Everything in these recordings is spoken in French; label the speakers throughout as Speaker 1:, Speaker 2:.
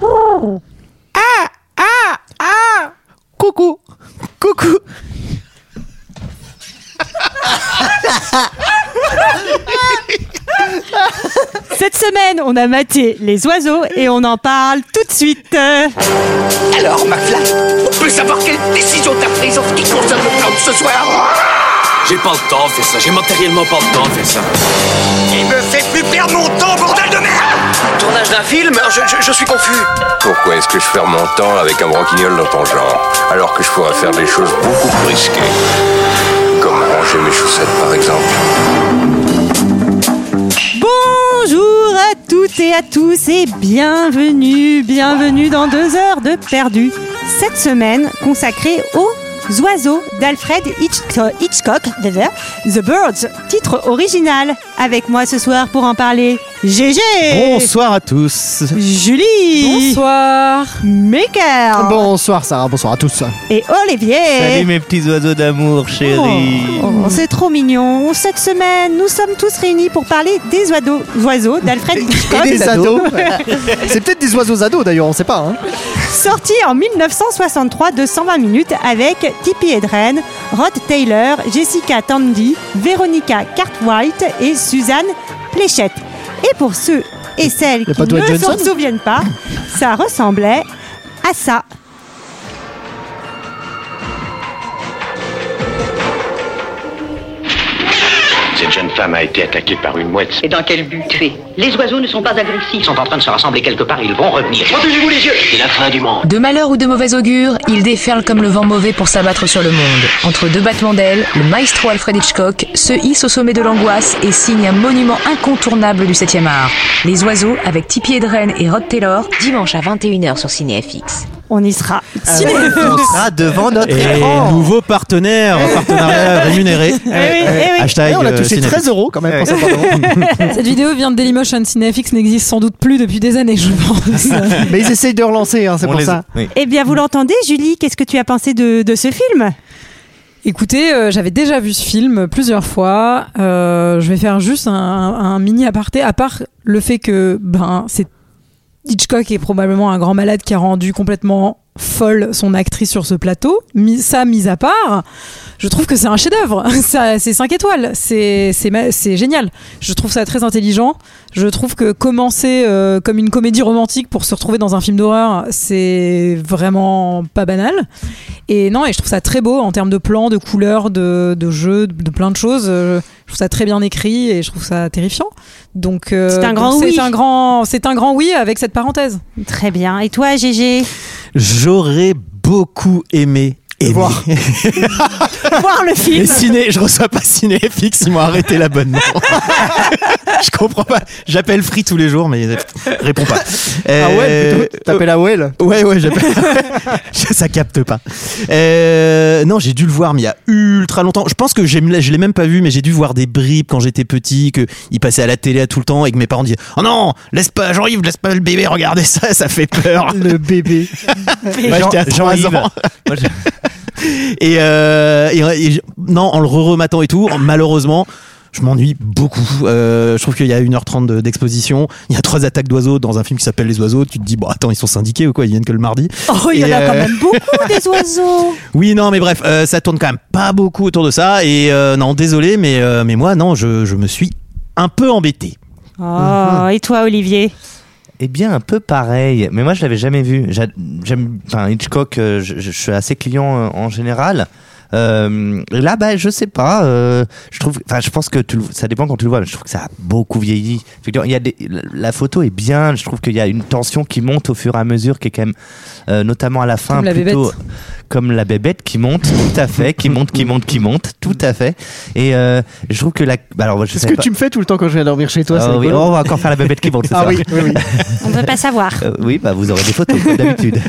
Speaker 1: Bonjour.
Speaker 2: Ah Ah Ah Coucou Coucou
Speaker 1: Cette semaine, on a maté les oiseaux et on en parle tout de suite.
Speaker 3: Alors, McFly, on peut savoir quelle décision t'as prise en ce qui concerne le plan de ce soir
Speaker 4: J'ai pas le temps de faire ça, j'ai matériellement pas le temps de faire ça.
Speaker 3: Il me fait plus perdre mon temps, bordel de merde Tournage d'un film je, je- je suis confus.
Speaker 5: Pourquoi est-ce que je perds mon temps avec un broquignol dans ton genre Alors que je pourrais faire des choses beaucoup plus risquées. Comme ranger mes chaussettes par exemple.
Speaker 1: Bonjour à toutes et à tous et bienvenue, bienvenue dans deux heures de perdu. Cette semaine consacrée aux oiseaux d'Alfred Hitchco- Hitchcock, The Birds, titre original. Avec moi ce soir pour en parler, GG,
Speaker 2: Bonsoir à tous
Speaker 1: Julie,
Speaker 6: Bonsoir.
Speaker 1: Maker
Speaker 2: Bonsoir Sarah, bonsoir à tous
Speaker 1: et Olivier.
Speaker 7: Salut mes petits oiseaux d'amour, chérie.
Speaker 1: Oh, oh, c'est trop mignon. Cette semaine, nous sommes tous réunis pour parler des oiseaux, oiseaux d'Alfred Hitchcock,
Speaker 2: Et des ados C'est peut-être des oiseaux ados d'ailleurs, on sait pas. Hein.
Speaker 1: sorti en 1963 de 120 minutes avec Tippi Hedren, Rod Taylor, Jessica Tandy, Veronica Cartwright et Suzanne Pléchette. Et pour ceux et celles
Speaker 2: Y a
Speaker 1: qui
Speaker 2: pas Dwayne
Speaker 1: ne s'en
Speaker 2: Johnson
Speaker 1: souviennent pas, ça ressemblait à ça.
Speaker 8: Cette jeune femme a été attaquée par une mouette.
Speaker 9: Et dans quel but tuer Les oiseaux ne sont pas agressifs.
Speaker 8: Ils sont en train de se rassembler quelque part, ils vont revenir. Protégez-vous les yeux C'est la fin du monde.
Speaker 6: De malheur ou de mauvais augure, il déferle comme le vent mauvais pour s'abattre sur le monde. Entre deux battements d'ailes, le maestro Alfred Hitchcock se hisse au sommet de l'angoisse et signe un monument incontournable du 7e art. Les oiseaux avec Tippi Hedren et Rod Taylor, dimanche à 21h sur CinéFX.
Speaker 1: On y sera.
Speaker 10: Ah
Speaker 1: Ciné-
Speaker 2: On sera devant notre
Speaker 7: Et
Speaker 2: écran.
Speaker 7: nouveau partenaire, partenariat rémunéré.
Speaker 1: oui, eh oui.
Speaker 7: Hashtag
Speaker 2: Eh, on a
Speaker 7: euh,
Speaker 2: touché
Speaker 7: Cinéfix.
Speaker 2: 13 euros quand même. pour ça, pardon.
Speaker 6: Cette vidéo vient de Dailymotion, CinéFX n'existe sans doute plus depuis des années, je pense.
Speaker 2: Mais ils essayent de relancer, hein, c'est
Speaker 7: On
Speaker 2: pour
Speaker 7: les-
Speaker 2: ça.
Speaker 7: oui.
Speaker 1: Eh bien, vous l'entendez, Julie, qu'est-ce que tu as pensé de, de ce film
Speaker 6: Écoutez, euh, j'avais déjà vu ce film plusieurs fois. Euh, je vais faire juste un, un mini aparté, à part le fait que ben, c'est Hitchcock est probablement un grand malade qui a rendu complètement folle son actrice sur ce plateau. Mis, ça, mis à part, je trouve que c'est un chef-d'œuvre. Ça, C'est 5 étoiles. C'est c'est ma- c'est génial. Je trouve ça très intelligent. Je trouve que commencer euh, comme une comédie romantique pour se retrouver dans un film d'horreur, c'est vraiment pas banal. Et non, et je trouve ça très beau en termes de plans, de couleurs, de, de jeux, de, de plein de choses. Euh, Je trouve ça très bien écrit et je trouve ça terrifiant. Donc euh,
Speaker 1: C'est un grand
Speaker 6: donc
Speaker 1: oui.
Speaker 6: C'est un grand, c'est un grand oui avec cette parenthèse.
Speaker 1: Très bien. Et toi, GG
Speaker 7: J'aurais beaucoup aimé. aimer.
Speaker 2: Voir.
Speaker 1: Voir le film
Speaker 7: Et ciné, je reçois pas Cinéfix, ils m'ont arrêté l'abonnement. je comprends pas. J'appelle Free tous les jours, mais euh, réponds pas.
Speaker 2: Ah ouais,
Speaker 7: Euh,
Speaker 2: plutôt, t'appelles à Well.
Speaker 7: Ouais, ouais, j'appelle. ça capte pas. Euh, non, j'ai dû le voir, mais il y a ultra longtemps. Je pense que j'ai- je l'ai même pas vu, mais j'ai dû voir des bribes quand j'étais petit, que il passait à la télé à tout le temps et que mes parents disaient Oh non, laisse pas Jean-Yves, laisse pas le bébé regarder ça, ça fait peur.
Speaker 2: Le bébé.
Speaker 7: Moi, j'étais à trois
Speaker 2: Jean-Yves.
Speaker 7: ans. et, euh, et- et je- non, en le rematant et tout, malheureusement. Je m'ennuie beaucoup. Euh, je trouve qu'il y a 1h30 de- d'exposition. Il y a trois attaques d'oiseaux dans un film qui s'appelle Les Oiseaux. Tu te dis, bon, attends, ils sont syndiqués ou quoi Ils viennent que le mardi.
Speaker 1: Oh, il y en
Speaker 7: Et,
Speaker 1: a quand
Speaker 7: euh,
Speaker 1: même beaucoup des oiseaux.
Speaker 7: Oui, non, mais bref, euh, ça tourne quand même pas beaucoup autour de ça. Et euh, non, désolé, mais, euh, mais moi, non, je, je me suis un peu embêté.
Speaker 1: Oh, et toi, Olivier
Speaker 10: Eh bien, un peu pareil. Mais moi, je l'avais jamais vu. J'a- J'aime, enfin, Hitchcock. euh, Je, je- je suis assez client euh, en général. Euh, là, bah, je sais pas. euh, je trouve. Enfin, je pense que tu le- ça dépend quand tu le vois. Mais je trouve que ça a beaucoup vieilli. Effectivement, Il y a des, la, la photo est bien. Je trouve qu'il y a une tension qui monte au fur et à mesure, qui est quand même, euh, notamment à la fin,
Speaker 6: Comme la
Speaker 10: plutôt
Speaker 6: bébête.
Speaker 10: comme la bébête qui monte, tout à fait, qui monte, qui monte, qui monte, tout à fait. Et euh, je trouve que la. bah, alors, je
Speaker 2: C'est ce
Speaker 10: sais
Speaker 2: que
Speaker 10: pas-
Speaker 2: tu me fais tout le temps quand je viens dormir chez toi. c'est
Speaker 10: Ah oui,
Speaker 2: rigolo.
Speaker 10: on va encore faire la bébête qui monte. c'est
Speaker 2: Ah
Speaker 10: ça
Speaker 2: oui, oui, oui.
Speaker 1: On ne veut pas savoir.
Speaker 10: Euh, oui, bah vous aurez des photos comme d'habitude.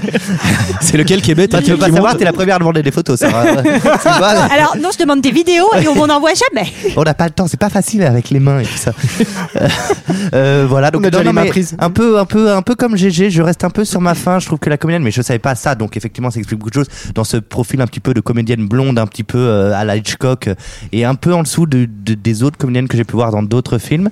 Speaker 7: C'est lequel qui est bête
Speaker 10: Toi, tu veux pas savoir, t'es la première à demander des photos, Sarah. C'est pas-
Speaker 1: Alors, non, je demande des vidéos et on n'en voit jamais.
Speaker 10: on n'a pas le temps, c'est pas facile avec les mains et tout ça. Euh, voilà, donc
Speaker 2: On a déjà les
Speaker 10: non, non,
Speaker 2: mains
Speaker 10: mais
Speaker 2: prises.
Speaker 10: un peu, un peu, un peu comme GG, je reste un peu sur ma faim. Je trouve que la comédienne, mais je savais pas ça, donc effectivement, ça explique beaucoup de choses. dans ce profil un petit peu de comédienne blonde, un petit peu euh, à la Hitchcock, euh, et un peu en dessous de- de- des autres comédiennes que j'ai pu voir dans d'autres films.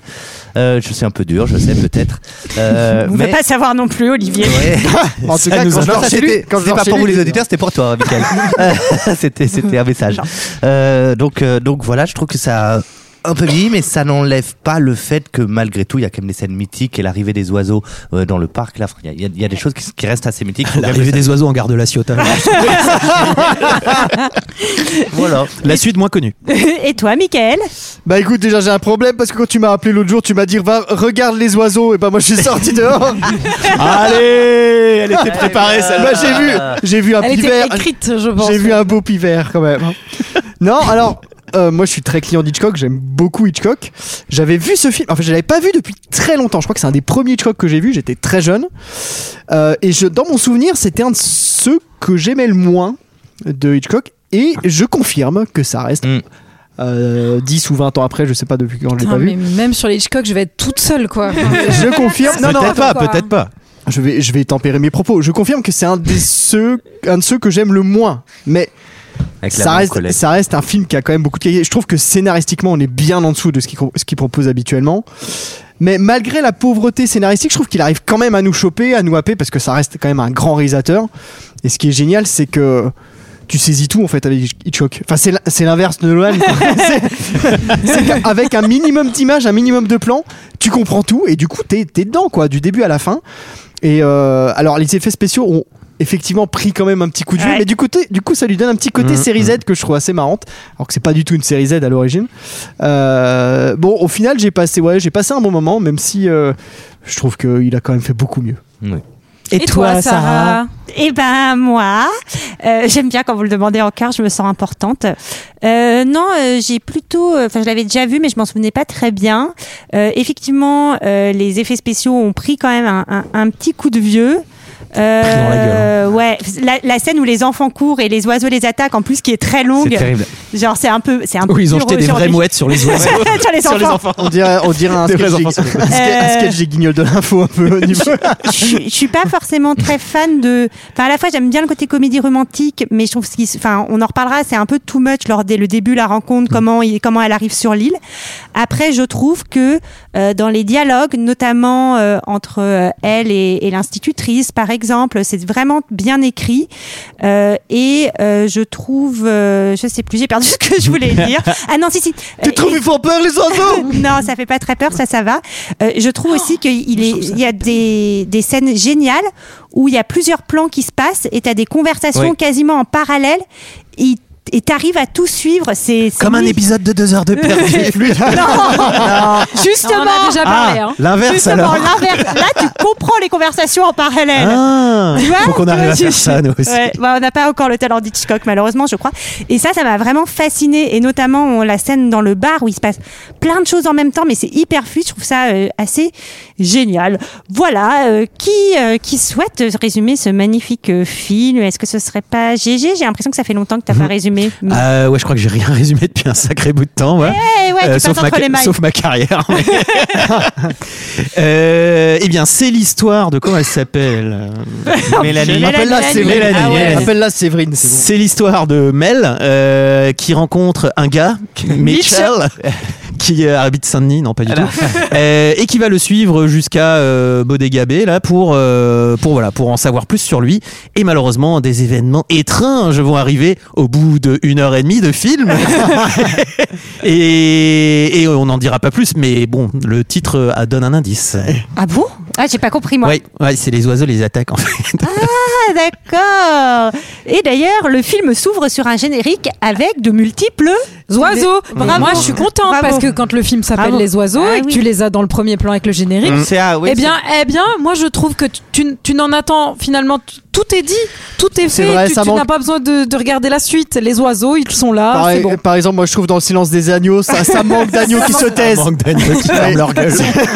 Speaker 10: Euh, je sais un peu dur, je sais peut-être. Euh,
Speaker 1: Vous ne
Speaker 10: mais-
Speaker 1: pouvez pas savoir non plus, Olivier.
Speaker 10: Ouais.
Speaker 2: En tout
Speaker 7: Ça
Speaker 2: cas,
Speaker 7: nous
Speaker 2: quand je
Speaker 7: a-
Speaker 2: dors chez lui,
Speaker 10: C'était
Speaker 2: quand je
Speaker 10: c'était
Speaker 2: dors
Speaker 10: pas
Speaker 2: chez
Speaker 10: pour vous
Speaker 2: lui-
Speaker 10: les auditeurs, c'était pour toi, Michael. Euh, c'était c'était un message. Euh, donc euh, donc voilà, je trouve que ça a un peu vieilli, mais ça n'enlève pas le fait que malgré tout, il y a quand même des scènes mythiques et l'arrivée des oiseaux euh, dans le parc. Là, Enfin, il y, a- il y a des choses qui, qui restent assez mythiques. Faut quand même
Speaker 7: L'arrivée
Speaker 10: le
Speaker 7: des oiseaux en gare de la hein. Ciotat.
Speaker 10: savoir. Voilà.
Speaker 7: la suite moins connue.
Speaker 1: Et toi, Michael
Speaker 2: Bah écoute, déjà j'ai un problème parce que quand tu m'as appelé l'autre jour, tu m'as dit va regarde les oiseaux et bah moi je suis sorti dehors.
Speaker 7: Allez, elle était préparée
Speaker 2: Bah, j'ai vu, j'ai vu un
Speaker 6: Elle
Speaker 2: pivert.
Speaker 6: était écrite, je pense.
Speaker 2: J'ai vu un beau pivert quand même. hein. non, alors euh, moi je suis très client d'Hitchcock, j'aime beaucoup Hitchcock. J'avais vu ce film, en fait je l'avais pas vu depuis très longtemps. Je crois que c'est un des premiers Hitchcock que j'ai vu, j'étais très jeune. Euh, et je, dans mon souvenir, c'était un de ceux que j'aimais le moins de Hitchcock. Et je confirme que ça reste
Speaker 10: Mm.
Speaker 2: euh, 10 ou 20 ans après, je sais pas depuis quand je l'ai
Speaker 6: Putain,
Speaker 2: pas
Speaker 6: mais
Speaker 2: vu.
Speaker 6: même sur les Hitchcock, je vais être toute seule, quoi.
Speaker 2: Je confirme. Non, non,
Speaker 7: Peut-être pas,
Speaker 6: pourquoi
Speaker 7: peut-être pas.
Speaker 2: je vais, je vais tempérer mes propos. Je confirme que c'est un, des ceux- un de ceux que j'aime le moins. Mais
Speaker 10: Avec la
Speaker 2: ça reste,
Speaker 10: brancolette.
Speaker 2: ça reste un film qui a quand même beaucoup de qualité. Je trouve que scénaristiquement, on est bien en dessous de ce qu'il ce qu'il propose habituellement. Mais malgré la pauvreté scénaristique, je trouve qu'il arrive quand même à nous choper, à nous happer, parce que ça reste quand même un grand réalisateur. Et ce qui est génial, c'est que tu saisis tout en fait avec Hitchcock. Enfin, c'est l'in- c'est l'inverse de Nolan. C'est- c'est qu'avec un minimum d'images, un minimum de plans, tu comprends tout et du coup, t'es t'es dedans, quoi, du début à la fin. Et euh, alors, les effets spéciaux ont effectivement pris quand même un petit coup de jeu,
Speaker 1: Ouais.
Speaker 2: mais du, côté, du coup, ça lui donne un petit côté
Speaker 7: Mhm,
Speaker 2: série Z que je trouve assez marrante, alors que c'est pas du tout une série Z à l'origine. Euh, bon, au final, j'ai passé, ouais, j'ai passé un bon moment, même si euh, je trouve qu'il a quand même fait beaucoup mieux.
Speaker 6: Et toi, Sarah
Speaker 1: Eh ben moi, euh, j'aime bien quand vous le demandez en quart, je me sens importante. Euh, non, euh, j'ai plutôt, euh, enfin je l'avais déjà vu, mais je m'en souvenais pas très bien. Euh, effectivement, euh, les effets spéciaux ont pris quand même un, un- un petit coup de vieux. Euh,
Speaker 7: Pris dans la gueule, hein.
Speaker 1: ouais, la, la scène où les enfants courent et les oiseaux les attaquent, en plus qui est très
Speaker 10: C'est
Speaker 1: longue.
Speaker 10: terrible.
Speaker 1: Genre c'est un peu, c'est un peu.
Speaker 7: Oui, ils ont
Speaker 1: dur
Speaker 7: jeté des vraies
Speaker 1: aujourd'hui.
Speaker 7: mouettes sur les oiseaux.
Speaker 1: sur les enfants.
Speaker 2: On dirait, on dirait un,
Speaker 7: Des
Speaker 2: sketch
Speaker 7: vrais
Speaker 2: des,
Speaker 7: enfants, c'est
Speaker 2: un sketch- un
Speaker 1: Euh.
Speaker 2: sketch des guignols de l'info un peu au niveau.
Speaker 1: je, je suis pas forcément très fan de. Enfin, à la fois j'aime bien le côté comédie romantique, mais je trouve qu'il. se- Enfin, on en reparlera. C'est un peu too much lors dès le début la rencontre, comment il, comment elle arrive sur l'île. Après, je trouve que euh, dans les dialogues, notamment euh, entre euh, elle et, et l'institutrice, par exemple, c'est vraiment bien écrit. Euh, et euh, je trouve, euh, je sais plus, j'ai perdu ce que je voulais dire. Ah non, si si. Euh,
Speaker 2: tu trouves qu'ils font peur les oiseaux
Speaker 1: non, ça fait pas très peur, ça, ça va. Euh, je trouve aussi qu'il est, il y a des, des scènes géniales où il y a plusieurs plans qui se passent et t'as des conversations
Speaker 10: Oui.
Speaker 1: quasiment en parallèle et et t'arrives à tout suivre. C'est c'est
Speaker 7: Comme un
Speaker 1: mignon.
Speaker 7: épisode de deux heures de perdu.
Speaker 6: Non, on en a
Speaker 1: Justement,
Speaker 6: déjà
Speaker 2: Ah,
Speaker 6: parlé. hein.
Speaker 7: Ah, L'inverse
Speaker 1: justement,
Speaker 7: alors.
Speaker 1: l'inverse. Là, tu comprends les conversations en parallèle.
Speaker 7: Ah,
Speaker 1: Tu vois
Speaker 7: faut qu'on arrive à faire ça nous aussi.
Speaker 1: Ouais, bah, on n'a pas encore le talent d'Hitchcock, malheureusement, je crois. Et ça, ça m'a vraiment fasciné. Et notamment on- la scène dans le bar où il se passe plein de choses en même temps, mais c'est hyper fluide. Je trouve ça euh, assez génial. Voilà. euh, qui, euh, qui souhaite résumer ce magnifique euh, film Est-ce que ce serait pas GG J'ai l'impression que ça fait longtemps que t'as pas
Speaker 7: Mhm.
Speaker 1: résumé. Mais-
Speaker 7: Euh, ouais, je crois que j'ai rien résumé depuis un sacré bout de temps. Ouais.
Speaker 1: Eh ouais, tu
Speaker 7: Euh,
Speaker 1: passes
Speaker 7: sauf, ma,
Speaker 1: entre les mailles.
Speaker 7: sauf ma carrière. euh, eh bien, c'est l'histoire de comment elle s'appelle.
Speaker 10: Mélanie.
Speaker 2: Appelle-la
Speaker 1: Mélanie.
Speaker 2: Séverine.
Speaker 7: Mélanie,
Speaker 1: Ah ouais.
Speaker 7: Mélanie.
Speaker 2: Appelle-la Séverine, c'est bon.
Speaker 7: C'est l'histoire de Mel euh, qui rencontre un gars, Mitchell, qui euh, habite Saint-Denis, non pas du tout, euh, et qui va le suivre jusqu'à euh, Bodega Bay, là pour euh, pour voilà pour en savoir plus sur lui. Et malheureusement, des événements étranges vont arriver au bout de une heure et demie de film. et, et on n'en dira pas plus, mais bon, le titre euh, donne un indice.
Speaker 1: Ah bon Ah, j'ai pas compris moi.
Speaker 7: Ouais, ouais, c'est les oiseaux les attaquent en fait.
Speaker 1: Ah, d'accord. Et d'ailleurs, le film s'ouvre sur un générique avec de multiples
Speaker 6: Oiseaux
Speaker 1: Bravo.
Speaker 6: Moi, je suis contente
Speaker 1: Bravo.
Speaker 6: parce que quand le film s'appelle
Speaker 1: Bravo.
Speaker 6: Les Oiseaux
Speaker 1: Ah
Speaker 6: et que
Speaker 1: oui.
Speaker 6: tu les as dans le premier plan avec le générique,
Speaker 2: Mm.
Speaker 10: C'est ah, oui,
Speaker 6: eh bien, eh bien, moi je trouve que tu, tu- tu n'en attends finalement t- tout est dit, tout est
Speaker 2: C'est
Speaker 6: fait.
Speaker 2: vrai,
Speaker 6: tu
Speaker 2: ça
Speaker 6: tu
Speaker 2: manque.
Speaker 6: n'as pas besoin de, de regarder la suite. Les oiseaux, ils sont là.
Speaker 2: par,
Speaker 6: oh,
Speaker 2: e-
Speaker 6: c'est bon.
Speaker 2: par exemple, moi je trouve dans le silence des agneaux, ça, ça manque d'agneaux qui se taisent.
Speaker 7: Manque d'agneaux qui ferment leur gueule.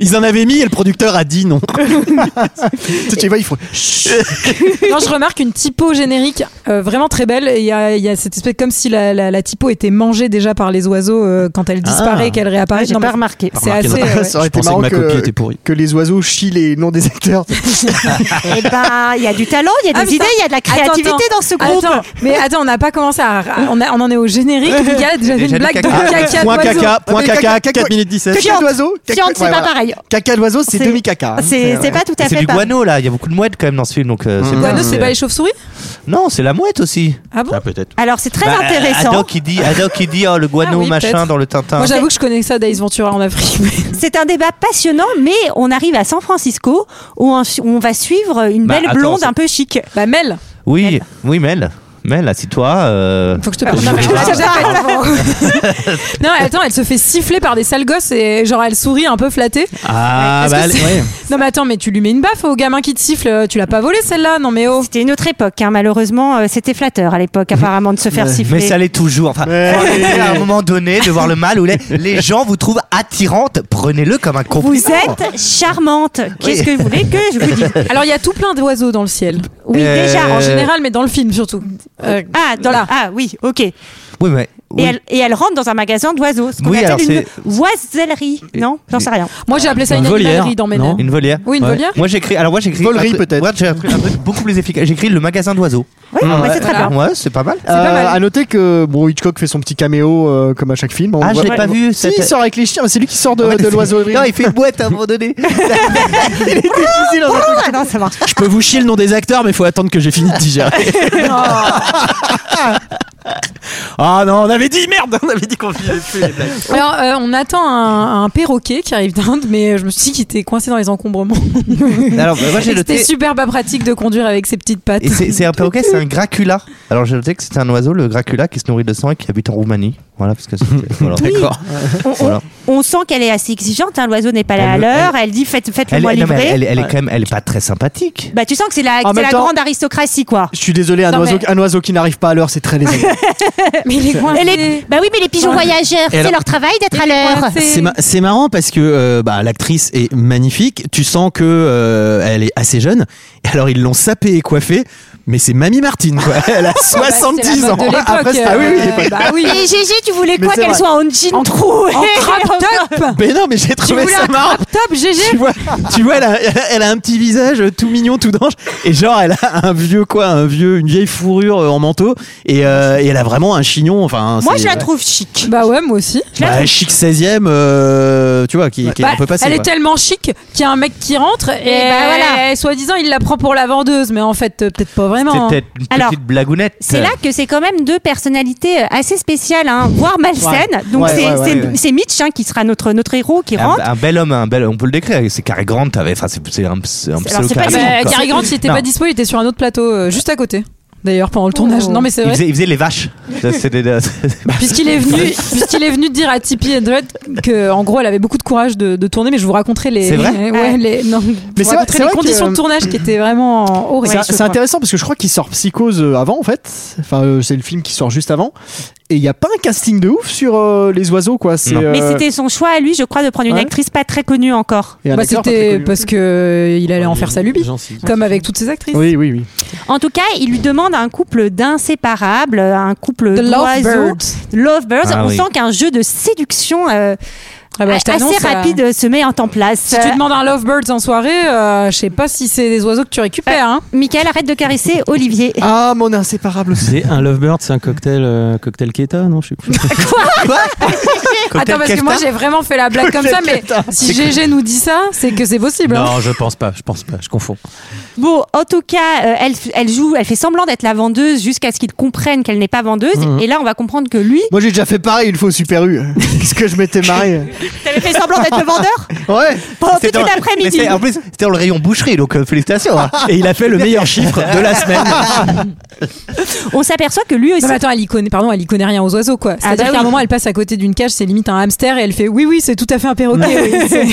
Speaker 7: Ils en avaient mis et le producteur a dit non.
Speaker 2: Tu vois, il faut.
Speaker 6: Non, je remarque une typo générique euh, vraiment très belle. Et Il y a, il y a cette espèce comme si la, la- la typo était mangée déjà par les oiseaux euh, quand elle disparaît,
Speaker 7: Ah.
Speaker 6: qu'elle réapparaît.
Speaker 1: J'ai
Speaker 6: Non,
Speaker 1: pas
Speaker 6: mais
Speaker 1: remarqué.
Speaker 6: C'est assez.
Speaker 7: Remarquez,
Speaker 6: euh, ouais.
Speaker 2: Ça aurait été
Speaker 7: Je pensais que
Speaker 2: marrant
Speaker 7: ma
Speaker 2: que,
Speaker 7: copie était pourrie.
Speaker 2: que les oiseaux chient les noms des acteurs.
Speaker 1: Eh ben, il y a du talent, il y a
Speaker 6: Ah,
Speaker 1: des idées,
Speaker 6: putain.
Speaker 1: il y a de la créativité
Speaker 6: Attends, attends.
Speaker 1: dans ce groupe.
Speaker 6: Attends, mais attends, on n'a pas commencé à. On, a- on en est au générique. Il y a déjà
Speaker 10: Déjà
Speaker 6: une
Speaker 10: du
Speaker 6: blague de
Speaker 10: caca.
Speaker 6: caca.
Speaker 7: Point
Speaker 6: d'oiseau.
Speaker 7: caca, point
Speaker 2: Mais
Speaker 7: caca,
Speaker 2: caca,
Speaker 7: 4 minutes 17.
Speaker 2: Caca d'oiseau
Speaker 1: Fiante, c'est
Speaker 2: ouais,
Speaker 1: pas
Speaker 2: voilà.
Speaker 1: pareil.
Speaker 2: Caca d'oiseau, c'est
Speaker 1: C'est-
Speaker 2: demi caca.
Speaker 1: C'est c'est pas tout à
Speaker 10: Ah, C'est
Speaker 1: fait
Speaker 10: du
Speaker 1: pareil.
Speaker 10: guano là, il y a beaucoup de mouettes quand même dans ce film. Donc, euh, c'est
Speaker 6: Guano,
Speaker 10: pas-
Speaker 6: c'est pas les chauves-souris
Speaker 10: Non, c'est la mouette aussi.
Speaker 6: Ah bon
Speaker 7: peut-être.
Speaker 1: Alors, c'est très
Speaker 10: Bah,
Speaker 1: intéressant.
Speaker 10: Haddock il dit, Haddock, il dit oh, le guano
Speaker 6: Ah oui,
Speaker 10: machin
Speaker 6: peut-être.
Speaker 10: dans le Tintin.
Speaker 6: Moi, j'avoue que je connais ça d'Ace Ventura en Afrique. mais-
Speaker 1: C'est un débat passionnant, mais on arrive à San Francisco où on, où on va suivre une
Speaker 7: Bah,
Speaker 1: belle
Speaker 7: attends,
Speaker 1: blonde
Speaker 7: c'est-
Speaker 1: un peu chic.
Speaker 6: Bah, Mel,
Speaker 10: Oui, oui, Mel. Mel, assis-toi. euh,
Speaker 6: faut que je te parle.
Speaker 10: je
Speaker 6: Non, mais
Speaker 10: vais
Speaker 6: on l'a
Speaker 10: pas.
Speaker 6: déjà fait avant. non, attends, elle se fait siffler par des sales gosses et genre elle sourit un peu flattée.
Speaker 7: Ah,
Speaker 6: Est-ce
Speaker 7: bah,
Speaker 6: que
Speaker 7: allez,
Speaker 6: c'est-
Speaker 7: ouais.
Speaker 6: Non, mais attends, mais tu lui mets une baffe au gamin qui te siffle. Tu l'as pas volé celle-là Non, mais oh.
Speaker 1: C'était une autre époque, hein, malheureusement. euh, C'était flatteur à l'époque, apparemment, de se faire siffler.
Speaker 10: Euh, Mais ça l'est toujours. Enfin, faut à un moment donné, de voir le mal ou les, les gens vous trouvent attirante, prenez-le comme un compliment.
Speaker 1: Vous êtes charmante. Qu'est-ce que vous voulez que je vous dise
Speaker 6: Alors, il y a tout plein d'oiseaux dans le ciel.
Speaker 1: Oui,
Speaker 10: Euh,
Speaker 1: déjà.
Speaker 6: En
Speaker 1: en général.
Speaker 6: général, mais dans le film surtout. Euh,
Speaker 1: Ah, dans la... ah, oui, ok. Et,
Speaker 10: Oui, mais. oui.
Speaker 1: Elle, et elle rentre dans un magasin d'oiseaux, ce qu'on
Speaker 10: Oui, alors
Speaker 1: appelle une
Speaker 10: c'est-
Speaker 1: oisellerie. Non, j'en sais rien.
Speaker 6: Moi, j'ai appelé ça
Speaker 7: Un
Speaker 6: une
Speaker 7: volière,
Speaker 6: animalerie dans mes
Speaker 7: non
Speaker 6: noms.
Speaker 10: Une volière.
Speaker 6: Oui, une volière.
Speaker 10: Moi j'écris. Alors moi j'écris.
Speaker 2: Volerie,
Speaker 10: un truc-
Speaker 2: peut-être.
Speaker 10: ouais, j'ai un truc un truc beaucoup plus efficace. J'écris le magasin d'oiseaux.
Speaker 1: Oui,
Speaker 6: Ah,
Speaker 1: bah, c'est très bien.
Speaker 10: Ouais, c'est pas mal.
Speaker 6: pas mal.
Speaker 2: Euh, à noter que bon Hitchcock fait son petit caméo euh, comme à chaque film. On
Speaker 10: Ah, je
Speaker 2: voit-
Speaker 10: l'ai pas vu.
Speaker 2: Si
Speaker 10: cette-
Speaker 2: il sort avec les chiens, c'est lui qui sort de,
Speaker 10: Ouais,
Speaker 2: de
Speaker 10: c'est-
Speaker 2: l'oiseauerie.
Speaker 10: Non, il fait une boîte à un moment donné.
Speaker 1: Ah non, ça marche.
Speaker 7: Je peux vous chier le nom des acteurs, mais faut attendre que j'ai fini de digérer. Ah non, on avait dit merde, on avait dit qu'on finissait plus les blagues.
Speaker 6: Alors, euh, on attend un, un perroquet qui arrive d'Inde, mais euh, je me suis dit qu'il était coincé dans les encombrements.
Speaker 10: Alors bah, moi j'ai
Speaker 6: C'était
Speaker 10: noté.
Speaker 6: super pas pratique de conduire avec ses petites pattes.
Speaker 10: Et c'est c'est un perroquet, c'est un gracula. Alors j'ai noté que c'était un oiseau, le gracula, qui se nourrit de sang et qui habite en Roumanie. Voilà, parce que c'était- voilà.
Speaker 7: D'accord.
Speaker 1: On, on-
Speaker 10: Voilà.
Speaker 1: on sent qu'elle est assez exigeante. hein, L'oiseau n'est pas là à
Speaker 10: Elle-
Speaker 1: l'heure. Elle dit faites- faites-le
Speaker 10: Elle,
Speaker 1: moi
Speaker 10: est- non, mais
Speaker 1: livrer.
Speaker 10: elle- elle- elle est quand même, elle est pas très sympathique.
Speaker 1: Bah, tu sens que c'est la,
Speaker 2: En
Speaker 1: c'est
Speaker 2: même
Speaker 1: la
Speaker 2: temps-
Speaker 1: grande aristocratie, quoi.
Speaker 2: Je suis désolé, un,
Speaker 6: Non,
Speaker 2: oiseau,
Speaker 6: mais-
Speaker 2: un oiseau qui n'arrive pas à l'heure, c'est très désolé.
Speaker 6: Mais les coins.
Speaker 1: Et les- Bah oui, mais les pigeons voyageurs, c'est
Speaker 7: alors-
Speaker 1: leur travail d'être à l'heure.
Speaker 7: C'est ma- c'est marrant parce que euh, bah, l'actrice est magnifique. Tu sens que euh, elle est assez jeune. Et Alors ils l'ont sapée et coiffée, mais c'est Mamie Martine. Quoi.
Speaker 6: Ah
Speaker 7: Elle a
Speaker 6: bah,
Speaker 7: 70 ans.
Speaker 6: Après,
Speaker 2: c'est- ah oui, oui, l'époque.
Speaker 6: bah oui.
Speaker 1: Et Gégé, tu voulais
Speaker 2: Mais
Speaker 1: quoi
Speaker 2: c'est
Speaker 1: qu'elle
Speaker 2: vrai.
Speaker 1: soit en jean troué
Speaker 6: En crop top
Speaker 7: Mais non, mais j'ai
Speaker 6: Tu
Speaker 7: trouvé
Speaker 6: voulais
Speaker 7: ça
Speaker 6: un
Speaker 7: marrant.
Speaker 6: crop top,
Speaker 7: Tu
Speaker 6: GG
Speaker 7: vois, tu vois, elle a, elle a un petit visage tout mignon, tout d'ange, et genre elle a un vieux quoi, un vieux, une vieille fourrure euh, en manteau, et, euh, et elle a vraiment un chignon. Enfin,
Speaker 1: Moi,
Speaker 7: Ah, c'est-
Speaker 1: je la trouve chic.
Speaker 6: Bah ouais, moi aussi.
Speaker 1: la
Speaker 7: bah,
Speaker 1: trouve-
Speaker 7: chic 16e, euh, tu vois, qui, qui est un
Speaker 6: Bah,
Speaker 7: peu passé.
Speaker 6: elle est
Speaker 7: quoi.
Speaker 6: tellement chic qu'il y a un mec qui rentre et,
Speaker 1: Et bah voilà.
Speaker 6: et soi-disant il la prend pour la vendeuse, mais en fait euh, peut-être pas vraiment.
Speaker 10: C'est
Speaker 6: hein.
Speaker 10: peut-être une
Speaker 1: Alors,
Speaker 10: petite blagounette.
Speaker 1: C'est là que c'est quand même deux personnalités euh, assez spéciales, hein, voire malsaines. Donc
Speaker 2: Ouais,
Speaker 1: c'est
Speaker 2: ouais, ouais,
Speaker 1: c'est-
Speaker 2: ouais.
Speaker 1: c'est Mitch hein, qui sera notre, notre héros qui
Speaker 10: Un,
Speaker 1: rentre.
Speaker 10: un bel homme, un bel, on peut le décrire. C'est Cary Grant, t'avais- enfin c'est c'est un, c'est un
Speaker 1: alors,
Speaker 10: pseudo
Speaker 1: c'est pas
Speaker 6: Ah
Speaker 10: Cary
Speaker 1: lui.
Speaker 10: Grant,
Speaker 6: bah,
Speaker 10: quoi.
Speaker 6: Cary Grant, il était
Speaker 10: Non.
Speaker 6: pas dispo, il était sur un autre plateau euh, juste à côté. D'ailleurs, pendant le
Speaker 1: Oh.
Speaker 6: tournage. Non, mais c'est
Speaker 10: Il
Speaker 6: vrai.
Speaker 10: faisait, il faisait les vaches. Ça, c'est des-
Speaker 6: Puisqu'il est venu, puisqu'il est venu dire à Tippy Hendred que, en gros, elle avait beaucoup de courage de, de tourner, mais je vous raconterai les,
Speaker 10: C'est vrai
Speaker 6: ouais, les, non, je vous
Speaker 2: c'est vrai-
Speaker 6: raconterai
Speaker 2: c'est
Speaker 6: les
Speaker 2: vrai
Speaker 6: conditions
Speaker 2: que-
Speaker 6: de tournage qui étaient vraiment horribles.
Speaker 2: C'est- c'est intéressant parce que je crois qu'il sort Psychose euh, avant en fait. Enfin, euh, c'est le film qui sort juste avant. Et il n'y a pas un casting de ouf sur euh, les oiseaux quoi. C'est,
Speaker 10: Non.
Speaker 2: euh,
Speaker 1: Mais c'était son choix à lui, je crois, de prendre une
Speaker 2: Ouais.
Speaker 1: actrice pas très connue encore.
Speaker 2: et un
Speaker 6: Bah,
Speaker 2: acteur pas
Speaker 6: c'était
Speaker 2: très connu.
Speaker 6: parce que euh, il allait en faire sa lubie, comme avec toutes ses actrices.
Speaker 2: Oui, oui, oui.
Speaker 1: En tout cas, il lui demande un couple d'inséparables, un couple
Speaker 6: The
Speaker 1: d'oiseaux.
Speaker 6: Lovebird.
Speaker 1: Lovebirds.
Speaker 10: Ah
Speaker 1: on
Speaker 10: oui.
Speaker 1: sent qu'un jeu de séduction euh,
Speaker 6: Ah bah, je t'annonce,
Speaker 1: assez
Speaker 6: euh,
Speaker 1: rapide se met en temps place.
Speaker 6: Si tu demandes un Lovebirds en soirée, euh, je sais pas si c'est des oiseaux que tu récupères. Hein.
Speaker 1: Euh, Michael, arrête de caresser Olivier.
Speaker 2: Ah, mon inséparable aussi.
Speaker 11: C'est un Lovebird, c'est un cocktail, euh, cocktail Keta, non je sais plus.
Speaker 6: Attends, parce que moi j'ai vraiment fait la blague comme ça, mais si GG nous dit ça, c'est que c'est possible. hein.
Speaker 11: Non, je pense pas, je pense pas, je confonds.
Speaker 1: Bon, en tout cas, euh, elle, f- elle joue, elle fait semblant d'être la vendeuse jusqu'à ce qu'il comprenne qu'elle n'est pas vendeuse.
Speaker 10: Mhm.
Speaker 1: Et là, on va comprendre que lui,
Speaker 2: Moi j'ai déjà fait pareil une fois au Super U. Qu'est-ce que je m'étais marré.
Speaker 1: t'avais fait semblant d'être le vendeur
Speaker 2: Ouais.
Speaker 1: pendant
Speaker 10: C'est
Speaker 1: toute une
Speaker 10: dans- mais
Speaker 1: après-midi.
Speaker 10: c'est- En plus, c'était dans le rayon boucherie, donc euh, félicitations. hein.
Speaker 7: Et il a fait le meilleur chiffre de la semaine.
Speaker 1: On s'aperçoit que lui aussi.
Speaker 6: Non, mais attends, elle y connaît, pardon, elle y connaît rien aux oiseaux, quoi. C'est-à-dire
Speaker 1: bah
Speaker 6: qu'à un
Speaker 1: oui.
Speaker 6: moment, elle passe à côté d'une cage, c'est limite un hamster, et elle fait oui, oui, c'est tout à fait un perroquet. oui, c'est-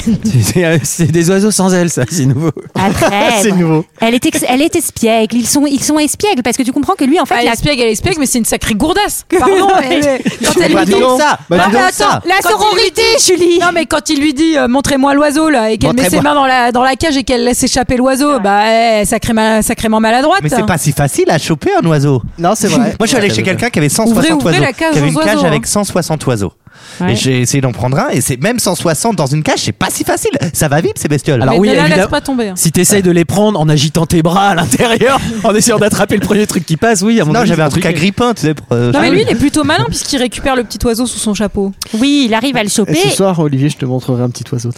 Speaker 7: C'est euh, c'est des oiseaux sans ailes, ça, c'est nouveau.
Speaker 1: Après,
Speaker 2: C'est
Speaker 1: Ah, bon,
Speaker 2: nouveau.
Speaker 1: elle est, ex- elle est espiègle. Ils sont, ils sont espiègles parce que tu comprends que lui, en fait,
Speaker 6: Ah, elle
Speaker 1: la-
Speaker 6: explique, elle explique, mais c'est une sacrée gourdasse. Pardon, elle est- quand elle
Speaker 7: Bah,
Speaker 6: lui dit
Speaker 7: dis donc.
Speaker 6: ça.
Speaker 7: Bah,
Speaker 6: non,
Speaker 7: dis
Speaker 6: Eh, mais
Speaker 7: donc
Speaker 6: attends,
Speaker 7: ça.
Speaker 6: la sororité, Julie. Non, mais quand il lui dit euh, montrez-moi l'oiseau là et qu'elle met ses
Speaker 10: Montrez-moi.
Speaker 6: mains dans la dans la cage et qu'elle laisse échapper l'oiseau, bah elle est sacré mal- sacrément maladroite.
Speaker 10: Mais c'est pas si facile à choper un oiseau.
Speaker 2: Non, c'est vrai.
Speaker 10: Moi, je suis allé chez quelqu'un qui avait 160
Speaker 6: Ouvrez- ouvrez
Speaker 10: oiseaux.
Speaker 6: la cage
Speaker 10: qui avait
Speaker 6: aux
Speaker 10: une
Speaker 6: oiseaux,
Speaker 10: cage
Speaker 6: hein.
Speaker 10: avec 160 oiseaux.
Speaker 6: Ouais.
Speaker 10: Et j'ai essayé d'en prendre un. Et c'est même 160 dans une cage, c'est pas si facile. Ça va vite ces bestioles.
Speaker 6: Alors Mais oui, ne la évidemment. laisse pas tomber, hein.
Speaker 11: Si t'essayes de les prendre en agitant tes bras à l'intérieur, en essayant d'attraper le premier truc qui passe, oui. À mon
Speaker 10: Non,
Speaker 11: avis,
Speaker 10: j'avais
Speaker 11: c'est
Speaker 10: un truc
Speaker 11: compliqué.
Speaker 10: agrippant, tu sais. pour, euh,
Speaker 6: Non, mais lui, il est plutôt malin puisqu'il récupère le petit oiseau sous son chapeau.
Speaker 1: Oui, il arrive à le choper.
Speaker 2: Ce soir, Olivier, je te montrerai un petit oiseau.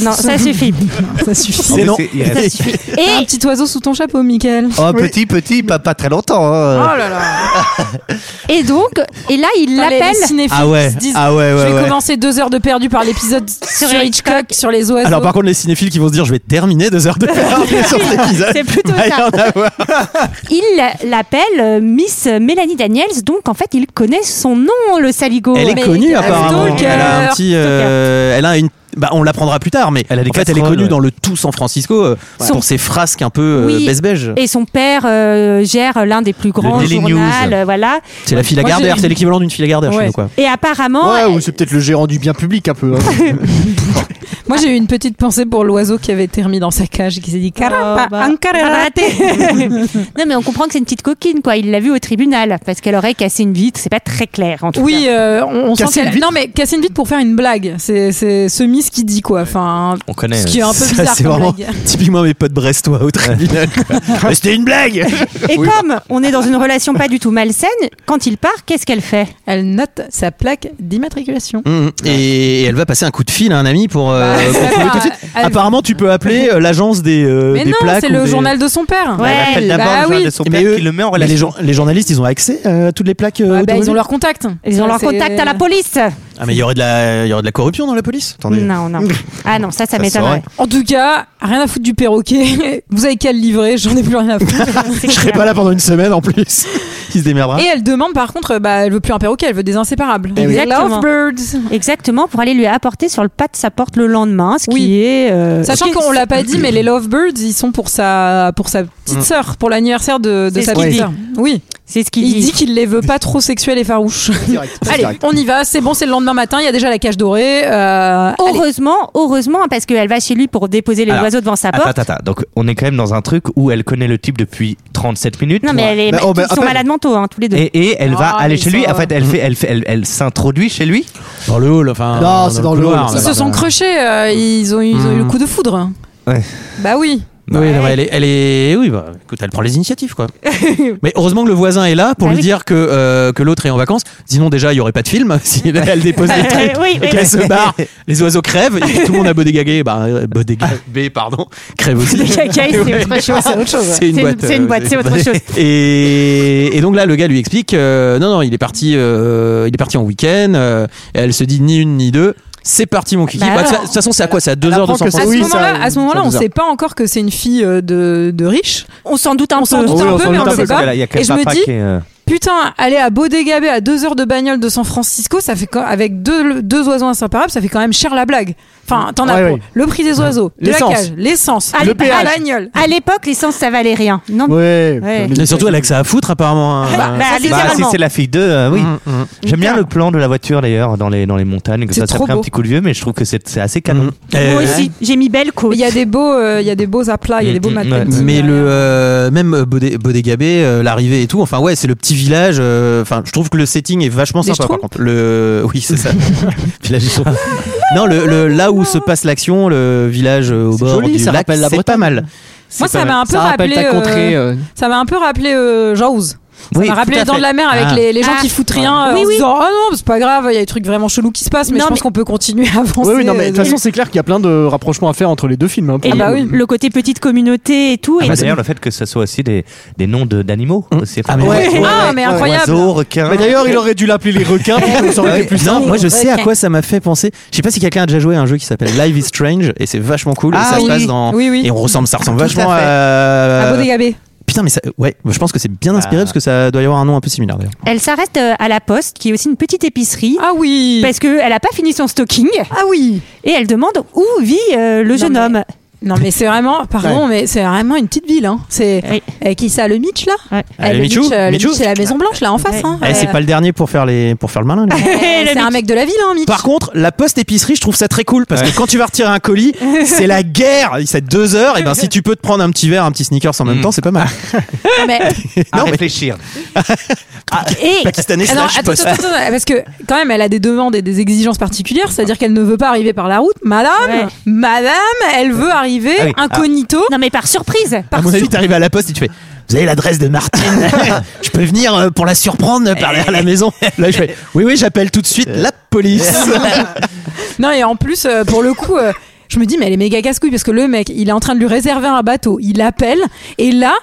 Speaker 1: Non, ça suffit.
Speaker 6: Ça suffit.
Speaker 10: en plus, c'est- il reste-
Speaker 1: Et-
Speaker 6: Un petit oiseau sous ton chapeau, Michael.
Speaker 10: Oh, petit, petit, pas, pas très longtemps. hein.
Speaker 6: là là.
Speaker 1: Et donc, et là, il l'appelle.
Speaker 10: Ah ouais, ah ouais,
Speaker 6: Je
Speaker 10: ouais,
Speaker 6: vais
Speaker 10: ouais.
Speaker 6: commencer deux heures de perdu par l'épisode sur Hitchcock, sur les oiseaux.
Speaker 11: Alors par contre, les cinéphiles qui vont se dire, je vais terminer deux heures de sur cet épisode.
Speaker 1: C'est plutôt
Speaker 11: va y
Speaker 1: ça.
Speaker 11: en avoir.
Speaker 1: Il l'appelle euh, Miss Mélanie Daniels. Donc, en fait, il connaît son nom, le saligo.
Speaker 11: Elle est
Speaker 1: Mais-
Speaker 11: connue
Speaker 1: Ah,
Speaker 11: apparemment.
Speaker 1: stalker.
Speaker 11: Elle a un petit, euh, elle a une. Bah, on l'apprendra plus tard, mais
Speaker 10: Elle a des
Speaker 11: en fait, elle est
Speaker 10: casseroles,
Speaker 11: connue
Speaker 10: ouais.
Speaker 11: dans le tout San Francisco euh,
Speaker 1: Son-
Speaker 11: pour ses frasques un peu euh,
Speaker 1: Oui.
Speaker 11: baisse-beige.
Speaker 1: Et son père euh, gère l'un des plus grands
Speaker 10: Daily
Speaker 1: journaux.
Speaker 10: News.
Speaker 1: euh, Voilà.
Speaker 11: C'est la fille
Speaker 6: Moi,
Speaker 11: Lagardère,
Speaker 6: j'ai-
Speaker 11: c'est l'équivalent d'une fille Lagardère
Speaker 6: Ouais.
Speaker 11: chez nous, quoi.
Speaker 1: Et apparemment,
Speaker 2: Ouais, ou c'est peut-être le gérant du bien public un peu. hein.
Speaker 6: Moi, j'ai eu une petite pensée pour l'oiseau qui avait été remis dans sa cage et qui s'est dit
Speaker 1: Caramba,
Speaker 6: Caramba, un-
Speaker 1: ancora raté. bah. non mais on comprend que c'est une petite coquine quoi. Il l'a vue au tribunal parce qu'elle aurait cassé une vitre. C'est pas très clair en tout
Speaker 6: Oui, euh, on, on sent
Speaker 2: Casser une
Speaker 6: qu'elle.
Speaker 2: vitre.
Speaker 6: Non, mais casser une vitre pour faire une blague. C'est c'est semi ce qu'il dit, quoi. Enfin,
Speaker 10: On connaît.
Speaker 6: ce qui est un peu
Speaker 11: Ça,
Speaker 6: bizarre
Speaker 11: c'est
Speaker 6: comme
Speaker 11: vraiment
Speaker 6: blague.
Speaker 11: typiquement mes potes brestois au tribunal. Mais C'était une blague
Speaker 1: cas. Et comme on est dans une relation pas du tout malsaine, quand il part, qu'est-ce qu'elle fait
Speaker 6: Elle note sa plaque d'immatriculation.
Speaker 11: Mhm. Et elle va passer un coup de fil à un ami pour, euh,
Speaker 6: Bah,
Speaker 11: pour trouver tout de suite.
Speaker 6: elle-
Speaker 11: Apparemment, tu peux appeler euh, l'agence des, euh,
Speaker 6: Mais
Speaker 11: des
Speaker 6: non,
Speaker 11: plaques.
Speaker 6: c'est
Speaker 11: ou
Speaker 6: le
Speaker 11: des-
Speaker 6: journal de son père.
Speaker 1: Ouais,
Speaker 10: Elle appelle
Speaker 6: bah
Speaker 10: d'abord le
Speaker 6: oui.
Speaker 10: journal de son
Speaker 11: Mais
Speaker 10: père
Speaker 11: eux-
Speaker 10: qui le met en
Speaker 11: Mais les,
Speaker 10: relation.
Speaker 11: gens- les journalistes, ils ont accès euh, à toutes les plaques. euh,
Speaker 10: Ah,
Speaker 6: Ouais, bah, ils
Speaker 11: automobiles
Speaker 6: ont leur contact.
Speaker 1: Ils ont leur
Speaker 6: C'est-
Speaker 1: contact à la police.
Speaker 11: Ah, mais il y aurait de la, il y aurait de la corruption dans la police.
Speaker 10: Attendez.
Speaker 1: Non non. Ah non ça ça,
Speaker 10: se
Speaker 1: m'étonnerait.
Speaker 6: En tout cas, rien à foutre du perroquet. Vous avez qu'à le livrer, j'en ai plus rien à foutre.
Speaker 1: C'est
Speaker 11: Je serai
Speaker 1: clair.
Speaker 11: pas là pendant une semaine en plus.
Speaker 10: Qui se démerdera.
Speaker 6: Et elle demande par contre, bah, elle veut plus un perroquet, elle veut des inséparables.
Speaker 1: Eh oui.
Speaker 6: Des
Speaker 1: Exactement.
Speaker 6: Lovebirds.
Speaker 1: Exactement pour aller lui apporter sur le pas de sa porte le lendemain, ce
Speaker 6: Oui.
Speaker 1: qui est euh,
Speaker 6: Sachant
Speaker 1: ce qui-
Speaker 6: qu'on l'a pas dit, mais les Lovebirds, ils sont pour sa, pour sa petite sœur, pour l'anniversaire de, de
Speaker 1: C'est
Speaker 6: sa
Speaker 1: ce qu'il
Speaker 6: petite
Speaker 1: dit.
Speaker 6: sœur. Oui.
Speaker 1: C'est ce qu'il
Speaker 6: Il dit
Speaker 1: dit.
Speaker 6: qu'il les veut pas trop sexuels et farouches.
Speaker 2: Direct.
Speaker 6: Allez,
Speaker 2: Direct.
Speaker 6: on y va, c'est bon, c'est le lendemain matin, il y a déjà la cage dorée. euh, allez.
Speaker 1: Heureusement, heureusement, parce qu'elle va chez lui pour déposer les
Speaker 10: Alors,
Speaker 1: oiseaux devant sa
Speaker 10: Attends,
Speaker 1: porte.
Speaker 10: attends, attends. Donc, on est quand même dans un truc où elle connaît le type depuis 37 minutes.
Speaker 1: Non mais elle est,
Speaker 2: Bah, oh, bah,
Speaker 1: ils sont
Speaker 2: appelle.
Speaker 1: malades mentaux hein, tous les deux.
Speaker 10: Et, et elle va
Speaker 6: Ah,
Speaker 10: aller
Speaker 6: mais
Speaker 10: chez lui.
Speaker 6: ça
Speaker 10: En fait, elle fait, elle fait, elle, elle s'introduit chez lui.
Speaker 11: Dans le hall, enfin.
Speaker 2: Non, c'est dans le
Speaker 11: couloir,
Speaker 2: hall.
Speaker 6: Ils
Speaker 11: là-bas.
Speaker 6: se sont crochés, euh, ils ont, eu- ils ont eu le coup de foudre.
Speaker 10: Ouais.
Speaker 6: Bah oui.
Speaker 11: Oui, non, mais elle est, elle est- oui, bah, écoute, elle prend les initiatives, quoi. mais heureusement que le voisin est là pour
Speaker 1: Bah
Speaker 11: lui
Speaker 1: oui.
Speaker 11: dire que euh, que l'autre est en vacances. Sinon, déjà, il y aurait pas de film. Si elle- elle dépose les trucs,
Speaker 1: oui, oui,
Speaker 11: et qu'elle se barre, les oiseaux crèvent, et tout le monde a bodégagé, bah euh, bodégagé, pardon, crève aussi.
Speaker 1: Caca, c'est
Speaker 11: Ouais.
Speaker 1: autre chose.
Speaker 11: C'est autre chose. C'est une
Speaker 1: C'est
Speaker 11: boîte,
Speaker 1: c'est une
Speaker 11: euh,
Speaker 1: boîte, c'est autre
Speaker 11: vrai.
Speaker 1: chose.
Speaker 11: Et, et donc là, le gars lui explique, euh, non, non, il est parti, euh, il est parti en week-end. euh, et elle se dit ni une ni deux. C'est parti mon kiki.
Speaker 1: Bah
Speaker 11: Bah, de
Speaker 1: alors.
Speaker 11: toute façon, c'est à quoi C'est à deux heures de
Speaker 2: apprend
Speaker 11: San
Speaker 7: Ah
Speaker 2: que
Speaker 6: À
Speaker 11: Francisco.
Speaker 6: ce
Speaker 2: Oui, ça-
Speaker 6: moment-là, à ce moment-là,
Speaker 2: ça
Speaker 6: on
Speaker 2: bizarre.
Speaker 6: sait pas encore que c'est une fille euh, de, de riche.
Speaker 1: On s'en doute un
Speaker 6: On s'en
Speaker 1: peu.
Speaker 10: Oh,
Speaker 6: doute
Speaker 2: Oui,
Speaker 6: un
Speaker 2: on
Speaker 6: peu,
Speaker 2: s'en
Speaker 6: mais
Speaker 2: doute
Speaker 6: on
Speaker 2: un
Speaker 6: sait
Speaker 2: peu,
Speaker 6: pas.
Speaker 10: Il y a
Speaker 6: Et je me
Speaker 10: papa
Speaker 6: dis,
Speaker 10: qui est, euh,
Speaker 6: putain, aller à Bodégabé à deux heures de bagnole de San Francisco, ça fait quand- avec deux, deux oiseaux inséparables, ça fait quand même cher la blague. Enfin, t'en as
Speaker 2: Ouais,
Speaker 6: pour
Speaker 2: ouais.
Speaker 6: le prix des oiseaux, de la
Speaker 2: L'essence.
Speaker 6: cage, l'essence,
Speaker 1: Ah, le
Speaker 6: la
Speaker 1: péage.
Speaker 6: bagnole.
Speaker 1: À l'époque, l'essence, ça valait rien. Non,
Speaker 2: Ouais.
Speaker 1: Ouais.
Speaker 11: Et surtout, elle a que ça à foutre apparemment. hein.
Speaker 1: bah,
Speaker 11: Euh,
Speaker 10: Bah, si
Speaker 1: littéralement.
Speaker 10: c'est la fille d'eux, euh, oui.
Speaker 11: Mm, mm.
Speaker 10: J'aime bien le plan de la voiture d'ailleurs dans les dans les montagnes. Que
Speaker 6: C'est
Speaker 10: ça, ça
Speaker 6: trop
Speaker 10: fait un
Speaker 6: beau.
Speaker 10: petit coup de vieux, mais je trouve que c'est c'est assez canon.
Speaker 11: Euh,
Speaker 1: Moi aussi, j'ai mis belle côte.
Speaker 6: Il y a des beaux, euh, il y a des beaux aplats, il y a des beaux
Speaker 10: Mm, mm,
Speaker 6: matelas.
Speaker 10: ouais.
Speaker 11: Mais le euh, même euh, Bodé- Bodégabé, euh, l'arrivée et tout. Enfin ouais, c'est le petit village. euh, Enfin, je trouve que le setting est vachement
Speaker 6: Des
Speaker 11: sympa. Par
Speaker 6: Schtroumpfs
Speaker 11: contre, le oui c'est ça. village des Schtroumpfs. Non, le, le- là où se passe l'action, le village euh, au
Speaker 2: C'est
Speaker 11: bord
Speaker 2: joli,
Speaker 11: du
Speaker 2: ça
Speaker 11: lac,
Speaker 2: rappelle la
Speaker 11: c'est pas
Speaker 2: Bretagne.
Speaker 11: mal.
Speaker 6: Moi,
Speaker 11: C'est pas
Speaker 6: ça
Speaker 11: mal.
Speaker 6: m'a un peu
Speaker 2: Ça rappelle
Speaker 6: rappelé,
Speaker 2: ta contrée.
Speaker 6: euh,
Speaker 2: euh,
Speaker 6: ça m'a un peu rappelé euh, Jaws. Ça
Speaker 11: Oui,
Speaker 6: m'a rappelé
Speaker 11: tout à
Speaker 6: dans
Speaker 11: fait.
Speaker 6: de la mer avec
Speaker 11: Ah.
Speaker 6: les, les gens
Speaker 1: Ah.
Speaker 6: qui foutent rien euh,
Speaker 1: Oui,
Speaker 6: en se
Speaker 1: oui.
Speaker 6: disant oh non c'est pas grave il y a des trucs vraiment chelous qui se passent mais
Speaker 1: Non,
Speaker 6: je pense
Speaker 1: mais-
Speaker 6: qu'on peut continuer à avancer
Speaker 2: Ouais, oui, non, mais de
Speaker 6: euh,
Speaker 2: toute façon, c'est clair qu'il y a plein de rapprochements à faire entre les deux films. hein, pour
Speaker 1: Et
Speaker 2: le
Speaker 1: le,
Speaker 6: bah
Speaker 2: coup.
Speaker 6: oui.
Speaker 1: le côté petite communauté et tout.
Speaker 10: Ah
Speaker 1: et
Speaker 10: bah,
Speaker 1: le-
Speaker 10: d'ailleurs, le fait que ce soit aussi des, des noms de- d'animaux. aussi.
Speaker 11: Ah, mais ouais.
Speaker 2: Ouais,
Speaker 6: ah mais
Speaker 2: ouais.
Speaker 6: incroyable
Speaker 10: Oiseaux, requins.
Speaker 2: Mais d'ailleurs, il aurait dû l'appeler les requins, plutôt, ça aurait été plus simple.
Speaker 11: Non, moi je sais à
Speaker 1: Ok.
Speaker 11: quoi ça m'a fait penser. Je sais pas si quelqu'un a déjà joué à un jeu qui s'appelle Live is Strange et c'est vachement cool.
Speaker 10: Ah
Speaker 11: et ça se
Speaker 10: oui.
Speaker 11: passe dans
Speaker 6: oui oui
Speaker 11: et on ressemble, ça ressemble
Speaker 10: Tout à
Speaker 11: vachement à,
Speaker 10: fait.
Speaker 6: à
Speaker 1: Euh.
Speaker 6: Bodégabé
Speaker 11: putain mais ça ouais, je pense que c'est bien inspiré
Speaker 2: Bah.
Speaker 10: Ah.
Speaker 11: parce que ça doit y avoir un nom un peu similaire d'ailleurs.
Speaker 1: Elle s'arrête euh, à la poste, qui est aussi une petite épicerie.
Speaker 6: ah oui
Speaker 1: Parce qu'elle n'a pas fini son stocking
Speaker 6: ah oui
Speaker 1: et elle demande où vit euh, le jeune
Speaker 6: mais-
Speaker 1: homme.
Speaker 6: Non mais c'est vraiment, pardon, mais c'est vraiment une petite ville. Hein. C'est Eh, qui ça, le Mitch là Eh,
Speaker 7: Ah, le Michou
Speaker 6: euh, le
Speaker 7: Michou
Speaker 6: Mitch, c'est la Maison Blanche là en face. Hein.
Speaker 7: Eh, c'est
Speaker 6: Euh,
Speaker 7: pas le dernier pour faire, les, pour faire le malin. lui.
Speaker 6: eh, c'est un mec de la ville, hein, Mitch.
Speaker 7: Par contre, la poste épicerie, je trouve ça très cool parce que quand tu vas retirer un colis, c'est la guerre. C'est deux heures. Et ben, si tu peux te prendre un petit verre, un petit sneakers en même temps, c'est pas mal.
Speaker 6: Non, mais-
Speaker 7: non, réfléchir.
Speaker 6: Et
Speaker 7: Pakistanais
Speaker 6: Ah non,
Speaker 7: slash
Speaker 6: attends,
Speaker 7: poste.
Speaker 6: attends, attends, parce que quand même, elle a des demandes et des exigences particulières, c'est-à-dire
Speaker 7: Ah.
Speaker 6: qu'elle ne veut pas arriver par la route, madame, madame, elle veut arriver
Speaker 7: Ah oui, ah.
Speaker 6: incognito. Non mais par surprise.
Speaker 7: À mon avis, t'arrives à la poste et tu fais. Vous avez l'adresse de Martine Je peux venir euh, pour la surprendre par derrière la maison Là, je fais. Oui, oui, j'appelle tout de suite la police.
Speaker 6: non et en plus, euh, pour le coup. euh, je me dis, mais elle est méga casse-couille parce que le mec, il est en train de lui réserver un bateau, il appelle, et là,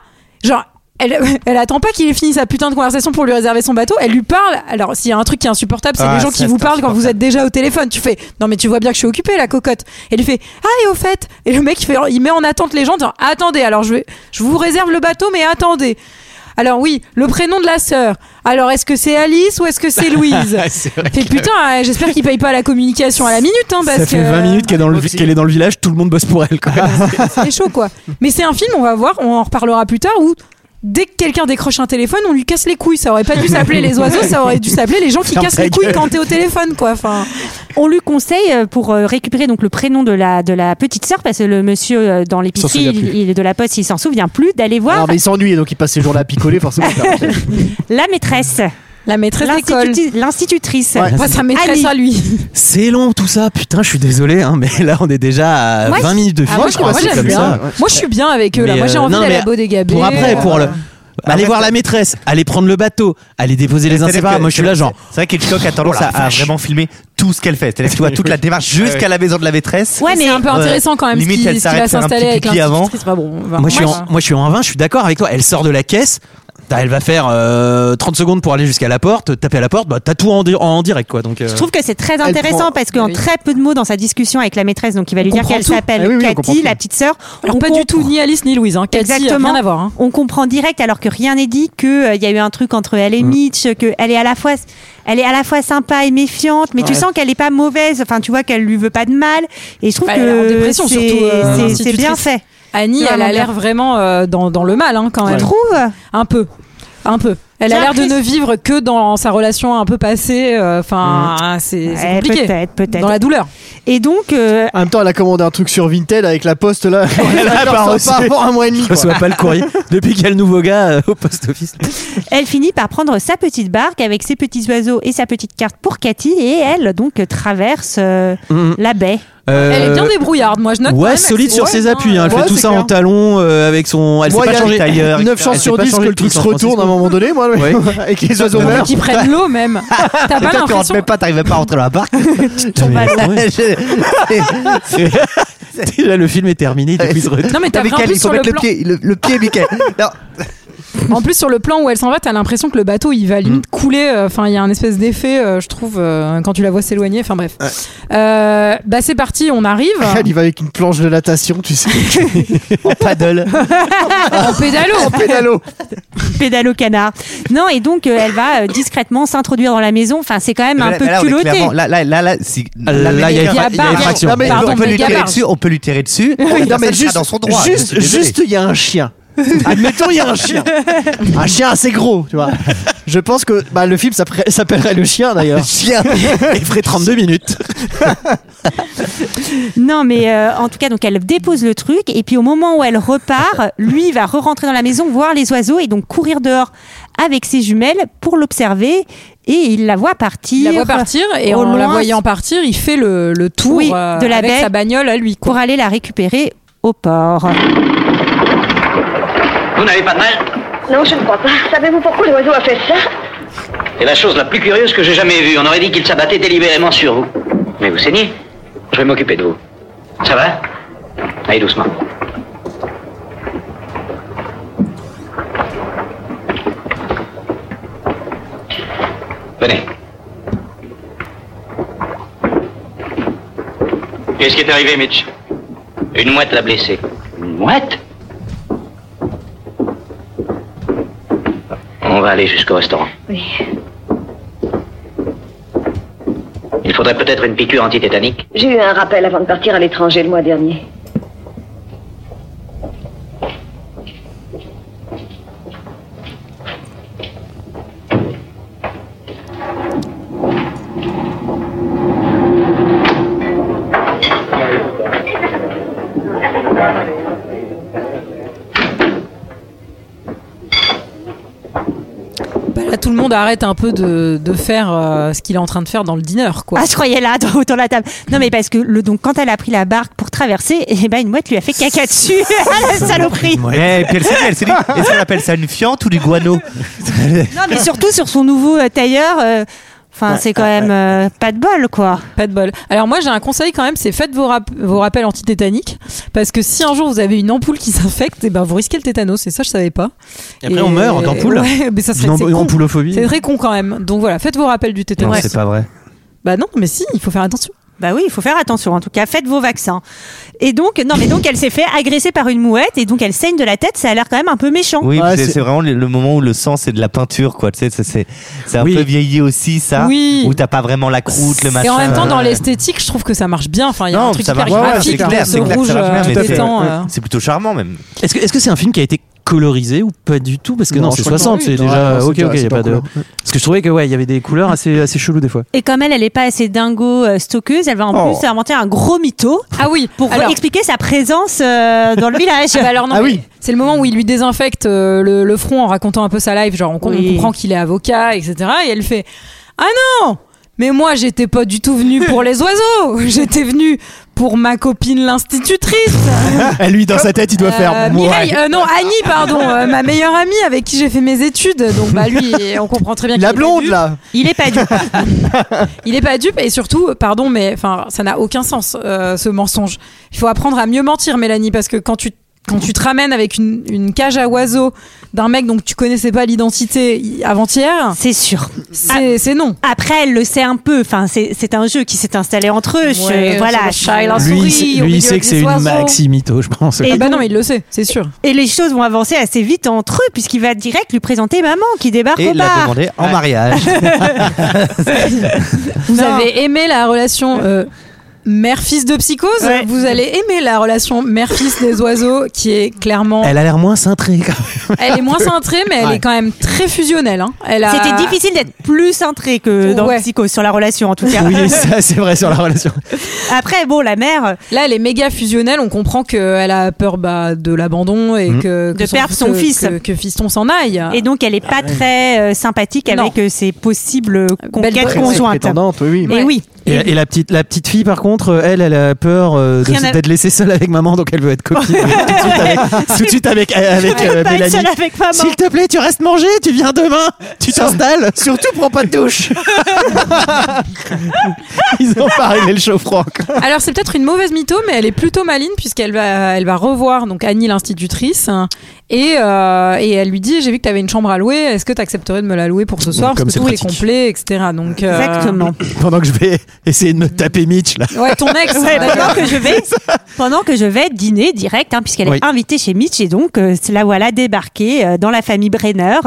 Speaker 6: genre, elle, elle attend pas qu'il ait fini sa putain de conversation pour lui réserver son bateau, elle lui parle. Alors, s'il y a un truc qui est insupportable, c'est
Speaker 12: Ah,
Speaker 6: les gens
Speaker 12: ça,
Speaker 6: qui vous
Speaker 12: c'est
Speaker 6: parlent quand vous êtes déjà au téléphone. Tu fais, non, mais tu vois bien que je suis occupée, la cocotte. Elle lui fait, ah, et au fait, et le mec, il, fait, il met en attente les gens, en disant, attendez, alors je, vais, je vous réserve le bateau, mais attendez. Alors oui, le prénom de la sœur. Alors est-ce que c'est Alice ou est-ce que c'est Louise
Speaker 7: C'est vrai
Speaker 6: Fait
Speaker 7: que-
Speaker 6: putain, hein, j'espère qu'il paye pas la communication à la minute, hein, parce
Speaker 7: Ça fait
Speaker 6: que
Speaker 7: 20 minutes qu'elle est, dans le, vi- qu'elle est dans le village, tout le monde bosse pour elle. Quoi.
Speaker 6: c'est chaud quoi. Mais c'est un film, on va voir, on en reparlera plus tard où dès que quelqu'un décroche un téléphone, on lui casse les couilles. Ça aurait pas dû s'appeler les oiseaux, ça aurait dû s'appeler les gens qui
Speaker 1: Ferme
Speaker 6: cassent
Speaker 1: ta
Speaker 6: les couilles
Speaker 1: gueule.
Speaker 6: quand t'es au téléphone quoi. Enfin,
Speaker 1: On lui conseille euh, pour euh, récupérer donc le prénom de la de la petite sœur parce que le monsieur euh, dans l'épicerie
Speaker 2: souvient plus.
Speaker 1: il- il- de la poste il s'en souvient plus d'aller voir
Speaker 2: Alors, mais il s'ennuie, donc il passe ses journées à picoler, forcément.
Speaker 1: la maîtresse.
Speaker 6: La maîtresse
Speaker 1: d'école. L'institutrice.
Speaker 7: Ah,
Speaker 6: Moi, sa maîtresse
Speaker 1: Annie.
Speaker 6: à lui.
Speaker 7: C'est long tout ça, putain, je suis désolé, hein, mais là on est déjà à
Speaker 6: Moi,
Speaker 7: 20 minutes de
Speaker 6: ah,
Speaker 7: film.
Speaker 6: moi,
Speaker 7: je
Speaker 6: je-
Speaker 7: crois,
Speaker 6: moi,
Speaker 7: c'est
Speaker 6: j'aime
Speaker 7: comme
Speaker 6: bien.
Speaker 7: ça.
Speaker 6: Moi, je suis bien avec eux, là.
Speaker 7: Mais,
Speaker 6: Moi, j'ai
Speaker 7: euh,
Speaker 6: envie
Speaker 7: non,
Speaker 6: d'aller
Speaker 7: mais
Speaker 6: à Beau des Gabets.
Speaker 7: Pour après, pour le.
Speaker 6: Ah,
Speaker 7: aller voir la maîtresse, aller prendre le bateau, aller déposer les
Speaker 10: C'est-à-dire
Speaker 7: inséparables.
Speaker 10: que-
Speaker 7: Moi je suis là, genre.
Speaker 10: C'est vrai qu'Hitchcock a tendance
Speaker 7: Oh la
Speaker 10: à- à
Speaker 7: vache.
Speaker 10: vraiment filmer tout ce qu'elle fait. C'est-à-dire que tu vois toute la démarche jusqu'à la maison de la maîtresse.
Speaker 6: Ouais, mais c'est un peu
Speaker 10: Ouais.
Speaker 6: intéressant quand même. ce
Speaker 10: Limite,
Speaker 6: qui-
Speaker 10: elle
Speaker 6: ce qui
Speaker 10: s'arrête
Speaker 6: va
Speaker 10: faire un
Speaker 6: s'installer
Speaker 10: petit
Speaker 6: avec
Speaker 10: pipi avant.
Speaker 6: l'institutrice, c'est pas bon.
Speaker 2: Ah,
Speaker 6: Enfin,
Speaker 7: moi, je suis
Speaker 6: moi,
Speaker 7: en, moi je suis en 20, je suis d'accord avec toi. Elle sort de la caisse, t'as- elle va faire euh, 30 secondes pour aller jusqu'à la porte, taper à la porte, bah, t'as tout en, di- en direct quoi. Donc, euh,
Speaker 1: Je trouve que c'est très
Speaker 7: Elle
Speaker 1: intéressant
Speaker 7: prend-
Speaker 1: parce qu'en très peu de mots dans sa discussion avec la maîtresse, donc il va lui
Speaker 6: On
Speaker 1: dire
Speaker 6: comprend
Speaker 1: qu'elle
Speaker 6: tout.
Speaker 1: s'appelle
Speaker 6: Ah oui, oui, on comprend
Speaker 1: Cathy,
Speaker 6: tout.
Speaker 1: la petite sœur.
Speaker 6: Alors, pas du tout ni Alice ni Louise. Hein. Cathy,
Speaker 1: Exactement.
Speaker 6: rien à voir, hein.
Speaker 1: On comprend direct alors que rien n'est dit que euh, il y a eu un truc entre elle
Speaker 6: Mm.
Speaker 1: et Mitch, que elle est à la fois elle est à la fois sympa et méfiante, mais tu
Speaker 6: Ouais.
Speaker 1: sens qu'elle est pas mauvaise. Enfin, tu vois qu'elle lui veut pas de mal. Et je trouve
Speaker 6: Bah, elle est en
Speaker 1: que
Speaker 6: dépression,
Speaker 1: c'est-
Speaker 6: surtout, euh,
Speaker 1: c'est- c'est
Speaker 6: l'institutrice.
Speaker 1: bien fait.
Speaker 6: Annie,
Speaker 1: C'est
Speaker 6: elle a
Speaker 1: vraiment
Speaker 6: l'air
Speaker 1: bien.
Speaker 6: vraiment euh, dans, dans le mal hein, quand
Speaker 1: Tu
Speaker 6: même.
Speaker 1: trouves
Speaker 6: Un peu. Un peu. Elle
Speaker 1: J'ai
Speaker 6: a l'air de
Speaker 1: l'impression-
Speaker 6: ne vivre que dans sa relation un peu passée. euh, Enfin, c'est c'est
Speaker 1: Ouais,
Speaker 6: compliqué.
Speaker 1: Eh, peut-être, peut-être.
Speaker 6: Dans la douleur.
Speaker 1: Et donc. euh,
Speaker 2: En même temps, elle a commandé un truc sur Vinted avec la poste là. Elle
Speaker 7: a
Speaker 2: a
Speaker 7: pas reçu.
Speaker 2: pas avant un mois et demi.
Speaker 7: je reçois pas le courrier. Depuis qu'il y a le nouveau gars euh, au post office.
Speaker 1: Elle finit par prendre sa petite barque avec ses petits oiseaux et sa petite carte pour Cathy et elle donc traverse euh,
Speaker 6: Mm.
Speaker 7: Mhm.
Speaker 1: la baie.
Speaker 7: Euh,
Speaker 6: Elle est bien débrouillarde. Moi, je note. quand
Speaker 7: Ouais,
Speaker 6: même,
Speaker 7: solide
Speaker 6: elle-
Speaker 7: sur
Speaker 6: ouais,
Speaker 7: ses
Speaker 6: hein,
Speaker 7: appuis. hein. Elle
Speaker 6: ouais,
Speaker 7: fait tout
Speaker 6: c'est
Speaker 7: ça en
Speaker 6: clair.
Speaker 7: talon euh, avec son. Elle s'est
Speaker 2: Moi,
Speaker 7: pas
Speaker 2: il y a
Speaker 7: changée.
Speaker 10: tailleur,
Speaker 2: 9 chances
Speaker 7: Elle s'est
Speaker 2: sur
Speaker 7: pas
Speaker 2: 10 que
Speaker 7: changée
Speaker 2: le truc se
Speaker 7: depuis
Speaker 2: retourne à un moment donné, moi,
Speaker 7: Ouais.
Speaker 2: et que les oiseaux
Speaker 6: Faut
Speaker 2: meurent.
Speaker 6: qu'ils prennent l'eau même. T'as pas
Speaker 10: Peut-être qu'on rentre
Speaker 6: l'impression.
Speaker 10: même pas, t'arrives pas à rentrer dans la barque.
Speaker 1: Tombe à l'eau.
Speaker 7: Déjà, le film est terminé. Depuis, il se retourne.
Speaker 6: Non mais t'as
Speaker 10: Non, Mickaël,
Speaker 6: vraiment plus
Speaker 10: il faut
Speaker 6: sur le,
Speaker 10: mettre le
Speaker 6: plan.
Speaker 10: pied, le, le pied, Mickaël. Non,
Speaker 6: En plus sur le plan où elle s'en va, t'as l'impression que le bateau il va
Speaker 1: Mm.
Speaker 6: limite couler. euh, Enfin, il y a un espèce d'effet, euh, je trouve, euh, quand tu la vois s'éloigner. Enfin bref. Euh, bah c'est parti, on arrive.
Speaker 2: Elle y va avec une planche de natation, tu sais.
Speaker 10: en paddle.
Speaker 6: en pédalo.
Speaker 2: En pédalo.
Speaker 1: pédalo canard. Non, et donc euh, elle va euh, discrètement s'introduire dans la maison. Enfin, c'est quand même un
Speaker 10: Là,
Speaker 1: peu
Speaker 10: là, on est
Speaker 1: culotté.
Speaker 10: clairement- Là, là, là, là, si-
Speaker 7: Là,
Speaker 10: la
Speaker 7: il y a-
Speaker 10: Mickaël-
Speaker 7: il y a
Speaker 6: Gabarre.
Speaker 7: effraction.
Speaker 2: Non, mais
Speaker 10: on
Speaker 6: Pardon,
Speaker 10: peut
Speaker 6: mais
Speaker 10: lui tirer
Speaker 6: Gabarre.
Speaker 10: dessus, on peut lui tirer dessus.
Speaker 2: Non,
Speaker 10: Personne
Speaker 2: mais
Speaker 10: sera
Speaker 2: juste,
Speaker 10: dans son droit. Je suis
Speaker 2: juste,
Speaker 10: désolé.
Speaker 2: juste, il y a un chien. Admettons, il y a un chien. Un chien assez gros, tu vois. Je pense que bah, le film s'appre- s'appellerait Le Chien d'ailleurs.
Speaker 10: Chien.
Speaker 7: Il ferait 32 minutes.
Speaker 1: Non, mais euh, en tout cas, donc elle dépose le truc et puis au moment où elle repart, lui va re-rentrer dans la maison, voir les oiseaux et donc courir dehors avec ses jumelles pour l'observer et il la voit partir.
Speaker 6: Il la voit partir et
Speaker 1: au
Speaker 6: en la
Speaker 1: loin,
Speaker 6: voyant partir, il fait le, le tour
Speaker 1: Oui,
Speaker 6: euh,
Speaker 1: de la
Speaker 6: avec
Speaker 1: baie.
Speaker 6: sa bagnole à lui.
Speaker 1: pour
Speaker 6: Quoi.
Speaker 1: aller la récupérer au port.
Speaker 8: Vous n'avez pas de mal
Speaker 9: Non, je ne crois pas. Savez-vous pourquoi l'oiseau a fait ça
Speaker 8: C'est la chose la plus curieuse que j'ai jamais vue. On aurait dit qu'il s'abattait délibérément sur vous. Mais vous saignez Je vais m'occuper de vous. Ça va Allez doucement. Venez. Qu'est-ce qui est arrivé, Mitch Une mouette l'a blessé. Une mouette On va aller jusqu'au restaurant.
Speaker 9: Oui.
Speaker 8: Il faudrait peut-être une piqûre antitétanique.
Speaker 9: J'ai eu un rappel avant de partir à l'étranger le mois dernier.
Speaker 6: Bah, Là, tout le monde arrête un peu de, de faire euh, ce qu'il est en train de faire dans le dîner, quoi.
Speaker 1: Ah, je croyais là, dans, dans la table. Non, mais parce que le, donc, quand elle a pris la barque pour traverser, eh ben, une mouette lui a fait caca dessus. Ah, la saloperie.
Speaker 10: Ouais, et puis elle s'est dit, elle s'est dit, est-ce qu'on appelle ça une fiente ou du guano
Speaker 1: Non, mais surtout sur son nouveau euh, tailleur. euh, Enfin, c'est quand même euh, pas de bol, quoi.
Speaker 6: Pas de bol. Alors moi j'ai un conseil quand même, c'est faites vos, rap- vos rappels anti-tétanique, parce que si un jour vous avez une ampoule qui s'infecte, et ben vous risquez le tétanos, et ça je savais pas.
Speaker 7: Et après, on meurt d'ampoule.
Speaker 6: Ouais, mais ça serait
Speaker 7: D'une
Speaker 6: c'est
Speaker 7: am-
Speaker 6: con.
Speaker 7: ampoulophobie.
Speaker 6: C'est très con quand même. Donc voilà, faites vos rappels du
Speaker 10: Non,
Speaker 6: tétanos.
Speaker 10: c'est pas vrai.
Speaker 6: Bah non, mais si, il faut faire attention.
Speaker 1: Bah oui, il faut faire attention. En tout cas, faites vos vaccins. Et donc, non, mais donc elle s'est fait agresser par une mouette et donc elle saigne de la tête. Ça a l'air quand même un peu méchant.
Speaker 10: Oui,
Speaker 2: Ouais,
Speaker 10: c'est
Speaker 2: c'est-
Speaker 10: c'est vraiment le, le moment où le sang c'est de la peinture, quoi. Tu sais, c'est- c'est c'est un
Speaker 11: Oui.
Speaker 10: peu vieilli aussi, ça.
Speaker 6: Oui.
Speaker 10: Où t'as pas vraiment la croûte, le machin.
Speaker 6: Et en même temps, dans l'esthétique, je trouve que ça marche bien. Enfin, il y a
Speaker 10: non,
Speaker 6: un truc
Speaker 10: ça
Speaker 6: hyper
Speaker 10: marche bien,
Speaker 6: graphique,
Speaker 10: c'est
Speaker 6: hein,
Speaker 10: clair,
Speaker 6: ce
Speaker 10: c'est clair,
Speaker 6: rouge
Speaker 10: ça marche bien,
Speaker 6: euh,
Speaker 10: mais c'est-
Speaker 6: tétan, euh.
Speaker 10: c'est plutôt charmant même.
Speaker 11: Est-ce que est-ce que c'est un film qui a été colorisé ou pas du tout Parce que non,
Speaker 2: Non,
Speaker 11: c'est
Speaker 2: je crois que
Speaker 11: 60,
Speaker 2: non.
Speaker 11: c'est
Speaker 2: Oui,
Speaker 11: déjà.
Speaker 2: non,
Speaker 11: ok,
Speaker 2: c'est
Speaker 11: ok,
Speaker 2: pas-
Speaker 11: y a
Speaker 2: c'est
Speaker 11: pas
Speaker 2: pas
Speaker 11: de.
Speaker 2: couleur.
Speaker 11: Parce que je trouvais que ouais, il y avait des couleurs assez assez chelou des fois.
Speaker 1: Et comme elle, elle est pas assez dingo euh, stalkeuse, elle va en plus inventer un gros mytho
Speaker 6: Ah oui,
Speaker 1: pour
Speaker 6: alors-
Speaker 1: expliquer sa présence euh, dans le village.
Speaker 6: Ah bah alors non,
Speaker 2: Ah
Speaker 6: mais
Speaker 2: oui.
Speaker 6: c'est le moment où il lui désinfecte euh, le, le front en racontant un peu sa life, genre on, com-
Speaker 1: Oui.
Speaker 6: on comprend qu'il est avocat, etc. Et elle fait Ah non Mais moi j'étais pas du tout venue pour les oiseaux, j'étais venue pour ma copine l'institutrice
Speaker 2: Et lui, dans sa tête, il doit
Speaker 6: Euh,
Speaker 2: faire.
Speaker 6: Mireille,
Speaker 2: Ouais.
Speaker 6: euh, non Annie pardon, euh, ma meilleure amie avec qui j'ai fait mes études. Donc bah lui on comprend très bien qu'il
Speaker 2: La
Speaker 6: est pas
Speaker 2: blonde,
Speaker 6: dupe.
Speaker 2: là
Speaker 1: Il est pas dupe.
Speaker 6: Il est pas dupe et surtout, pardon, mais enfin, ça n'a aucun sens euh, ce mensonge. Il faut apprendre à mieux mentir, Mélanie, parce que quand tu quand tu te ramènes avec une, une cage à oiseaux d'un mec dont tu connaissais pas l'identité i- avant-hier,
Speaker 1: C'est sûr.
Speaker 6: c'est
Speaker 1: Ah.
Speaker 6: c'est non.
Speaker 1: Après, elle le sait un peu. Enfin, c'est c'est un jeu qui s'est installé entre eux. Je-
Speaker 6: Ouais,
Speaker 1: voilà.
Speaker 6: sur
Speaker 1: Je-
Speaker 6: le Shiloh.
Speaker 11: Lui,
Speaker 6: souris,
Speaker 11: il sait-
Speaker 6: au
Speaker 11: lui,
Speaker 6: milieu
Speaker 11: il sait que
Speaker 6: des
Speaker 11: c'est une
Speaker 6: oiseaux.
Speaker 11: maxi mytho, je pense.
Speaker 1: Et
Speaker 6: ah bah
Speaker 1: donc-
Speaker 6: non, il le sait, c'est sûr.
Speaker 1: Et les choses vont avancer assez vite entre eux, puisqu'il va direct lui présenter maman qui débarque
Speaker 10: Et
Speaker 1: au
Speaker 10: il l'a
Speaker 1: bar.
Speaker 10: demandé en mariage.
Speaker 6: Vous avez aimé la relation euh, mère-fils de psychose
Speaker 1: Ouais.
Speaker 6: Vous allez aimer la relation mère-fils des oiseaux, qui est clairement.
Speaker 7: Elle a l'air moins cintrée. quand
Speaker 6: Elle est moins cintrée, mais elle
Speaker 2: Ouais.
Speaker 6: est quand même très fusionnelle. hein. Elle a-
Speaker 1: C'était difficile d'être plus centré que dans
Speaker 6: Ouais.
Speaker 1: le Psycho, sur la relation en tout cas.
Speaker 7: même. Oui, ça c'est vrai sur la relation.
Speaker 1: Après, bon, la mère,
Speaker 6: Là, elle est méga fusionnelle. On comprend qu'elle a peur bah, de l'abandon
Speaker 7: Mhm.
Speaker 6: et que, que
Speaker 1: De perdre son
Speaker 6: que-
Speaker 1: fils.
Speaker 6: que, que fiston s'en aille.
Speaker 1: et donc elle est pas très euh, sympathique
Speaker 6: Ah. Non.
Speaker 1: avec euh, ses possibles conquêtes
Speaker 6: Belle-
Speaker 1: conjointes.
Speaker 2: Prétendante, oui, oui.
Speaker 1: Et oui,
Speaker 11: Et, et la petite la petite fille par contre, euh, elle elle a peur euh, de-
Speaker 1: Rien à-
Speaker 11: d'être laissée seule avec maman, donc elle veut être copine tout de suite avec, tout de suite avec, avec,
Speaker 1: elle
Speaker 11: euh,
Speaker 1: peut pas être
Speaker 11: Mélanie.
Speaker 1: seule avec maman.
Speaker 11: S'il te plaît, tu restes manger, tu viens demain, tu t'installes. Surtout, prends pas de douche.
Speaker 7: Ils ont pas réglé le chaud froid. quoi.
Speaker 6: Alors, c'est peut-être une mauvaise mytho, mais elle est plutôt maline puisqu'elle va, elle va revoir donc Annie, l'institutrice. hein, et, euh, et elle lui dit J'ai vu que tu avais une chambre à louer. Est-ce que tu accepterais de me la louer pour ce soir
Speaker 7: comme
Speaker 6: Parce
Speaker 7: c'est
Speaker 6: que tout est
Speaker 7: pratique.
Speaker 6: complet, etc. Donc, euh,
Speaker 1: Exactement.
Speaker 7: Pendant que je vais essayer de me taper Mitch là.
Speaker 6: Ouais, ton ex.
Speaker 1: Ouais, pendant
Speaker 6: d'ailleurs.
Speaker 1: que je vais, pendant que je vais dîner direct, hein, puisqu'elle
Speaker 7: Oui.
Speaker 1: est invitée chez Mitch et donc euh, la voilà débarquée euh, dans la famille Brenner,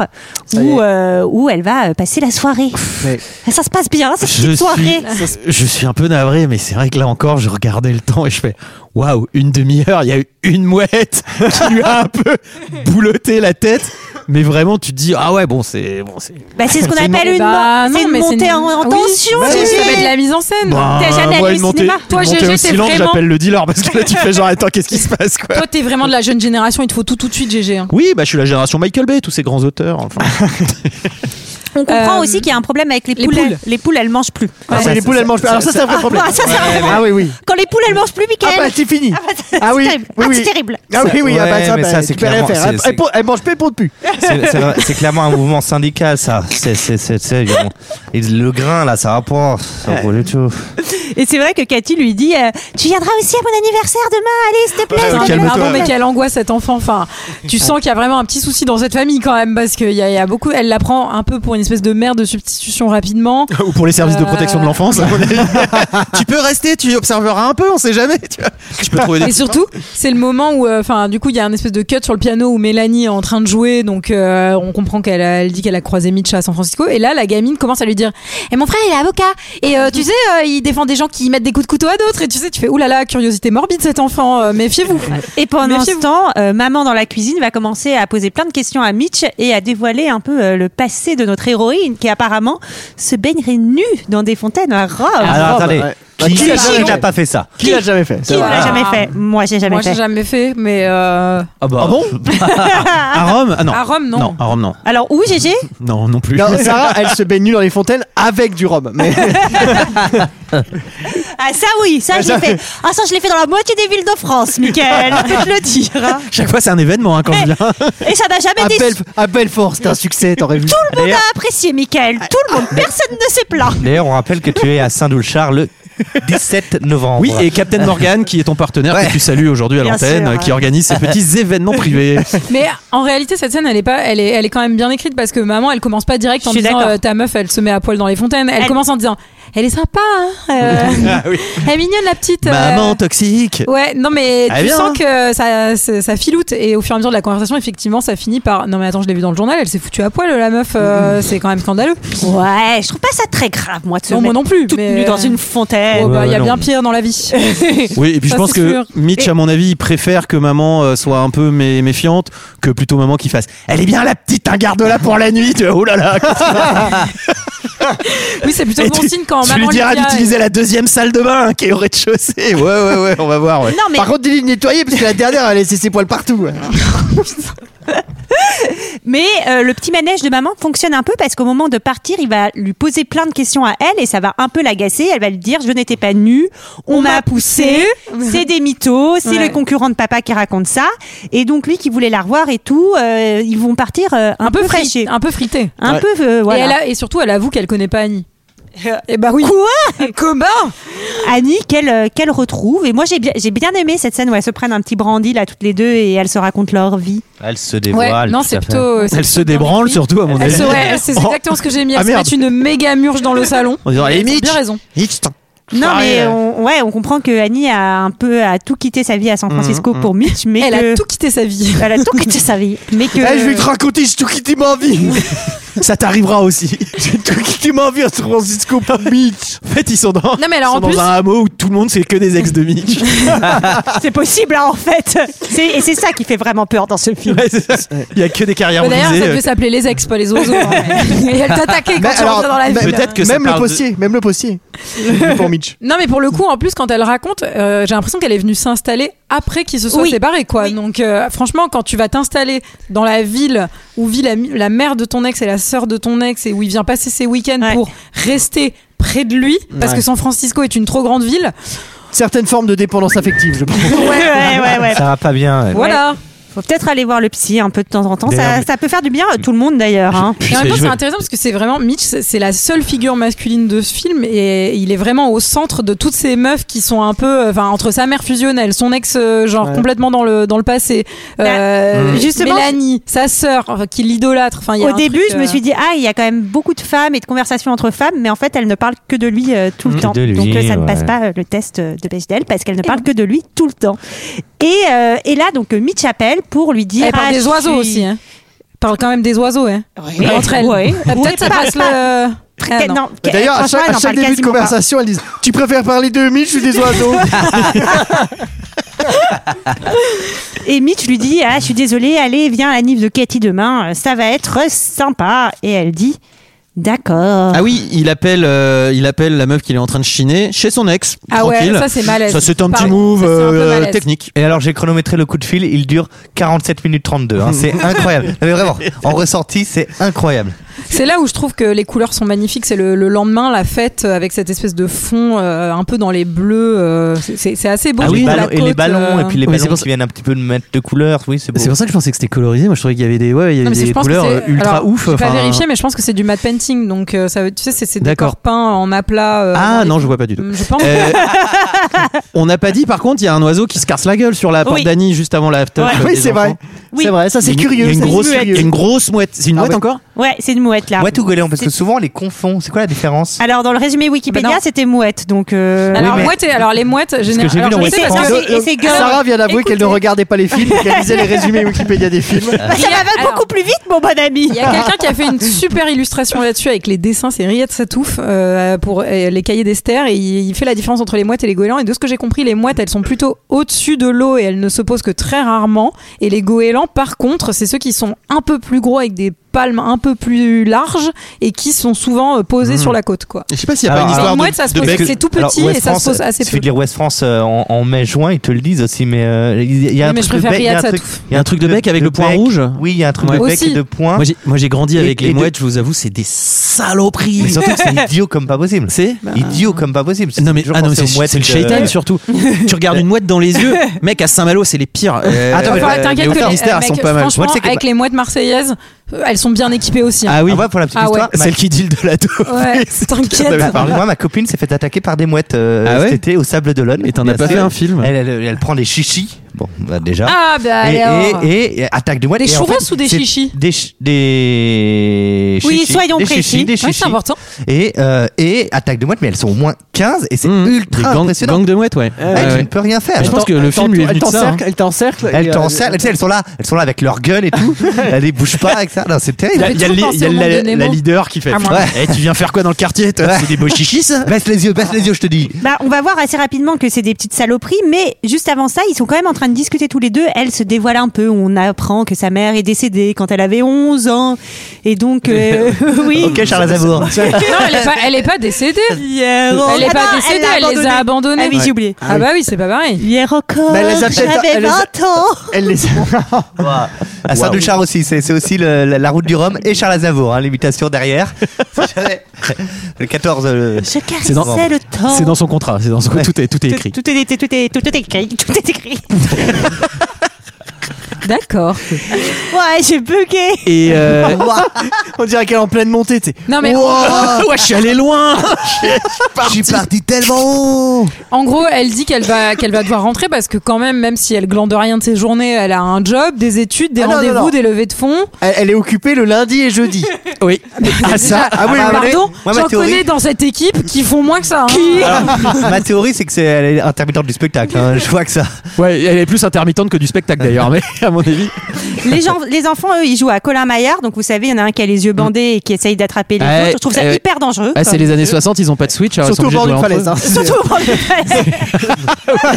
Speaker 1: où euh, où elle va euh, passer la soirée.
Speaker 2: Mais-
Speaker 1: Ça se passe bien cette
Speaker 7: Je
Speaker 1: petite soirée.
Speaker 7: suis, je suis un peu navré, mais c'est vrai que là encore, je regardais le temps et je fais waouh, une demi-heure, il y a eu une mouette qui lui a un peu boulotté la tête. Mais vraiment, tu te dis ah ouais, bon, c'est bon, c'est.
Speaker 1: Bah, c'est ce qu'on
Speaker 7: C'est
Speaker 1: appelle une,
Speaker 6: Bah,
Speaker 1: mon- c'est
Speaker 6: non,
Speaker 1: une Ah
Speaker 6: mais
Speaker 1: montée
Speaker 6: une-
Speaker 1: en, en
Speaker 6: Oui,
Speaker 1: tension.
Speaker 6: bah oui, Ça va
Speaker 1: Gégé.
Speaker 6: être de la mise en scène.
Speaker 1: T'as jamais
Speaker 7: moi,
Speaker 1: allé
Speaker 7: une
Speaker 1: au cinéma
Speaker 7: montée-
Speaker 6: Toi,
Speaker 7: une montée
Speaker 6: Gégé,
Speaker 7: au
Speaker 6: t'es
Speaker 7: silence,
Speaker 6: vraiment-
Speaker 7: j'appelle le dealer parce que là, tu fais genre attends, qu'est-ce qui se passe quoi
Speaker 6: Toi, t'es vraiment de la jeune génération. Il te faut tout tout de suite, GG. hein.
Speaker 7: Oui, bah je suis la génération Michael Bay, tous ces grands auteurs. Enfin,
Speaker 2: Ah,
Speaker 1: On comprend
Speaker 6: Euh,
Speaker 1: aussi qu'il y a un problème avec les,
Speaker 6: les
Speaker 1: poules.
Speaker 6: poules.
Speaker 1: Les poules, elles mangent plus.
Speaker 2: Ah, c'est les poules, elles mangent pas. Alors ça, c'est un vrai problème.
Speaker 1: Ah, ça, c'est un vrai
Speaker 2: Ah oui, oui.
Speaker 1: Quand les poules, elles mangent plus,
Speaker 2: Ah
Speaker 1: Michael.
Speaker 2: bah, c'est fini.
Speaker 1: Ah bah, c'est-
Speaker 2: Ah
Speaker 1: c'est
Speaker 2: oui,
Speaker 1: terrible.
Speaker 2: oui,
Speaker 1: Ah,
Speaker 2: oui.
Speaker 1: c'est terrible.
Speaker 2: Ah oui, oui, ah bah,
Speaker 10: Ouais,
Speaker 2: ça,
Speaker 10: mais
Speaker 2: bah,
Speaker 10: ça,
Speaker 2: tu
Speaker 10: c'est
Speaker 2: peux rien
Speaker 10: clairement-
Speaker 2: faire.
Speaker 10: c'est-
Speaker 2: Elle-
Speaker 10: c'est-
Speaker 2: elle pond- Elle mange pas pour de pu.
Speaker 10: C'est- c'est- C'est clairement un mouvement syndical, ça. C'est c'est- c'est- c'est- ils ont- et le grain, là, ça rapporte. Ça roule et tout.
Speaker 1: Et c'est vrai que Cathy lui dit euh, Tu viendras aussi à mon anniversaire demain, allez, s'il te plaît. s'il te plaît.
Speaker 6: Pardon, mais quelle angoisse cet enfant. Enfin, tu sens qu'il y a vraiment un petit souci dans cette famille quand même, parce qu'il y, a- il y a beaucoup. Elle la prend un peu pour une espèce de mère de substitution rapidement.
Speaker 7: ou pour les services de
Speaker 2: Ah.
Speaker 6: Euh.
Speaker 7: protection de l'enfance. à mon avis. tu peux rester, tu observeras un peu, on sait jamais. Tu vois. Je peux trouver
Speaker 6: Et surtout, c'est le moment où, euh, enfin, du coup, il y a un espèce de cut sur le piano où Mélanie est en train de jouer, donc euh, on comprend qu'elle a- elle dit qu'elle a croisé Mitch à San Francisco. Et là, la gamine commence à lui dire "Et mon frère, il est avocat, et euh, tu sais, euh, il défend des gens qui mettent des coups de couteau à d'autres." Et tu sais, tu fais "Oulala, curiosité morbide cet enfant, euh, méfiez-vous."
Speaker 1: Et pendant ce
Speaker 6: Méfiez-vous.
Speaker 1: temps, euh, maman dans la cuisine va commencer à poser plein de questions à Mitch et à dévoiler un peu euh, le passé de notre héroïne qui apparemment se baignerait nue dans des fontaines à Rome.
Speaker 11: Ah,
Speaker 10: Alors, attendez. Qui,
Speaker 11: Bah,
Speaker 6: Qui l'a jamais
Speaker 10: qui
Speaker 6: fait
Speaker 10: n'a pas fait ça
Speaker 2: Qui l'a jamais fait
Speaker 6: Qui l'a
Speaker 1: jamais fait Moi, j'ai jamais
Speaker 6: Moi, j'ai
Speaker 1: fait.
Speaker 6: jamais fait, mais euh,
Speaker 11: Ah, bon À Rome Ah non.
Speaker 6: à Rome, non.
Speaker 11: Non, à Rome non.
Speaker 1: Alors, où, GG
Speaker 11: Non, non plus.
Speaker 2: Non, Sarah, elle se baigne nue dans les fontaines avec du rhum. Mais
Speaker 1: Ah, ça oui, ça, je l'ai fait. Ah, ça, je l'ai fait dans la moitié des villes de France, Michael. Je peux te le dire.
Speaker 11: Chaque fois, c'est un événement hein, quand je viens.
Speaker 1: Et ça n'a jamais été.
Speaker 2: appelle, appelle fort, c'est un succès, t'aurais vu.
Speaker 1: Tout le monde a apprécié, Michael.
Speaker 6: Ah,
Speaker 1: Tout le monde. Personne ne s'est plaint.
Speaker 10: D'ailleurs, on rappelle que tu es à Saint-Doulchard le 17 novembre.
Speaker 11: Oui, et Captain Morgan, qui est ton partenaire que tu salues aujourd'hui à
Speaker 1: Bien
Speaker 11: l'antenne,
Speaker 1: sûr,
Speaker 11: euh, qui
Speaker 1: ouais.
Speaker 11: organise ces petits événements privés.
Speaker 6: Mais en réalité, cette scène, elle est pas, elle est, elle est quand même bien écrite parce que maman, elle commence pas direct
Speaker 1: Je
Speaker 6: en
Speaker 1: suis
Speaker 6: disant
Speaker 1: d'accord.
Speaker 6: euh, ta meuf, elle se met à poil dans les fontaines. Elle,
Speaker 1: Elle-
Speaker 6: commence en disant, elle est sympa, hein, euh,
Speaker 2: Ah
Speaker 6: elle est mignonne la petite. euh,
Speaker 7: Maman toxique.
Speaker 6: Ouais, non mais
Speaker 7: Ah,
Speaker 6: tu
Speaker 7: bien.
Speaker 11: hein.
Speaker 6: sens que ça, ça, ça filoute et au fur et à mesure de la conversation, effectivement, ça finit par non mais attends, je l'ai vu dans le journal, elle s'est foutue à poil la meuf, euh,
Speaker 11: Mm.
Speaker 6: c'est quand même scandaleux.
Speaker 1: Ouais, je trouve pas ça très grave, moi, de se
Speaker 6: Non, moi
Speaker 1: mettre
Speaker 6: non plus,
Speaker 1: toute
Speaker 6: mais
Speaker 1: nue dans une
Speaker 6: Oh,
Speaker 1: fontaine.
Speaker 6: bah, il y
Speaker 7: ouais,
Speaker 6: a
Speaker 7: non.
Speaker 6: bien pire dans la vie.
Speaker 11: Oui, et puis
Speaker 6: Ça,
Speaker 11: je pense
Speaker 6: c'est
Speaker 11: que
Speaker 6: sûr.
Speaker 11: Mitch, à mon avis, il préfère que maman euh, soit un peu mé- méfiante que plutôt maman qui fasse Elle est bien la petite, hein, garde-la pour la nuit. Tu vois, Oh là là
Speaker 6: oui, c'est plutôt
Speaker 11: Et
Speaker 6: bon
Speaker 11: tu-
Speaker 6: signe quand
Speaker 11: Tu
Speaker 6: maman
Speaker 11: lui diras
Speaker 6: dit, ah,
Speaker 11: d'utiliser la deuxième salle de bain hein, qui est au rez-de-chaussée. Ouais, ouais, ouais, on va voir. Ouais.
Speaker 1: Non, mais,
Speaker 2: Par contre, dis-lui de nettoyer, parce que la dernière, elle a laissé ses poils partout.
Speaker 1: mais euh, le petit manège de maman fonctionne un peu parce qu'au moment de partir, il va lui poser plein de questions à elle et ça va un peu l'agacer. Elle va lui dire Je n'étais pas nue, on, m'a poussé, c'est des mythos, c'est
Speaker 6: Ouais.
Speaker 1: le concurrent de papa qui raconte ça. Et donc, lui qui voulait la revoir et tout, euh, ils vont partir euh, un,
Speaker 6: un peu
Speaker 1: fraîche.
Speaker 6: fri- un peu frité.
Speaker 1: Un peu, euh,
Speaker 6: Et,
Speaker 1: voilà.
Speaker 6: elle a- et surtout, elle avoue qu'elle connaît pas Annie. Et bah oui.
Speaker 1: Quoi
Speaker 6: Comment
Speaker 1: Annie qu'elle euh, qu'elle retrouve. Et moi, j'ai bien, j'ai bien aimé cette scène où elles se prennent un petit brandy, là, toutes les deux, et elles se racontent leur vie.
Speaker 10: Elle se dévoile.
Speaker 6: non,
Speaker 10: tout
Speaker 6: c'est
Speaker 10: à fait.
Speaker 6: plutôt. euh, c'est
Speaker 11: Elle se
Speaker 6: plutôt bien
Speaker 11: débranle
Speaker 6: écrit.
Speaker 11: surtout, à mon
Speaker 6: Elle
Speaker 11: avis.
Speaker 6: se- ouais, c'est
Speaker 11: Oh.
Speaker 6: exactement ce que j'ai mis. Elle
Speaker 11: Ah,
Speaker 6: se
Speaker 11: merde.
Speaker 6: met une méga murge dans le salon.
Speaker 11: En disant, Eh,
Speaker 6: Elle a
Speaker 11: Mitch,
Speaker 6: bien raison.
Speaker 11: Mitch, t'en-
Speaker 1: Non,
Speaker 11: Ah,
Speaker 1: mais
Speaker 11: ouais.
Speaker 1: on, ouais, on comprend que Annie a un peu a tout quitté sa vie à San Francisco pour Mitch, mais
Speaker 6: Mm-hmm, Elle
Speaker 1: que-
Speaker 6: a tout quitté sa vie.
Speaker 1: elle a tout quitté sa vie, mais que
Speaker 2: Eh, je
Speaker 6: Euh.
Speaker 2: vais te raconter, j'ai tout quitté ma vie.
Speaker 11: ça t'arrivera aussi.
Speaker 2: j'ai tout quitté ma vie à San Francisco pour Mitch.
Speaker 11: En fait, ils sont dans,
Speaker 6: Non, mais
Speaker 11: ils sont
Speaker 6: alors, en
Speaker 11: dans
Speaker 6: plus-
Speaker 11: un hameau où tout le monde c'est que des ex de Mitch.
Speaker 1: c'est possible hein, en fait. C'est, et c'est ça qui fait vraiment peur dans ce film.
Speaker 11: Ouais, c'est ça. Il y a que des carrières
Speaker 6: Bah, D'ailleurs, ça
Speaker 10: euh,
Speaker 11: brisées.
Speaker 6: devait s'appeler les ex, pas les oiseaux. hein. Et elle t'attaquait quand
Speaker 2: Mais
Speaker 6: tu rentrais dans la
Speaker 2: mais-
Speaker 6: ville.
Speaker 11: peut-être que ça
Speaker 2: même le
Speaker 11: parle de-
Speaker 2: postier, même le postier. pour Mitch.
Speaker 6: Non, mais pour le coup, en plus, quand elle raconte, euh, j'ai l'impression qu'elle est venue s'installer après qu'ils se soient
Speaker 1: Oui.
Speaker 6: séparés, quoi.
Speaker 1: Oui.
Speaker 6: Donc, euh, franchement, quand tu vas t'installer dans la ville où vit la, la mère de ton ex et la sœur de ton ex et où il vient passer ses week-ends
Speaker 1: Ouais.
Speaker 6: pour rester près de lui, parce
Speaker 2: Ouais.
Speaker 6: que San Francisco est une trop grande ville,
Speaker 2: Certaines formes de dépendance affective, je pense.
Speaker 1: Ouais, ouais, ouais, ouais.
Speaker 10: Ça va pas bien. elle.
Speaker 6: voilà.
Speaker 1: Faut peut-être aller voir le psy un peu de temps en
Speaker 6: Ben
Speaker 1: temps.
Speaker 10: D'ailleurs,
Speaker 1: Ça,
Speaker 10: mais-
Speaker 1: ça peut faire du bien à tout le monde d'ailleurs. hein.
Speaker 6: Et en même
Speaker 10: Je
Speaker 6: temps,
Speaker 10: veux-
Speaker 6: c'est intéressant parce que c'est vraiment Mitch, c'est c'est la seule figure masculine de ce film et il est vraiment au centre de toutes ces meufs qui sont un peu, euh, enfin, entre sa mère fusionnelle, son ex, euh, genre
Speaker 2: Ouais.
Speaker 6: complètement dans le dans le passé, euh,
Speaker 1: Bah, justement,
Speaker 6: Mélanie, sa sœur, enfin, qui l'idolâtre. Enfin, il y a
Speaker 1: Au
Speaker 6: un
Speaker 1: début,
Speaker 6: truc,
Speaker 1: je me
Speaker 6: euh,
Speaker 1: suis dit ah, il y a quand même beaucoup de femmes et de conversations entre femmes, mais en fait, elles ne parlent que de lui euh, tout le
Speaker 10: Mmh.
Speaker 1: temps.
Speaker 10: De lui,
Speaker 1: Donc euh, ça ne
Speaker 10: ouais.
Speaker 1: passe pas euh, le test euh, de Bechdel parce qu'elle ne parle que de lui tout le temps. Et, euh, et là, donc euh, Mitch appelle pour lui dire
Speaker 6: Elle parle
Speaker 1: Ah,
Speaker 6: des
Speaker 1: je
Speaker 6: oiseaux
Speaker 1: suis-
Speaker 6: aussi. Hein. Elle Parle quand même des oiseaux, hein.
Speaker 1: Ouais.
Speaker 6: Entre elles.
Speaker 1: Ouais.
Speaker 6: Ah, Peut-être ça
Speaker 1: pas-
Speaker 6: passe
Speaker 1: pas-
Speaker 6: le. Ah, non.
Speaker 1: Non,
Speaker 7: Bah,
Speaker 2: D'ailleurs, à
Speaker 1: franchement,
Speaker 2: chaque,
Speaker 1: elle
Speaker 2: à
Speaker 1: en
Speaker 2: chaque
Speaker 1: parle
Speaker 2: début de
Speaker 1: quasiment pas.
Speaker 2: conversation, elles disent Tu préfères parler de Mitch ou des oiseaux
Speaker 1: Et Mitch lui dit Ah, je suis désolée, allez, viens à la nif de Katie demain, euh, ça va être sympa. Et elle dit D'accord.
Speaker 11: Ah oui, il appelle, euh, il appelle la meuf qu'il est en train de chiner chez son ex.
Speaker 6: Ah ouais,
Speaker 11: tranquille.
Speaker 6: ça, c'est malaise.
Speaker 11: Ça c'est un petit
Speaker 6: Pareil,
Speaker 11: move
Speaker 6: ça, c'est un peu
Speaker 11: euh,
Speaker 6: malaise.
Speaker 11: technique.
Speaker 10: Et alors j'ai chronométré le coup de fil, il dure 47 minutes 32. hein. C'est incroyable. Non, mais vraiment, en ressenti, c'est incroyable.
Speaker 6: C'est là où je trouve que les couleurs sont magnifiques. C'est le, le lendemain, la fête, euh, avec cette espèce de fond euh, un peu dans les bleus. euh, c'est- c'est c'est assez beau.
Speaker 10: Ah
Speaker 6: je
Speaker 10: oui,
Speaker 6: trouve,
Speaker 10: ballons-
Speaker 6: la
Speaker 10: et les
Speaker 6: côte,
Speaker 10: ballons,
Speaker 6: euh.
Speaker 10: et puis les
Speaker 11: Oui, mais
Speaker 10: ballons
Speaker 11: c'est pour
Speaker 10: qui viennent un petit peu de mettre de couleur. Oui, c'est beau.
Speaker 11: C'est pour ça que je pensais que c'était colorisé. Moi, je trouvais qu'il y avait des, ouais, il y
Speaker 6: Non,
Speaker 11: avait
Speaker 6: mais c'est-
Speaker 11: des
Speaker 6: je pense que
Speaker 11: couleurs euh,
Speaker 6: c'est-
Speaker 11: ultra
Speaker 6: alors,
Speaker 11: ouf.
Speaker 6: J'ai pas
Speaker 11: enfin,
Speaker 6: vérifié, mais je pense que c'est du matte painting. Donc, euh, ça, tu sais, c'est c'est des
Speaker 11: D'accord.
Speaker 6: corps peints en aplat. euh, dans
Speaker 11: Ah
Speaker 6: les-
Speaker 11: non, je vois pas du tout.
Speaker 6: Je pense.
Speaker 11: Euh, on n'a pas dit par contre, il y a un oiseau qui se casse la gueule sur la porte
Speaker 1: Oui.
Speaker 11: d'Annie juste avant la after.
Speaker 1: Ouais.
Speaker 11: club
Speaker 2: Oui,
Speaker 11: des
Speaker 2: c'est
Speaker 11: enfants.
Speaker 2: vrai.
Speaker 1: Oui.
Speaker 2: C'est vrai, ça c'est
Speaker 11: Il y a une-
Speaker 2: curieux.
Speaker 11: Il y a une
Speaker 2: ça, c'est
Speaker 11: grosse,
Speaker 2: curieux.
Speaker 11: il y a une grosse mouette. C'est une
Speaker 2: Ah
Speaker 11: mouette
Speaker 2: ouais.
Speaker 11: encore
Speaker 1: Ouais, c'est une mouette là.
Speaker 10: Mouette ou goéland Parce que
Speaker 1: C'est-
Speaker 10: souvent on les confond. C'est quoi la différence
Speaker 1: Alors, dans le résumé Wikipédia,
Speaker 6: Bah non. Ah
Speaker 1: c'était mouette. Donc, euh,
Speaker 6: alors,
Speaker 10: Oui, mais-
Speaker 6: mouette et- alors, les mouettes,
Speaker 10: j'ai vu
Speaker 6: généralement.
Speaker 10: dans
Speaker 6: Alors, je
Speaker 10: West
Speaker 6: sais parce
Speaker 1: France,
Speaker 6: que.
Speaker 1: c'est- et c'est girl.
Speaker 2: Sarah vient d'avouer qu'elle ne
Speaker 6: Écoutez.
Speaker 2: regardait pas les films, qu'elle lisait les
Speaker 10: Ah,
Speaker 2: résumés Wikipédia des films.
Speaker 1: Bah, ça va
Speaker 6: Alors-
Speaker 1: beaucoup plus vite, mon bon ami.
Speaker 6: Il y a quelqu'un qui a fait une super illustration là-dessus avec les dessins, c'est Riette Satouf euh, pour euh, les cahiers d'Esther et il, il fait la différence entre les mouettes et les goélands et de ce que j'ai compris les mouettes elles sont plutôt au-dessus de l'eau et elles ne se posent que très rarement et les goélands par contre c'est ceux qui sont un peu plus gros avec des palmes un peu plus larges et qui sont souvent euh, posées
Speaker 7: Mmh.
Speaker 10: Mhm.
Speaker 6: sur la côte. Quoi.
Speaker 7: Je sais pas
Speaker 10: s'il y a pas une histoire
Speaker 6: moi,
Speaker 10: de-
Speaker 6: ça se
Speaker 10: de
Speaker 6: pose-
Speaker 10: bec-
Speaker 6: c'est tout
Speaker 10: Alors,
Speaker 6: petit
Speaker 10: Ouest
Speaker 6: et ça
Speaker 10: France,
Speaker 6: se pose assez
Speaker 10: suffit
Speaker 6: peu.
Speaker 10: de lire West France euh, en, en mai-juin, ils te le disent aussi, mais euh, il y a un
Speaker 6: Oui, mais je
Speaker 10: truc de
Speaker 6: préfère
Speaker 10: bec. il y a
Speaker 6: Riyad
Speaker 10: un truc-
Speaker 6: Satouf.
Speaker 10: il y a un truc
Speaker 7: de bec avec le point rouge
Speaker 10: Oui, il y a un truc de
Speaker 7: Ouais.
Speaker 10: bec et de point.
Speaker 7: Moi, j'ai- Moi j'ai grandi
Speaker 10: Et-
Speaker 7: avec les
Speaker 10: et de-
Speaker 7: mouettes, je vous avoue, c'est des saloperies.
Speaker 10: Mais surtout que c'est idiot comme pas possible.
Speaker 7: C'est
Speaker 6: Bah.
Speaker 10: idiot comme pas possible.
Speaker 7: Non mais,
Speaker 10: Toujours
Speaker 7: ah non, mais
Speaker 10: penser
Speaker 7: c'est
Speaker 10: aux mouettes,
Speaker 7: c'est le
Speaker 10: euh,
Speaker 7: shaitan surtout. tu regardes une mouette dans les yeux, mec à Saint-Malo c'est les pires. Euh,
Speaker 10: Attends, mais
Speaker 7: euh,
Speaker 10: Enfin,
Speaker 7: les
Speaker 6: T'inquiète que
Speaker 7: hauteurs
Speaker 6: les,
Speaker 7: mystères
Speaker 6: mec,
Speaker 7: sont pas mal.
Speaker 6: franchement,
Speaker 7: Moi, tu sais que-
Speaker 6: avec les mouettes marseillaises, euh, elles sont bien équipées aussi. hein.
Speaker 7: Ah oui.
Speaker 10: Ah ouais, pour la petite
Speaker 6: Ah ouais.
Speaker 10: histoire. ma-
Speaker 7: Celle qui dit le de la taupe.
Speaker 6: Ouais,
Speaker 10: Ah,
Speaker 6: t'inquiète.
Speaker 10: bah, Moi, ma copine s'est fait attaquer par des mouettes euh,
Speaker 7: Ah ouais
Speaker 10: cet été au Sable d'Olonne.
Speaker 7: Et t'en as
Speaker 10: Bien
Speaker 7: pas
Speaker 10: sûr.
Speaker 7: fait un film.
Speaker 10: Elle, elle- elle prend des chichis. Bon, bah, déjà.
Speaker 6: Ah, bah,
Speaker 10: et, et-
Speaker 6: alors.
Speaker 10: et- et attaque de mouettes.
Speaker 6: Des
Speaker 10: Et en
Speaker 6: churros
Speaker 10: fait,
Speaker 6: ou des
Speaker 10: c'est
Speaker 6: chichis
Speaker 10: Des, ch- des
Speaker 1: Oui,
Speaker 10: chichis,
Speaker 1: soyons
Speaker 10: des
Speaker 1: précis.
Speaker 10: chichis,
Speaker 1: Ouais,
Speaker 10: des
Speaker 6: Ouais,
Speaker 10: chichis.
Speaker 6: c'est important.
Speaker 10: Et, euh, et attaque de mouettes, mais elles sont au moins 15 et c'est
Speaker 7: Mmh. Des
Speaker 10: ultra
Speaker 7: gangs-
Speaker 10: impressionnant.
Speaker 7: gangs de mouettes, ouais.
Speaker 10: Elle,
Speaker 7: Ouais,
Speaker 10: tu
Speaker 7: ouais.
Speaker 10: ne peux rien faire.
Speaker 7: Je pense que le film lui est venu de ça. hein.
Speaker 13: Elle t'encercle.
Speaker 10: Elles
Speaker 2: euh,
Speaker 10: t'encerclent, tu sais, elles sont là, elles sont là avec leur gueule et tout. elles les bougent pas, avec ça. Non, c'est terrible.
Speaker 6: fait toujours penser au monde de Nemo.
Speaker 7: leader qui fait
Speaker 6: Ah, moi.
Speaker 7: Eh, Tu viens faire quoi dans le quartier toi C'est des beaux chichis ça
Speaker 10: Baisse les yeux, baisse les yeux, je te dis.
Speaker 1: Bah, on va voir assez rapidement que c'est des petites saloperies, mais juste avant ça, ils sont quand même en train de discuter tous les deux. Elle se dévoile un peu. On apprend que sa mère est décédée quand elle avait 11 ans. Et donc, euh, oui.
Speaker 10: Ok, Charles Aznavour.
Speaker 6: Non, elle est pas, elle est pas décédée.
Speaker 1: Hier, oh,
Speaker 6: Elle est
Speaker 1: ah
Speaker 6: pas
Speaker 1: non,
Speaker 6: décédée,
Speaker 1: l'a
Speaker 6: elle, les a abandonnés.
Speaker 1: Ah oui, j'ai oublié.
Speaker 6: Ah bah oui, c'est pas pareil.
Speaker 1: Hier encore,
Speaker 13: Bah, elle les a peut-être-
Speaker 1: j'avais
Speaker 13: elle les a-
Speaker 1: 20 ans.
Speaker 13: Elle les.
Speaker 10: À saint Char aussi, c'est c'est aussi le- la, la route du Rhum et Charles Aznavour, hein, l'imitation derrière. le 14. euh,
Speaker 1: Je caressais
Speaker 7: dans-
Speaker 1: le temps.
Speaker 7: C'est dans son contrat, c'est dans son tout est tout est écrit.
Speaker 1: Tout est, tout est, tout est écrit. Tout est écrit.
Speaker 6: D'accord.
Speaker 1: Ouais, j'ai bugué.
Speaker 7: Et euh,
Speaker 13: On dirait qu'elle est en pleine montée. tu sais.
Speaker 6: Non mais
Speaker 7: Ah ouais, je suis allé loin.
Speaker 10: Je suis parti tellement haut
Speaker 6: en gros, elle dit qu'elle va qu'elle va devoir rentrer parce que quand même, même si elle glande rien de ses journées, elle a un job, des études, des
Speaker 13: Ah non, non, non.
Speaker 6: rendez-vous, des levées de fonds.
Speaker 13: Elle, elle est occupée le lundi et jeudi.
Speaker 7: Oui.
Speaker 13: ah ça. Ah oui. oui, oui.
Speaker 6: Pardon,
Speaker 10: Moi, ma
Speaker 6: j'en
Speaker 10: théorie-
Speaker 6: connais dans cette équipe qui font moins que ça. hein.
Speaker 10: Ma théorie, c'est que c'est elle est intermittente du spectacle. hein, je vois que ça.
Speaker 7: Ouais, elle est plus intermittente que du spectacle d'ailleurs, mais à mon avis.
Speaker 1: Les, gens, les enfants, eux, ils jouent à Colin Maillard. Donc, vous savez, il y en a un qui a les yeux bandés et qui essaye d'attraper les
Speaker 7: Ouais,
Speaker 1: autres. Je trouve ça
Speaker 7: ouais.
Speaker 1: hyper dangereux.
Speaker 7: Ah, c'est les années 60, ils ont pas de Switch. alors ils sont
Speaker 13: Surtout au
Speaker 7: obligés
Speaker 13: bord
Speaker 7: de
Speaker 13: d'une
Speaker 7: jouer
Speaker 13: falaise.
Speaker 7: entre eux.
Speaker 13: hein.
Speaker 1: Surtout au bord d'une falaise. Mais
Speaker 13: pas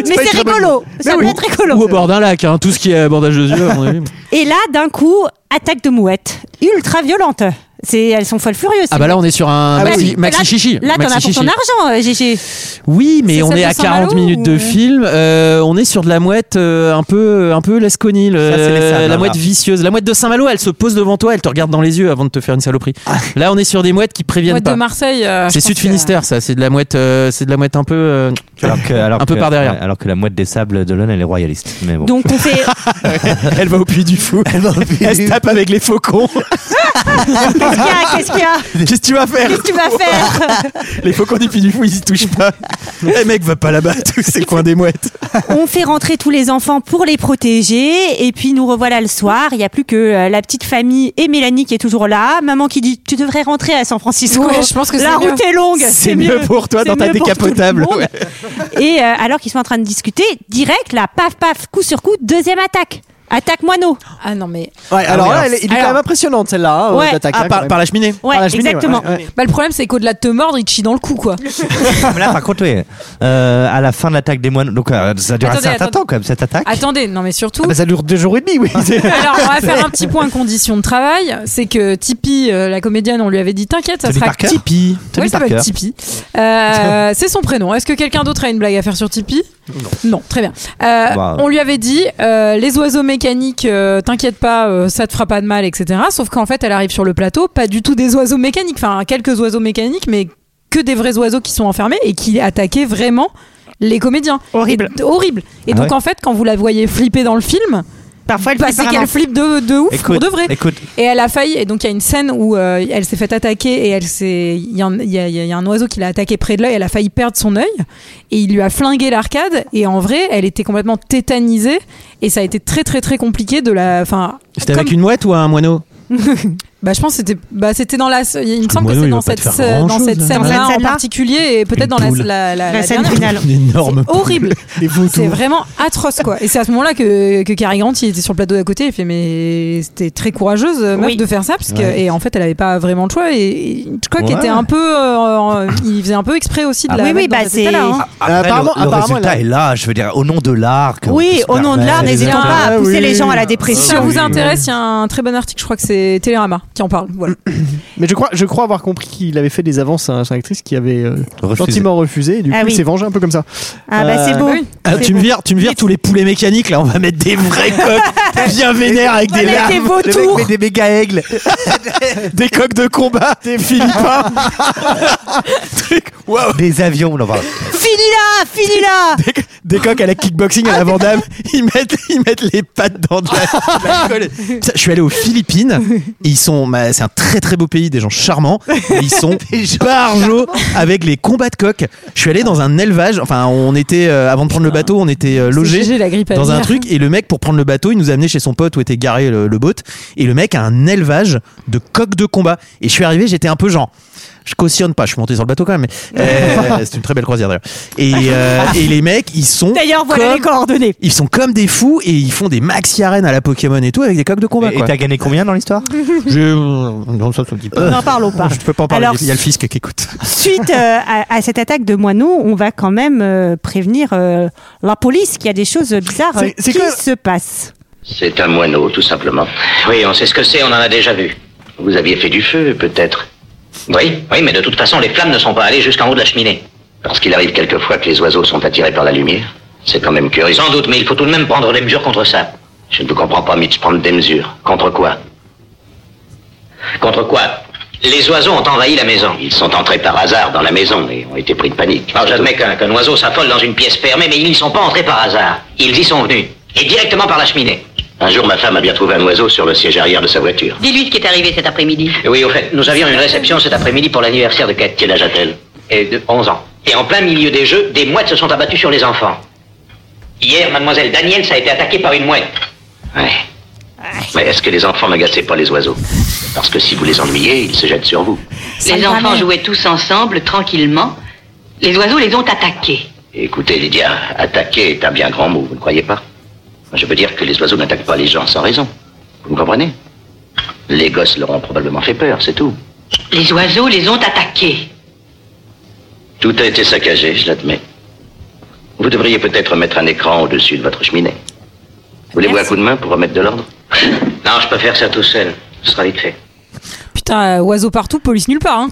Speaker 13: une
Speaker 1: c'est
Speaker 13: très bonne
Speaker 1: rigolo. Ça peut
Speaker 13: oui.
Speaker 1: être rigolo.
Speaker 7: Ou au bord d'un lac, hein, tout ce qui est abordage de yeux. à mon avis.
Speaker 1: Et là, d'un coup, attaque de mouettes. Ultra violente. C'est, elles sont folles furieuses.
Speaker 7: Ah bah là, on est sur un
Speaker 13: Ah oui.
Speaker 7: maxi,
Speaker 1: Là,
Speaker 7: maxi chichi.
Speaker 1: Là, t'en
Speaker 7: Maxi
Speaker 1: as pour ton
Speaker 7: chichi.
Speaker 1: argent, euh, Gégé.
Speaker 7: Oui, mais
Speaker 6: C'est
Speaker 7: on
Speaker 6: celle
Speaker 7: est
Speaker 6: de
Speaker 7: à
Speaker 6: Saint-Malo
Speaker 7: 40 minutes de
Speaker 6: ou-
Speaker 7: film. euh, on est sur de la mouette euh, un peu, un peu l'esconil,
Speaker 10: c'est les sables,
Speaker 7: la
Speaker 10: hein,
Speaker 7: mouette
Speaker 10: là.
Speaker 7: vicieuse, la mouette de Saint-Malo. Elle se pose devant toi, elle te regarde dans les yeux avant de te faire une saloperie. Là, on est sur des mouettes qui préviennent
Speaker 6: Moi, de
Speaker 7: pas.
Speaker 6: Marseille. euh,
Speaker 7: C'est
Speaker 6: je pense
Speaker 7: Sud
Speaker 6: que-
Speaker 7: Finistère, ça. C'est de la mouette, euh, c'est de la mouette un peu. euh,
Speaker 10: Alors que, alors
Speaker 7: Un peu
Speaker 10: que-
Speaker 7: par derrière.
Speaker 10: Alors que la mouette des sables de l'One, elle est royaliste. Mais bon.
Speaker 1: Donc, on fait.
Speaker 7: Elle va au puits du fou.
Speaker 10: Elle va au puits
Speaker 7: Elle
Speaker 10: du
Speaker 7: se tape avec les faucons.
Speaker 1: Qu'est-ce qu'il y a Qu'est-ce qu'il y a
Speaker 7: Qu'est-ce que tu vas faire
Speaker 1: Qu'est-ce que tu vas faire
Speaker 7: Les faucons du puits du fou, ils y touchent pas. Eh mec, va pas là-bas, tout, c'est le coin des mouettes.
Speaker 1: On fait rentrer tous les enfants pour les protéger et puis nous revoilà le soir. Il n'y a plus que euh, la petite famille et Mélanie qui est toujours là. Maman qui dit tu devrais rentrer à San Francisco.
Speaker 6: Ouais, je pense que
Speaker 1: la
Speaker 6: c'est mieux.
Speaker 1: route est longue.
Speaker 7: C'est mieux pour toi
Speaker 1: C'est
Speaker 7: dans ta
Speaker 1: mieux pour tout le
Speaker 7: décapotable.
Speaker 1: monde.
Speaker 7: Ouais.
Speaker 1: Et euh, alors qu'ils sont en train de discuter, direct là, paf paf, coup sur coup, deuxième attaque. Attaque moineau.
Speaker 6: Ah non mais
Speaker 13: Ouais, alors
Speaker 7: oui,
Speaker 13: là,
Speaker 7: alors-
Speaker 13: elle, est- il est
Speaker 6: alors-
Speaker 13: quand même impressionnante celle-là. hein,
Speaker 1: Ouais.
Speaker 13: d'attaque,
Speaker 7: Ah,
Speaker 13: hein, quand
Speaker 7: par,
Speaker 13: même.
Speaker 7: par la cheminée.
Speaker 1: Ouais,
Speaker 13: Par la cheminée, ouais,
Speaker 1: exactement.
Speaker 13: ouais, ouais.
Speaker 6: bah, le problème c'est qu'au-delà de te mordre, il te chie dans le cou quoi.
Speaker 10: Là, par contre, oui. euh, à la fin de l'attaque des moines. Donc, euh, ça dure un
Speaker 6: Attendez,
Speaker 10: certain
Speaker 6: attendez.
Speaker 10: temps, quand même, cette attaque.
Speaker 6: Attendez, non mais surtout.
Speaker 13: Ah, bah, ça dure deux jours et demi, oui.
Speaker 6: Alors, on va faire un petit point conditions de travail. C'est que Tipeee, euh, la comédienne, on lui avait dit T'inquiète, ça
Speaker 10: Tony
Speaker 6: sera
Speaker 10: Parker.
Speaker 6: Tipeee.
Speaker 10: Tipeee.
Speaker 6: Ouais,
Speaker 10: Tony
Speaker 6: ça s'appelle
Speaker 10: Parker.
Speaker 6: Tipeee. Euh, c'est son prénom. Est-ce que quelqu'un d'autre a une blague à faire sur Tipeee non. très bien. Euh,
Speaker 10: Bah,
Speaker 6: on lui avait dit euh, Les oiseaux mécaniques, euh, t'inquiète pas, euh, ça te fera pas de mal, etc. Sauf qu'en fait, elle arrive sur le plateau, pas du tout des oiseaux mécaniques, enfin, quelques oiseaux mécaniques, mais que des vrais oiseaux qui sont enfermés et qui attaquaient vraiment les comédiens.
Speaker 1: Horrible.
Speaker 6: Et- horrible. Et
Speaker 10: Ah
Speaker 6: donc,
Speaker 10: ouais.
Speaker 6: en fait, quand vous la voyez flipper dans le film,
Speaker 1: Parfois elle
Speaker 6: bah,
Speaker 1: passe
Speaker 6: c'est qu'elle flippe de, de ouf, pour
Speaker 10: Écoute,
Speaker 6: de vrai.
Speaker 10: écoute,
Speaker 6: Et elle a failli. Et donc il y a une scène où euh, elle s'est fait attaquer et elle s'est. Il y, a un- il y a- il y a un oiseau qui l'a attaqué près de l'œil. Elle a failli perdre son œil et il lui a flingué l'arcade. Et en vrai, elle était complètement tétanisée et ça a été très très très compliqué de la. Enfin.
Speaker 7: C'était
Speaker 6: comme-
Speaker 7: avec une mouette ou un moineau
Speaker 6: Bah, je pense que c'était bah, c'était dans la il me semble
Speaker 7: Moineau,
Speaker 6: que c'est
Speaker 7: il
Speaker 6: dans
Speaker 7: va pas te faire
Speaker 6: cette scène- dans
Speaker 7: grand-chose,
Speaker 6: cette
Speaker 7: hein.
Speaker 6: scène
Speaker 7: Dans cette
Speaker 6: là en
Speaker 7: scène-là
Speaker 6: particulier et peut-être
Speaker 7: Une
Speaker 6: dans la
Speaker 7: poule.
Speaker 6: la, la,
Speaker 7: La scène
Speaker 6: dernière.
Speaker 7: finale. Une énorme
Speaker 6: C'est
Speaker 7: poule.
Speaker 6: horrible
Speaker 7: Les vautours.
Speaker 6: c'est vraiment atroce quoi et c'est à ce moment là que que Cary Grant il était sur le plateau d'à côté il fait mais c'était très courageuse euh, meuf
Speaker 1: Oui.
Speaker 6: de faire ça parce que
Speaker 1: Ouais.
Speaker 6: et en fait elle avait pas vraiment le choix et- et Hitchcock
Speaker 1: Ouais.
Speaker 6: était un peu euh, euh, il faisait un peu exprès aussi de
Speaker 1: Ah
Speaker 6: la
Speaker 1: oui,
Speaker 6: mettre
Speaker 1: oui,
Speaker 6: dans
Speaker 1: bah,
Speaker 6: cet
Speaker 1: c'est-
Speaker 6: état-là, hein.
Speaker 10: Après,
Speaker 1: apparemment-
Speaker 10: le, le
Speaker 1: apparemment,
Speaker 10: résultat
Speaker 1: là-
Speaker 10: est Euh, là, je veux dire, au nom de l'art. qu'on peut
Speaker 1: Oui,
Speaker 10: se
Speaker 1: au nom de l'art,
Speaker 10: permettre.
Speaker 1: n'hésitons pas
Speaker 2: Ah
Speaker 1: à Ah, pousser les gens à la dépression.
Speaker 6: Si ça vous
Speaker 1: Ah Oui.
Speaker 6: intéresse, il y a un très bon article, je crois que c'est Télérama qui en parle. Voilà.
Speaker 2: Mais je crois, je crois avoir compris qu'il avait fait des avances à son actrice qui avait euh,
Speaker 7: Refusé.
Speaker 2: gentiment refusé. Et du
Speaker 6: Ah
Speaker 2: coup,
Speaker 6: oui.
Speaker 2: il s'est vengé un peu comme ça. Euh,
Speaker 1: Ah bah, c'est beau. Oui.
Speaker 7: Ah,
Speaker 2: C'est
Speaker 7: tu me
Speaker 2: beau.
Speaker 7: vires, tu me vires tous les poulets mécaniques là. On va mettre des vrais coqs bien vénères avec des
Speaker 1: Voilà,
Speaker 7: larmes.
Speaker 1: des vautours.
Speaker 7: Le mec met des méga aigles, des coqs de combat, des philippins. Truc, waouh.
Speaker 10: Des avions, on en parle.
Speaker 1: Fini là, fini là
Speaker 7: Des, des coqs à la kickboxing
Speaker 6: Ah,
Speaker 7: à la Vandame. Ils mettent, ils mettent les pattes dans de la- de l'alcool. Putain, Je suis allé aux Philippines. et ils sont, bah, c'est un très très beau pays, des gens charmants. mais Ils sont barjots avec les combats de coqs. Je suis allé dans un élevage. Enfin, on était euh, avant de prendre le bateau, on était euh, logé
Speaker 6: GG, la grippe
Speaker 7: dans un
Speaker 6: aviaire.
Speaker 7: truc. Et le mec, pour prendre le bateau, il nous a amené chez son pote où était garé le, le boat. Et le mec a un élevage de coqs de combat. Et je suis arrivé, j'étais un peu genre. Je cautionne pas, je suis monté sur le bateau quand même. mais, euh, c'est une très belle croisière d'ailleurs. Et, euh, et les mecs, ils sont.
Speaker 1: D'ailleurs, voilà
Speaker 7: comme-
Speaker 1: les coordonnées.
Speaker 7: Ils sont comme des fous et ils font des maxi arènes à la Pokémon et tout avec des coqs de combat.
Speaker 10: Et- et
Speaker 7: quoi.
Speaker 10: t'as gagné combien dans l'histoire
Speaker 7: Je- Non, ça, ça me dit pas.
Speaker 1: N'en parlons pas.
Speaker 7: Je peux pas en parler,
Speaker 1: Alors,
Speaker 7: il y a le fisc qui écoute.
Speaker 1: Suite euh, à, à cette attaque de moineaux, on va quand même euh, prévenir euh, la police qu'il y a des choses bizarres euh,
Speaker 3: C'est- c'est
Speaker 1: qui
Speaker 3: que-
Speaker 1: se passent.
Speaker 8: C'est un moineau, tout simplement. Oui, on sait ce que c'est, on en a déjà vu. Vous aviez fait du feu, peut-être. Oui, oui, mais de toute façon, les flammes ne sont pas allées jusqu'en haut de la cheminée. Parce qu'il arrive quelquefois que les oiseaux sont attirés par la lumière. C'est quand même curieux. Sans doute, mais il faut tout de même prendre des mesures contre ça. Je ne vous comprends pas, Mitch, prendre des mesures. Contre quoi Contre quoi Les oiseaux ont envahi la maison. Ils sont entrés par hasard dans la maison et ont été pris de panique. Alors j'admets qu'un qu'un oiseau s'affole dans une pièce fermée, mais ils n'y sont pas entrés par hasard. Ils y sont venus. Et directement par la cheminée. Un jour, ma femme a bien trouvé un oiseau sur le siège arrière de sa voiture.
Speaker 12: Dis-lui ce qui est arrivé cet après-midi.
Speaker 8: Oui, au fait, nous avions une réception cet après-midi pour l'anniversaire de Kate. Quel âge a-t-elle Et de 11 ans. Et en plein milieu des jeux, des mouettes se sont abattues sur les enfants. Hier, mademoiselle Daniels a été attaquée par une mouette. Ouais. Mais est-ce que les enfants n'agacez pas les oiseaux Parce que si vous les ennuyez, ils se jettent sur vous.
Speaker 12: Les enfants jouaient tous ensemble, tranquillement. Les oiseaux les ont attaqués.
Speaker 8: Écoutez, Lydia, attaquer est un bien grand mot, vous ne croyez pas Je veux dire que les oiseaux n'attaquent pas les gens sans raison. Vous me comprenez Les gosses leur ont probablement fait peur, c'est tout.
Speaker 12: Les oiseaux les ont attaqués.
Speaker 8: Tout a été saccagé, je l'admets. Vous devriez peut-être mettre un écran au-dessus de votre cheminée. Voulez-vous un coup de main pour remettre de l'ordre Non, je peux faire ça tout seul. Ce sera vite fait.
Speaker 6: Putain, euh, oiseaux partout, police nulle part. hein.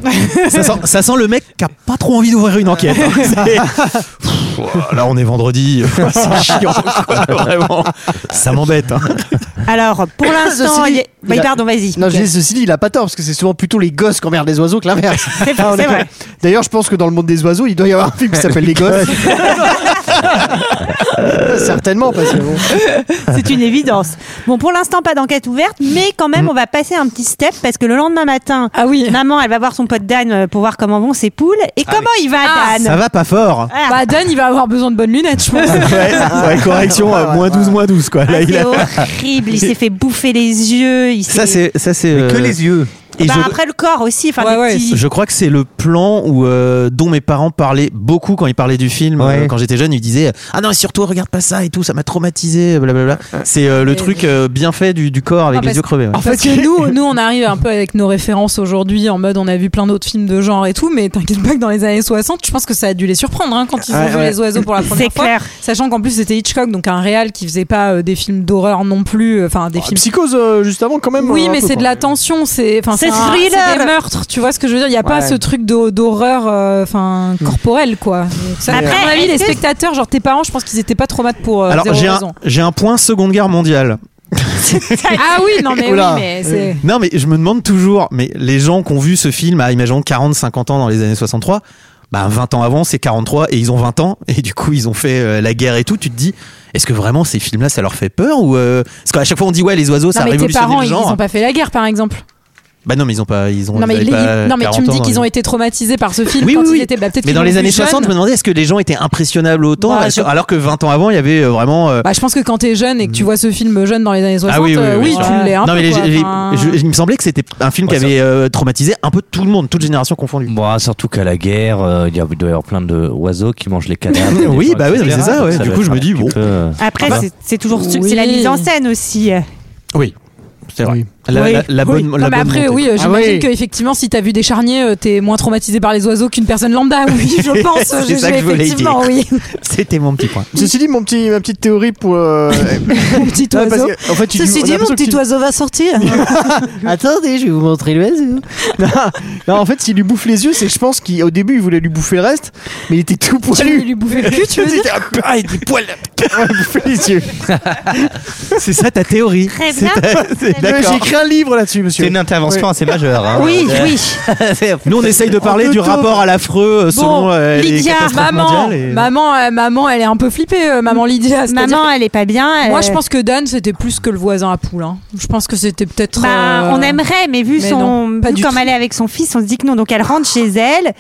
Speaker 7: ça, sent, ça sent le mec qui a pas trop envie d'ouvrir une enquête. hein. C'est- Pff, Là, on est vendredi. C'est chiant, quoi, vraiment. Ça m'embête. hein.
Speaker 1: Alors, pour l'instant,
Speaker 2: Ceci dit,
Speaker 1: il est- bah,
Speaker 2: il a-
Speaker 1: pardon, vas-y.
Speaker 2: Non,
Speaker 1: Ok.
Speaker 2: je dis ceci dit, il a pas tort parce que c'est souvent plutôt les gosses qui emmerdent les oiseaux que l'inverse. Ah, on est
Speaker 1: c'est
Speaker 2: clair.
Speaker 1: vrai.
Speaker 2: D'ailleurs, je pense que dans le monde des oiseaux, il doit y avoir un film qui s'appelle Les Gosses. Certainement, parce que bon.
Speaker 1: C'est une évidence. Bon, pour l'instant, pas d'enquête ouverte, mais quand même, on va passer un petit step parce que le lendemain matin, maman, elle va voir son pote Dan euh, pour voir comment vont ses poules. Et comment il va,
Speaker 12: Ah,
Speaker 1: Dan Ah,
Speaker 7: Ça va pas fort.
Speaker 6: Bah, Dan, il va avoir besoin de bonnes lunettes, je pense.
Speaker 7: Ouais, ouais, correction, euh, moins 12, moins 12. Quoi.
Speaker 6: Ah,
Speaker 7: Là, il
Speaker 1: Ah, C'est
Speaker 7: a-
Speaker 1: horrible, il s'est fait bouffer les yeux. Il
Speaker 7: Ça,
Speaker 1: s'est-
Speaker 7: c'est. ça, c'est,
Speaker 10: Mais que
Speaker 7: euh,
Speaker 10: les yeux.
Speaker 7: et
Speaker 1: Bah,
Speaker 7: je-
Speaker 1: Après le corps aussi, enfin des petits-
Speaker 7: Je crois que c'est le plan où euh, dont mes parents parlaient beaucoup quand ils parlaient du film.
Speaker 10: Ouais.
Speaker 7: Euh, quand j'étais jeune, ils disaient ah non surtout regarde pas ça et tout, ça m'a traumatisé. Blablabla. C'est euh, le
Speaker 6: Et-
Speaker 7: truc euh, bien fait du, du corps avec
Speaker 6: Ah,
Speaker 7: les
Speaker 6: parce-
Speaker 7: yeux crevés. ouais.
Speaker 6: Parce que nous, nous, on arrive un peu avec nos références aujourd'hui, en mode on a vu plein d'autres films de genre et tout, mais t'inquiète pas que dans les années 60, je pense que ça a dû les surprendre hein, quand ils ont
Speaker 1: Ouais,
Speaker 6: vu
Speaker 1: ouais.
Speaker 6: les oiseaux pour la première
Speaker 1: C'est
Speaker 6: fois.
Speaker 1: clair.
Speaker 6: Sachant qu'en plus c'était Hitchcock, donc un réal qui faisait pas euh, des films d'horreur non plus, euh, enfin des
Speaker 7: Oh,
Speaker 6: films.
Speaker 2: Psychose, euh, juste avant, quand même.
Speaker 6: Oui,
Speaker 2: euh, un
Speaker 6: mais
Speaker 2: peu,
Speaker 6: c'est de
Speaker 2: quoi.
Speaker 6: la tension, c'est enfin
Speaker 1: C'est
Speaker 6: c'est un-
Speaker 1: thriller.
Speaker 6: c'est des meurtres, tu vois ce que je veux dire Il y a pas
Speaker 1: Ouais.
Speaker 6: ce truc d'ho- d'horreur euh, enfin corporelle quoi. Donc ça,
Speaker 1: Après,
Speaker 6: à mon avis, les
Speaker 1: est-ce que-
Speaker 6: spectateurs, genre tes parents, je pense qu'ils étaient pas traumatisés pour euh,
Speaker 7: Alors
Speaker 6: zéro
Speaker 7: j'ai un,
Speaker 6: raison.
Speaker 7: j'ai un point Seconde Guerre mondiale.
Speaker 6: Ah oui, non mais oui,
Speaker 7: Oula.
Speaker 6: mais c'est
Speaker 7: Non mais je me demande toujours, mais les gens qui ont vu ce film à imaginons 40, 50 ans dans les années 63, bah 20 ans avant c'est 43 et ils ont 20 ans et du coup ils ont fait euh, la guerre et tout, tu te dis est-ce que vraiment ces films-là ça leur fait peur ou euh, parce qu'à chaque fois on dit ouais les oiseaux
Speaker 6: Non,
Speaker 7: ça a
Speaker 6: mais tes
Speaker 7: révolutionné
Speaker 6: parents,
Speaker 7: le
Speaker 6: ils
Speaker 7: genre.
Speaker 6: ont pas fait la guerre, par exemple.
Speaker 7: Bah non, mais ils ont pas. Ils ont,
Speaker 6: Non mais,
Speaker 7: ils avaient
Speaker 6: il
Speaker 7: pas
Speaker 6: est- non, mais tu
Speaker 7: 40
Speaker 6: me
Speaker 7: ans
Speaker 6: dis
Speaker 7: dans
Speaker 6: qu'ils
Speaker 7: les-
Speaker 6: ont été traumatisés par ce film
Speaker 7: Oui,
Speaker 6: quand
Speaker 7: oui,
Speaker 6: ils
Speaker 7: oui.
Speaker 6: étaient bah, peut-être
Speaker 7: Mais
Speaker 6: qu'ils
Speaker 7: dans
Speaker 6: l'ont
Speaker 7: les
Speaker 6: vu
Speaker 7: années
Speaker 6: jeune.
Speaker 7: 60, je me demandais est-ce que les gens étaient impressionnables autant
Speaker 6: Bah,
Speaker 7: alors
Speaker 6: je-
Speaker 7: que- alors que 20 ans avant, il y avait euh, vraiment euh,
Speaker 6: Bah, je pense que quand t'es jeune et que tu vois ce film jeune dans les années 60,
Speaker 7: Mm. Ah oui, oui,
Speaker 6: euh,
Speaker 7: oui, bien sûr.
Speaker 6: tu l'es un
Speaker 7: Non,
Speaker 6: peu,
Speaker 7: mais les-
Speaker 6: quoi.
Speaker 7: les-
Speaker 6: Enfin,
Speaker 7: je- il me semblait que c'était un film qui avait euh, traumatisé un peu tout le monde, toute génération
Speaker 2: Mm.
Speaker 7: confondue.
Speaker 10: Bon, surtout qu'à la guerre, euh, il y a- il doit y avoir plein de oiseaux qui mangent les cadavres. des
Speaker 7: Oui,
Speaker 10: gens,
Speaker 7: bah oui,
Speaker 10: etc.
Speaker 7: mais c'est ça,
Speaker 10: Donc
Speaker 7: ouais. Du
Speaker 10: va
Speaker 7: coup,
Speaker 10: être
Speaker 7: je me
Speaker 10: un
Speaker 7: dis,
Speaker 10: petit
Speaker 7: bon.
Speaker 10: peu, euh,
Speaker 1: Après,
Speaker 7: Ah.
Speaker 10: voilà.
Speaker 1: c'est- c'est toujours su-
Speaker 6: Oui.
Speaker 1: c'est la mise en scène aussi.
Speaker 7: Oui. C'est vrai. La,
Speaker 6: oui.
Speaker 7: la- la bonne,
Speaker 6: Oui.
Speaker 7: Ah
Speaker 6: Non,
Speaker 7: la
Speaker 6: mais
Speaker 7: bonne
Speaker 6: après,
Speaker 7: montée.
Speaker 6: oui, euh, j'imagine qu'effectivement, si t'as vu des charniers, euh, t'es moins traumatisé par les oiseaux qu'une personne lambda. Oui, je pense.
Speaker 7: C'est
Speaker 6: je-
Speaker 7: ça que je voulais
Speaker 6: effectivement,
Speaker 7: dire.
Speaker 6: oui.
Speaker 7: C'était mon petit point.
Speaker 2: Ceci dit, mon petit, ma petite théorie pour. euh,
Speaker 6: Mon petit
Speaker 2: Non, parce
Speaker 6: oiseau.
Speaker 2: que, en fait, tu- on
Speaker 14: Ceci
Speaker 2: a
Speaker 14: dit, mon
Speaker 2: l'impression que
Speaker 14: petit
Speaker 2: tu-
Speaker 14: oiseau va sortir.
Speaker 2: Attendez, je vais vous montrer l'oiseau. non, non, en fait, s'il lui bouffe les yeux, c'est que je pense qu'au début, il voulait lui bouffer le reste, mais il était tout poilu.
Speaker 6: voulais lui bouffer le cul, tu veux
Speaker 2: Il
Speaker 6: dire
Speaker 2: était un- Ah, il était poil. Ouais, bouffer les yeux.
Speaker 7: C'est ça ta théorie.
Speaker 1: Très
Speaker 7: C'est
Speaker 1: bien.
Speaker 7: ta- c'est-
Speaker 1: Très
Speaker 7: d'accord.
Speaker 2: Ouais, J'ai écrit un livre là-dessus, monsieur.
Speaker 10: C'est une intervention
Speaker 2: Ouais.
Speaker 10: assez majeure. hein.
Speaker 1: Oui,
Speaker 10: Euh,
Speaker 1: oui.
Speaker 6: Ah,
Speaker 7: Nous, on essaye de parler
Speaker 2: En
Speaker 7: du
Speaker 2: deux temps.
Speaker 7: rapport à l'affreux euh, selon euh, les
Speaker 1: Lydia,
Speaker 7: catastrophes
Speaker 6: Maman,
Speaker 7: mondiales et-
Speaker 6: maman, euh, maman, elle est un peu flippée, euh, maman Lydia. c'est-à-dire
Speaker 1: Maman, elle est pas bien.
Speaker 6: que- moi,
Speaker 1: elle-
Speaker 6: je pense que Dan, c'était plus que le voisin à poule. hein. Je pense que c'était peut-être.
Speaker 1: Bah,
Speaker 6: euh,
Speaker 1: on aimerait, mais vu
Speaker 6: mais
Speaker 1: son,
Speaker 6: non, pas
Speaker 1: vu
Speaker 6: du
Speaker 1: comme
Speaker 6: tout.
Speaker 1: elle est avec son fils, on se dit que non. Donc elle rentre chez elle.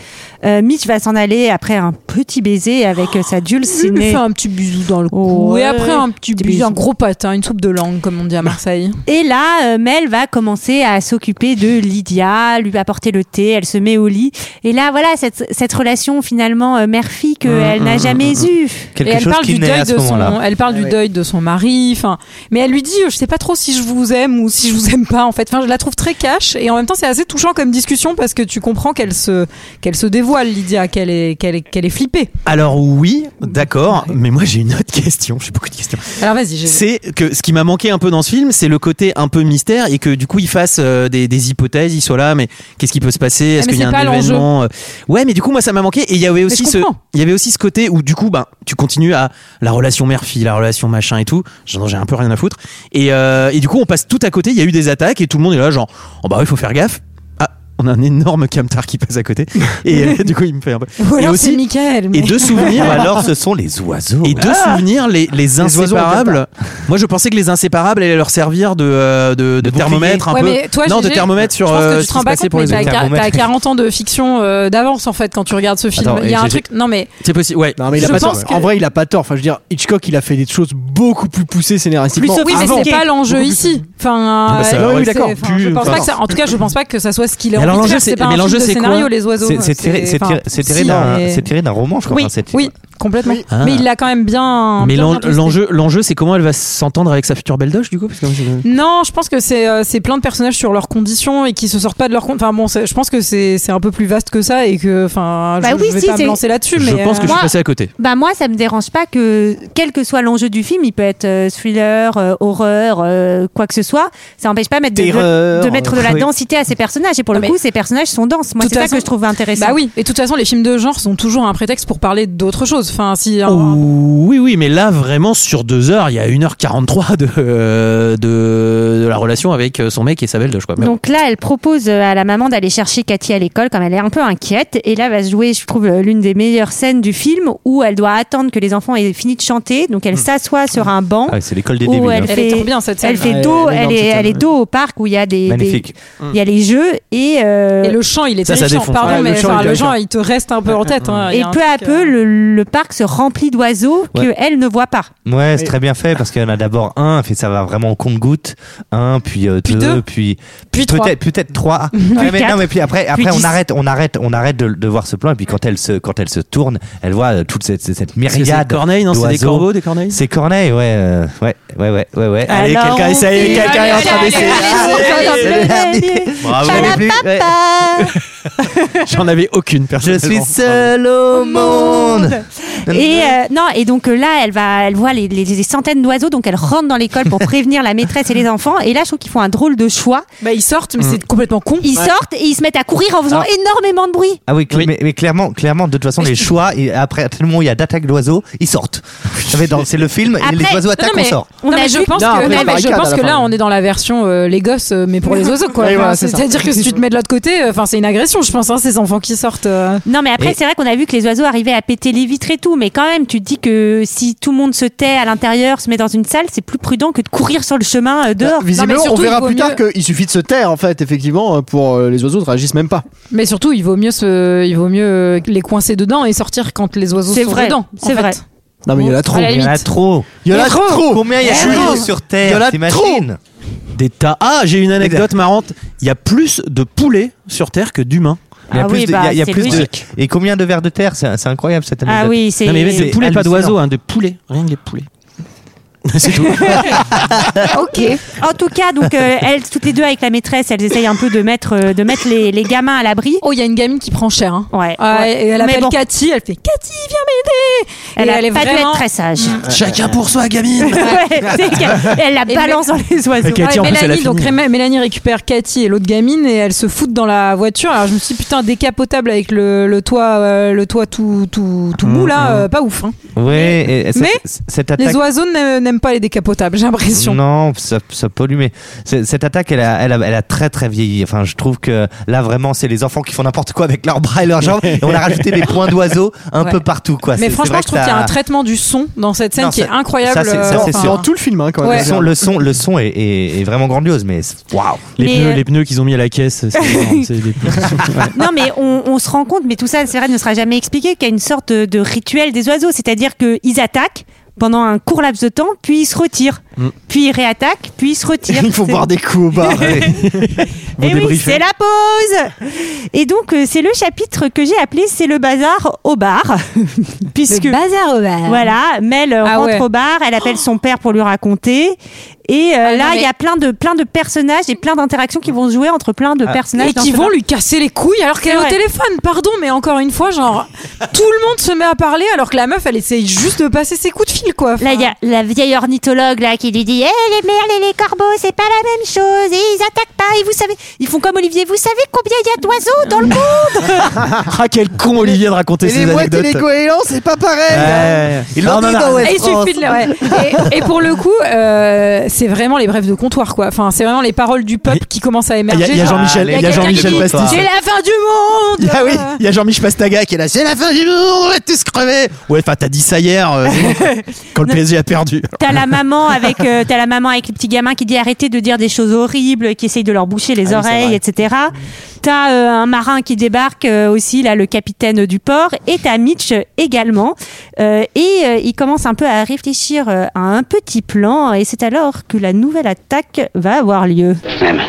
Speaker 1: Euh, Mitch va s'en aller après un petit baiser avec euh, sa Jules
Speaker 6: Il lui
Speaker 1: Ciné.
Speaker 6: fait un petit bisou dans le cou.
Speaker 1: Ouais.
Speaker 6: Et après, un petit
Speaker 1: Petit
Speaker 6: bisou,
Speaker 1: bisou.
Speaker 6: un gros patin, une soupe de langue, comme on dit à Marseille.
Speaker 1: Et là, euh, Mel va commencer à s'occuper de Lydia, lui apporter le thé. Elle se met au lit. Et là, voilà cette, cette relation finalement euh, mère-fille qu'elle n'a jamais eue.
Speaker 10: Quelque
Speaker 6: et elle
Speaker 10: chose
Speaker 6: parle
Speaker 10: qui
Speaker 6: du
Speaker 10: naît
Speaker 6: deuil
Speaker 10: à ce
Speaker 6: de son,
Speaker 10: moment-là.
Speaker 6: elle parle du
Speaker 2: Ouais.
Speaker 6: deuil de son mari. Enfin, mais elle lui dit, euh, je sais pas trop si je vous aime ou si je vous aime pas. En fait, enfin, je la trouve très cash et en même temps, c'est assez touchant comme discussion parce que tu comprends qu'elle se qu'elle se dévoile, Lydia, qu'elle est qu'elle est qu'elle est flippée.
Speaker 7: Alors oui, d'accord, mais moi j'ai une autre question, j'ai beaucoup de questions.
Speaker 6: Alors vas-y, j'ai-
Speaker 7: C'est que ce qui m'a manqué un peu dans ce film, c'est le côté un peu mystère et que du coup il fasse euh, des, des hypothèses, il soit là, mais qu'est-ce qui peut se passer Est-ce
Speaker 6: Ah, mais
Speaker 7: qu'il y a
Speaker 6: c'est
Speaker 7: un
Speaker 6: pas l'enjeu.
Speaker 7: événement euh, Ouais, mais du coup moi ça m'a manqué et il y avait aussi
Speaker 6: je
Speaker 7: ce,
Speaker 6: comprends.
Speaker 7: il y avait aussi ce côté où du coup ben tu continues à la relation mère-fille, la relation machin et tout. J'en j'ai un peu rien à foutre et, euh, et du coup on passe tout à côté. Il y a eu des attaques et tout le monde est là genre oh bah il faut faire gaffe. Ah, On a un énorme camtar qui passe à côté et euh, du coup il me fait un peu.
Speaker 6: Ou
Speaker 7: et
Speaker 6: alors c'est
Speaker 7: aussi
Speaker 6: Michael.
Speaker 7: et
Speaker 6: mais-
Speaker 7: deux souvenirs
Speaker 10: Ou alors, ce sont les oiseaux.
Speaker 7: et deux souvenirs, les, les
Speaker 2: Ah oiseaux
Speaker 7: inséparables. Moi, je pensais que les inséparables allaient leur servir de, euh, de, de
Speaker 10: bouclier.
Speaker 7: thermomètre un
Speaker 6: Ouais,
Speaker 7: peu.
Speaker 6: mais toi,
Speaker 7: non, de
Speaker 6: Gégé,
Speaker 7: thermomètre sur
Speaker 6: je pense
Speaker 7: euh,
Speaker 6: que
Speaker 7: ce qui
Speaker 6: tu te
Speaker 7: se
Speaker 6: rends pas
Speaker 7: passait
Speaker 6: compte,
Speaker 7: pour
Speaker 6: mais
Speaker 7: les
Speaker 6: t'as
Speaker 7: autres.
Speaker 6: quar-
Speaker 10: Thermomètre.
Speaker 6: t'as 40 ans de fiction euh, d'avance en fait quand tu regardes ce film.
Speaker 10: Attends,
Speaker 6: Il y a
Speaker 10: et
Speaker 6: un
Speaker 10: Gégé-
Speaker 6: truc. Non mais
Speaker 7: C'est possible, ouais.
Speaker 2: Non, mais il a
Speaker 6: Je
Speaker 2: pas tort.
Speaker 6: pense que-
Speaker 2: En vrai, il a pas tort. Enfin, je veux dire, Hitchcock, il a fait des choses beaucoup plus poussées scénaristiquement.
Speaker 1: Plus
Speaker 6: oui, mais
Speaker 2: avant.
Speaker 6: c'est pas l'enjeu ici. Enfin,
Speaker 7: Ah bah ça,
Speaker 6: euh,
Speaker 7: ouais,
Speaker 6: c'est-
Speaker 7: d'accord.
Speaker 6: enfin, je
Speaker 7: Plus-
Speaker 6: pense
Speaker 7: enfin,
Speaker 6: pas que ça- En tout cas, je pense pas que ça soit ce qu'il est.
Speaker 7: Mais
Speaker 6: envie
Speaker 7: alors,
Speaker 6: de
Speaker 7: l'enjeu,
Speaker 6: faire.
Speaker 7: c'est-
Speaker 6: C'est pas
Speaker 7: mais
Speaker 6: un
Speaker 7: l'enjeu,
Speaker 6: film de
Speaker 7: c'est quoi
Speaker 6: scénario, les oiseaux.
Speaker 10: C'est c'est tiré, c'est
Speaker 6: enfin,
Speaker 10: tiré- c'est tiré
Speaker 6: si,
Speaker 10: d'un,
Speaker 6: mais-
Speaker 10: c'est tiré d'un roman, je crois.
Speaker 6: Oui,
Speaker 10: Enfin, c'est-
Speaker 6: oui, complètement.
Speaker 7: Ah.
Speaker 6: Mais il l'a quand même bien.
Speaker 7: Mais
Speaker 6: bien
Speaker 7: l'en-
Speaker 6: twisté.
Speaker 7: l'enjeu, l'enjeu, c'est comment elle va s'entendre avec sa future belle doge, du coup parce que-
Speaker 6: Non, je pense que c'est euh, c'est plein de personnages sur leurs conditions et qui se sortent pas de leurs conditions. Enfin bon, c'est- je pense que c'est c'est un peu plus vaste que ça et que enfin, je-
Speaker 1: Bah
Speaker 6: je,
Speaker 1: oui,
Speaker 6: vais
Speaker 1: si,
Speaker 6: pas
Speaker 1: c'est-
Speaker 6: me lancer là-dessus.
Speaker 7: Je
Speaker 6: mais
Speaker 7: pense
Speaker 6: euh,
Speaker 7: que je suis
Speaker 1: moi-
Speaker 7: passé à côté.
Speaker 1: Bah moi, ça me dérange pas que quel que soit l'enjeu du film, il peut être euh, thriller, euh, horreur, euh, quoi que ce soit. Ça n'empêche pas de mettre de,
Speaker 10: Terreur,
Speaker 1: de mettre de la
Speaker 10: oui.
Speaker 1: densité à ces personnages. Et pour le
Speaker 6: Mais-
Speaker 1: coup, ces personnages sont denses. Moi,
Speaker 6: Tout
Speaker 1: c'est
Speaker 6: à
Speaker 1: ça
Speaker 6: façon-
Speaker 1: que je trouve intéressant.
Speaker 6: Bah oui, et de toute façon, les films de genre sont toujours un prétexte pour parler d'autres choses. Enfin, si un-
Speaker 7: Oui, oui, mais là, vraiment, sur deux heures, il y a 1h43 de, euh, de, de la relation avec euh, son mec et sa belle doge, quoi. Mais bon.
Speaker 1: Donc là, elle propose euh, à la maman d'aller chercher Cathy à l'école, comme elle est un peu inquiète. Et là, va se jouer, je trouve, euh, l'une des meilleures scènes du film où elle doit attendre que les enfants aient fini de chanter. Donc elle s'assoit sur un banc.
Speaker 10: Hmm. Ah ouais, c'est l'école des
Speaker 1: Où
Speaker 10: débiles.
Speaker 1: elle
Speaker 10: hein.
Speaker 6: elle est
Speaker 1: fait-
Speaker 6: trop bien cette scène.
Speaker 1: Elle fait
Speaker 2: Ouais,
Speaker 1: dos,
Speaker 2: elle est
Speaker 1: elle,
Speaker 2: dans
Speaker 1: est,
Speaker 2: Titane,
Speaker 1: elle est
Speaker 2: ouais.
Speaker 1: dos au parc où il y a des, des-
Speaker 10: Magnifique.
Speaker 1: il y a les jeux et, euh,
Speaker 6: Et le chant, il est
Speaker 7: Ça, ça
Speaker 6: terrifiant.
Speaker 7: défonce.
Speaker 6: Pardon,
Speaker 2: Ouais,
Speaker 6: mais
Speaker 2: le chant,
Speaker 6: enfin,
Speaker 2: il est
Speaker 6: le chant, il te reste un peu en tête. hein. Il y
Speaker 1: Et
Speaker 6: a un
Speaker 1: peu à
Speaker 6: truc,
Speaker 1: peu,
Speaker 6: euh,
Speaker 1: le, le parc se remplit d'oiseaux
Speaker 10: Ouais.
Speaker 1: que elle ne voit pas.
Speaker 10: Ouais, c'est très bien fait parce qu'il y en a d'abord un, fait ça va vraiment au compte-goutte, un, puis, euh,
Speaker 6: Puis
Speaker 10: deux,
Speaker 6: deux.
Speaker 10: puis,
Speaker 6: Puis trois.
Speaker 10: peut-être peut-être trois. Ouais, mais,
Speaker 1: quatre.
Speaker 10: non, mais puis après après on
Speaker 1: dix.
Speaker 10: arrête on arrête on arrête de, de voir ce plan et puis quand elle se quand elle se tourne, elle voit euh, toute cette cette, cette
Speaker 7: Parce que c'est
Speaker 10: myriade.
Speaker 7: Corneille, non C'est des
Speaker 10: d'oiseaux.
Speaker 7: corbeaux, des corneilles
Speaker 10: C'est Corneille, ouais, euh, ouais, ouais, ouais, ouais, ouais.
Speaker 1: Allez, Alors, quelqu'un, on ça y est, fait- quelqu'un est en train
Speaker 6: allez,
Speaker 1: d'essayer.
Speaker 6: allez, allez, allez,
Speaker 10: Bravo.
Speaker 1: Pas la
Speaker 10: Ouais.
Speaker 1: papa.
Speaker 7: J'en avais aucune,
Speaker 10: Je
Speaker 7: personnellement.
Speaker 10: suis seul au monde.
Speaker 1: Et euh, non, et donc euh, là, elle va, elle voit les, les- les centaines d'oiseaux, donc elle rentre dans l'école pour prévenir la maîtresse et les enfants. Et là, je trouve qu'ils font un drôle de choix.
Speaker 6: Bah, ils sortent,
Speaker 2: Mm.
Speaker 6: mais c'est complètement con.
Speaker 1: Ils sortent et ils se mettent à courir en faisant
Speaker 10: Ah.
Speaker 1: énormément de bruit.
Speaker 10: Ah oui, cl- Mais, mais clairement, clairement, de toute façon, les choix, et après, à tel moment où il y a d'attaques d'oiseaux, ils sortent. Vous savez, dans- C'est le film, et
Speaker 1: Après-
Speaker 10: les oiseaux
Speaker 1: Non,
Speaker 10: attaquent,
Speaker 6: Non, mais,
Speaker 10: on sort.
Speaker 1: On
Speaker 6: non,
Speaker 1: a
Speaker 6: mais je
Speaker 1: vu-
Speaker 6: pense
Speaker 2: Non,
Speaker 6: que,
Speaker 2: après,
Speaker 6: non,
Speaker 2: la
Speaker 6: mais je
Speaker 2: barricade,
Speaker 6: pense
Speaker 2: à la
Speaker 6: que
Speaker 2: fin.
Speaker 6: là, on est dans la version euh, les gosses, euh, mais pour les oiseaux, quoi.
Speaker 2: Oui,
Speaker 6: Enfin,
Speaker 2: voilà, c'est ça.
Speaker 6: C'est-à-dire que si tu te mets de l'autre côté, euh, enfin, c'est une agression. attention, je pense, hein, ces enfants qui sortent. euh.
Speaker 1: Non, mais après,
Speaker 6: Et-
Speaker 1: c'est vrai qu'on a vu que les oiseaux arrivaient à péter les vitres et tout, mais quand même, tu te dis que si tout le monde se tait à l'intérieur, se met dans une salle, c'est plus prudent que de courir sur le chemin euh, dehors.
Speaker 6: Bah,
Speaker 15: Visiblement, on verra plus tard qu'il suffit de se taire, en fait, effectivement, pour euh, les oiseaux ne réagissent même pas.
Speaker 6: Mais surtout, il vaut mieux se, il vaut mieux euh, les coincer dedans et sortir quand les oiseaux
Speaker 1: C'est
Speaker 6: sont
Speaker 1: vrai,
Speaker 6: dedans. en
Speaker 1: c'est
Speaker 6: fait.
Speaker 1: vrai.
Speaker 15: Non, mais il y en a
Speaker 6: À
Speaker 15: trop.
Speaker 6: la
Speaker 10: Il y en a
Speaker 6: limite.
Speaker 10: trop.
Speaker 15: Il y en a trop.
Speaker 10: Combien il y a
Speaker 15: Il y en a
Speaker 10: de
Speaker 15: trop.
Speaker 10: sur Terre
Speaker 7: Il y en a
Speaker 10: T'imagines
Speaker 7: Des tas. Ah, j'ai une anecdote marrante. Il y a plus de poulets sur Terre que d'humains.
Speaker 10: Il y a
Speaker 1: Ah
Speaker 10: plus de- il y
Speaker 1: bah,
Speaker 10: a- il y a plus de-
Speaker 7: logique.
Speaker 10: Et combien de vers de terre C'est c'est incroyable cette anecdote.
Speaker 7: Ah oui, c'est- Non, mais mec, des poulets, pas d'oiseaux, hein, des poulets. Rien que des poulets. C'est tout.
Speaker 1: ok. En tout cas, donc euh, elles, toutes les deux avec la maîtresse, elles essayent un peu de mettre, euh, de mettre les, les gamins à l'abri.
Speaker 6: Oh, il y a une gamine qui prend cher. Hein.
Speaker 1: Ouais.
Speaker 6: Ah,
Speaker 1: ouais.
Speaker 6: et elle
Speaker 1: Mais
Speaker 6: appelle
Speaker 1: bon,
Speaker 6: Cathy, elle fait Cathy, viens
Speaker 1: Elle
Speaker 6: m'aider. Et
Speaker 1: a
Speaker 6: est
Speaker 1: pas dû
Speaker 6: vraiment-
Speaker 1: être très sage.
Speaker 7: Chacun pour soi, gamine.
Speaker 1: Ouais, c'est qu'elle- elle la
Speaker 6: Et
Speaker 1: balance dans les oiseaux.
Speaker 7: Et Cathy, en plus, elle a
Speaker 6: Mélanie, donc
Speaker 7: fini.
Speaker 6: Ré- Mélanie récupère Cathy et l'autre gamine et elles se foutent dans la voiture. Alors je me suis dit, putain décapotable avec le, le toit, euh, le toit tout tout tout
Speaker 10: Mmh,
Speaker 6: mou là, euh, pas ouf. hein.
Speaker 10: Oui, et- et cette-
Speaker 6: Mais
Speaker 10: cette attaque.
Speaker 6: Les oiseaux n'a- n'aiment pas les décapotables, j'ai l'impression.
Speaker 10: Non, ça, ça pollue, mais c'est- cette attaque, elle a, elle, a, elle a très très vieilli. Enfin, je trouve que là, vraiment, c'est les enfants qui font n'importe quoi avec leurs bras et leurs jambes. Et on a rajouté des points d'oiseaux un
Speaker 6: Ouais.
Speaker 10: peu partout, quoi. C'est-
Speaker 6: Mais
Speaker 10: c'est
Speaker 6: franchement,
Speaker 10: vrai
Speaker 6: je trouve
Speaker 10: que
Speaker 6: qu'il y a
Speaker 10: ça-
Speaker 6: un traitement du son dans cette scène
Speaker 10: Non,
Speaker 6: qui est
Speaker 10: ça-
Speaker 6: incroyable.
Speaker 10: ça,
Speaker 6: euh,
Speaker 10: c'est- ça, c'est
Speaker 6: Enfin,
Speaker 10: sûr.
Speaker 15: Dans tout le film, hein, quand même.
Speaker 6: Ouais.
Speaker 10: Le son, le son, le son est, est- est vraiment grandiose, mais c'est- waouh.
Speaker 7: Les,
Speaker 1: Mais,
Speaker 7: pneus,
Speaker 1: euh,
Speaker 7: les pneus qu'ils ont mis à la caisse. c'est- non, c'est des pneus.
Speaker 1: Non, mais on, on se rend compte, mais tout ça, c'est vrai, ne sera jamais expliqué, qu'il y a une sorte de, de rituel des oiseaux. C'est-à-dire qu'ils attaquent pendant un court laps de temps, puis ils se retirent.
Speaker 7: Mm.
Speaker 1: Puis ils réattaquent, puis ils se retirent.
Speaker 15: Il faut
Speaker 1: C'est-
Speaker 15: boire des coups au bar.
Speaker 1: Eh oui,
Speaker 7: débriefer.
Speaker 1: c'est la pause Et donc, euh, c'est le chapitre que j'ai appelé C'est le bazar au bar. Puisque.
Speaker 6: le bazar au bar.
Speaker 1: Voilà, Mel euh,
Speaker 6: Ah
Speaker 1: rentre
Speaker 6: ouais.
Speaker 1: au bar, elle appelle son père pour lui raconter. Et euh, là,
Speaker 6: Ah, non,
Speaker 1: il y
Speaker 6: mais-
Speaker 1: a plein de, plein de personnages et plein d'interactions qui vont se jouer entre plein de
Speaker 15: Ah.
Speaker 1: personnages.
Speaker 6: Et
Speaker 1: dans
Speaker 6: qui
Speaker 1: ce
Speaker 6: vont
Speaker 1: bar.
Speaker 6: lui casser les couilles alors qu'elle est
Speaker 1: C'est
Speaker 6: au
Speaker 1: vrai.
Speaker 6: téléphone. Pardon, mais encore une fois, genre, tout le monde se met à parler alors que la meuf, elle essaye juste de passer ses coups de fil, quoi. Enfin,
Speaker 1: Là, il y a la vieille ornithologue là, qui lui dit Eh, les merles et les corbeaux, c'est pas la même chose, et ils attaquent pas, et vous savez. Ils font comme Olivier, vous savez combien il y a d'oiseaux dans le monde
Speaker 7: ah, quel con Olivier de raconter
Speaker 15: Et les
Speaker 7: ces
Speaker 15: mouettes et
Speaker 7: anecdotes.
Speaker 15: les goélands, c'est pas pareil.
Speaker 7: Ouais.
Speaker 10: Ils
Speaker 7: Non,
Speaker 10: l'ont
Speaker 7: non,
Speaker 10: dit
Speaker 7: non.
Speaker 10: dans
Speaker 6: hein. Et
Speaker 10: West
Speaker 6: il suffit de le- ouais. Et, et pour le coup, euh, c'est vraiment les brèves de comptoir, quoi. Enfin, c'est vraiment les paroles du peuple qui commencent à
Speaker 7: Il y
Speaker 6: émerger.
Speaker 7: a- il y a
Speaker 6: genre,
Speaker 7: Jean-Michel,
Speaker 10: Ah,
Speaker 7: il y a
Speaker 6: quelqu'un
Speaker 7: Jean-Michel
Speaker 6: qui dit,
Speaker 7: Pastis.
Speaker 6: C'est la fin du monde.
Speaker 7: Ah oui, il y a Jean-Michel Pastaga qui est là, c'est la fin du monde, on va tous crever. Ouais, enfin t'as dit ça hier, euh, c'est bon. quand le PSG a perdu.
Speaker 1: T'as la maman avec euh, t'as la maman avec les petits gamins qui dit arrêtez de dire des choses horribles, qui essaye de leur boucher les
Speaker 7: Ah oui, c'est
Speaker 1: oreilles,
Speaker 7: vrai.
Speaker 1: etc. T'as euh, un marin qui débarque euh, aussi là, le capitaine du port, et t'as Mitch également. Euh, et euh, il commence un peu à réfléchir euh, à un petit plan, et c'est alors que la nouvelle attaque va avoir lieu.
Speaker 16: Même.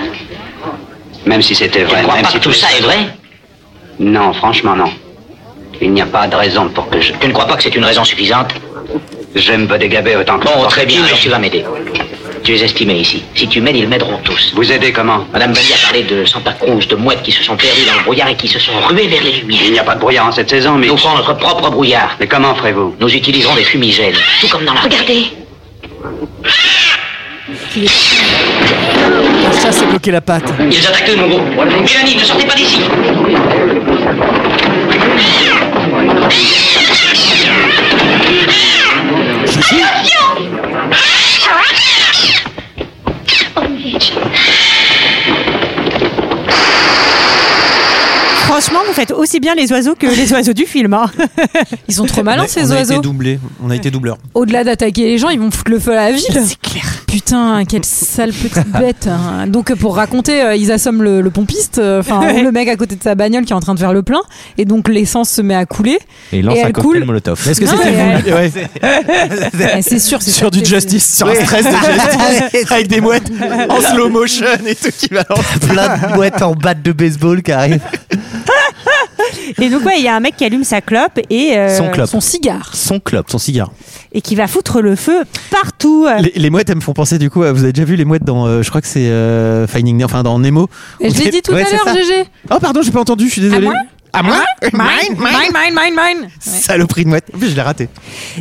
Speaker 16: Même si c'était
Speaker 8: Tu
Speaker 16: vrai.
Speaker 8: crois
Speaker 16: même
Speaker 8: pas
Speaker 16: si
Speaker 8: que tout ça est vrai
Speaker 16: Non, franchement, non. Il n'y a pas de raison pour que je.
Speaker 8: Tu ne crois pas que c'est une raison suffisante
Speaker 16: J'aime Bodegaber autant que
Speaker 8: Bon,
Speaker 16: je
Speaker 8: très bien,
Speaker 16: pense.
Speaker 8: alors tu vas m'aider. Tu es estimé ici. Si tu m'aides, ils m'aideront tous.
Speaker 16: Vous aidez comment
Speaker 8: Madame Bailly a parlé de Santa Cruz, de mouettes qui se sont perdues dans le brouillard et qui se sont ruées vers les
Speaker 16: Il
Speaker 8: lumières.
Speaker 16: n'y a pas de brouillard en cette saison, mais.
Speaker 8: Nous ferons notre propre brouillard.
Speaker 16: Mais comment ferez-vous
Speaker 8: Nous utiliserons des fumigènes, tout comme dans la...
Speaker 17: Regardez,
Speaker 15: Ça, c'est bloquer la patte.
Speaker 8: Ils attaquent mon groupe. Mélanie, ne sortez pas d'ici.
Speaker 1: Franchement, vous faites aussi bien les oiseaux que les oiseaux du film. hein.
Speaker 6: Ils sont trop malins, Ah ces
Speaker 7: on a été
Speaker 6: oiseaux.
Speaker 7: doublés, on a été doubleurs.
Speaker 6: Au-delà d'attaquer les gens, ils vont foutre le feu à la ville.
Speaker 1: C'est clair.
Speaker 6: Putain, quelle sale petite bête. hein. Donc pour raconter, euh, ils assomment le, le pompiste, euh, enfin
Speaker 1: Ouais.
Speaker 6: le mec à côté de sa bagnole qui est en train de faire le plein, et donc l'essence se met à couler.
Speaker 10: Et il lance
Speaker 6: Et
Speaker 10: un
Speaker 6: elle
Speaker 10: cocktail
Speaker 6: coule.
Speaker 10: molotov.
Speaker 7: Est-ce que
Speaker 6: Non,
Speaker 7: c'était
Speaker 6: mais-
Speaker 7: voulu Ouais.
Speaker 6: Eh, c'est sûr, c'est
Speaker 7: Sur
Speaker 6: sûr,
Speaker 7: du
Speaker 6: c'est-
Speaker 7: justice, sur un stress de justice, avec des mouettes en slow motion et tout qui balance.
Speaker 10: plein de boîtes en batte de baseball qui arrivent.
Speaker 1: Et donc ouais, il y a un mec qui allume sa clope et euh,
Speaker 10: Son clope.
Speaker 6: Son cigare.
Speaker 10: Son club.
Speaker 7: Son cigare.
Speaker 1: et qui va foutre le feu partout.
Speaker 7: Les, les mouettes, elles me font penser du coup. à- Vous avez déjà vu les mouettes dans, euh, je crois que c'est euh, Finding, Nemo- enfin dans Nemo.
Speaker 6: Et je l'ai dit tout
Speaker 10: Ouais,
Speaker 6: à
Speaker 10: c'est
Speaker 6: l'heure,
Speaker 10: ça.
Speaker 6: GG.
Speaker 7: Oh pardon, j'ai pas entendu, je suis désolé.
Speaker 6: Ah, moi
Speaker 7: À moi Mine,
Speaker 6: mine, mine, mine, mine.
Speaker 7: Saloperie de mouette. En plus, je l'ai raté.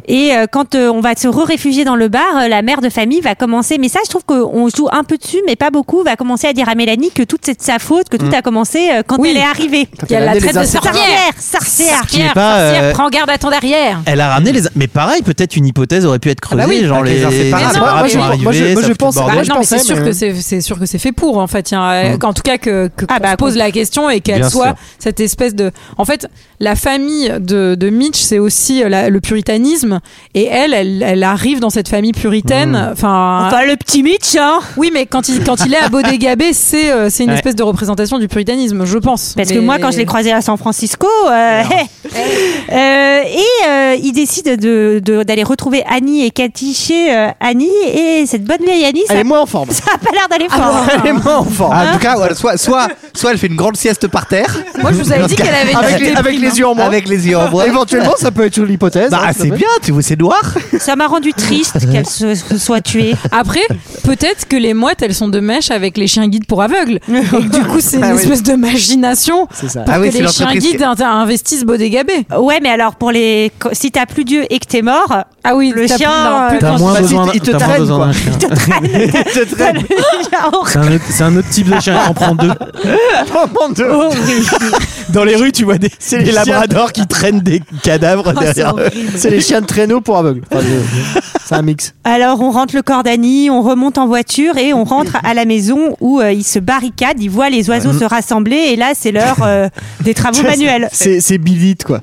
Speaker 1: Et euh, quand euh, on va se réfugier dans le bar, euh, la mère de famille va commencer. Mais ça, je trouve qu'on joue un peu dessus, mais pas beaucoup. Va commencer à dire à Mélanie que toute c'est de sa faute, que tout
Speaker 7: Mm.
Speaker 1: a commencé euh, quand
Speaker 6: Oui.
Speaker 1: elle est arrivée.
Speaker 6: Quand Qu'elle elle a a la amené
Speaker 1: Ah,
Speaker 6: traite les de insectes. sorcière.
Speaker 1: Sorcière,
Speaker 7: Ce qui n'est pas,
Speaker 6: sorcière,
Speaker 7: euh,
Speaker 6: prends garde à ton derrière.
Speaker 7: Elle a ramené les. Mais pareil, peut-être une hypothèse aurait pu être creusée.
Speaker 6: Ah bah oui.
Speaker 7: genre
Speaker 6: Avec
Speaker 7: les.
Speaker 6: les inséparables.
Speaker 7: les
Speaker 6: Moi,
Speaker 7: inséparables
Speaker 6: je-
Speaker 7: sont
Speaker 6: moi,
Speaker 7: arrivés,
Speaker 2: je- moi,
Speaker 7: ça
Speaker 2: je
Speaker 7: fout le
Speaker 2: pense-
Speaker 7: bordel.
Speaker 6: Bah, non, mais c'est sûr que c'est c'est sûr que c'est fait pour en fait. tiens, euh, En tout cas
Speaker 1: Ah,
Speaker 6: que, que
Speaker 1: bah,
Speaker 6: qu'on se pose la question et qu'elle
Speaker 7: Bien
Speaker 6: soit
Speaker 7: sûr.
Speaker 6: cette espèce de. En fait, la famille de, de Mitch, c'est aussi euh, la- le puritanisme et elle, elle, elle arrive dans cette famille puritaine. Enfin,
Speaker 1: Enfin, le petit Mitch. Hein.
Speaker 6: Oui, mais quand il quand il est à Bodégabé, c'est euh, c'est une
Speaker 1: Ouais.
Speaker 6: espèce de représentation du puritanisme, je pense.
Speaker 1: Parce que
Speaker 6: Mais-
Speaker 1: moi, quand je l'ai croisé à San Francisco, euh, euh, et euh, il décide de, de- d'aller retrouver Annie et Cathy chez euh, Annie. Et cette bonne vieille Annie, ça,
Speaker 2: Elle est moins en forme.
Speaker 1: ça a pas l'air d'aller fort.
Speaker 2: Elle est moins en forme.
Speaker 14: Ah, en tout cas, voilà, soit, soit, soit elle fait une grande sieste par terre.
Speaker 6: Moi, je vous avais
Speaker 14: Dans
Speaker 6: dit
Speaker 14: ce cas-
Speaker 6: qu'elle avait une hein.
Speaker 14: avec,
Speaker 6: tête
Speaker 14: les,
Speaker 6: de
Speaker 14: avec
Speaker 6: prime,
Speaker 14: les yeux en bois. Avec les yeux en bois.
Speaker 2: Éventuellement, ça peut être l'hypothèse. hein,
Speaker 14: Bah, c'est bien, tu vois, c'est noir.
Speaker 1: Ça m'a rendu triste qu'elle se, se soit tuée.
Speaker 6: Après, peut-être que les mouettes, elles sont de mèche avec les chiens guides pour aveugles. Et que du coup, c'est une
Speaker 1: Ah oui.
Speaker 6: espèce de machination
Speaker 1: C'est ça.
Speaker 6: pour
Speaker 1: Ah oui,
Speaker 6: que
Speaker 1: c'est
Speaker 6: les chiens
Speaker 1: l'entreprise
Speaker 6: guides
Speaker 1: qui-
Speaker 6: inter- investissent Bodégabé.
Speaker 1: Ouais, mais alors pour les, quand- si t'as plus Dieu et que t'es mort,
Speaker 6: ah oui,
Speaker 1: le
Speaker 6: t'as
Speaker 1: chien,
Speaker 6: plus- non,
Speaker 1: euh,
Speaker 6: plus- T'as moins
Speaker 2: Bah,
Speaker 11: besoin
Speaker 2: si,
Speaker 11: d'un-
Speaker 2: il te
Speaker 11: t'as moins
Speaker 2: traîne,
Speaker 11: besoin
Speaker 2: quoi.
Speaker 11: d'un chien.
Speaker 2: Il te traîne. Il te traîne.
Speaker 11: C'est un, autre- c'est un autre type de chien, il en prend deux.
Speaker 2: Oh, mon Dieu.
Speaker 7: Dans les rues, tu vois des,
Speaker 2: C'est
Speaker 7: des
Speaker 2: les
Speaker 7: labradors qui traînent des cadavres
Speaker 1: Oh, c'est
Speaker 7: derrière.
Speaker 1: horrible.
Speaker 2: C'est les chiens de traîneau pour aveugles. Enfin, je- c'est un mix.
Speaker 1: Alors on rentre le corps d'Annie, on remonte en voiture et on rentre à la maison où euh, ils se barricadent, ils voient les
Speaker 6: Mm.
Speaker 1: oiseaux se rassembler et là c'est l'heure euh, des travaux manuels.
Speaker 2: C'est c'est Billy, quoi.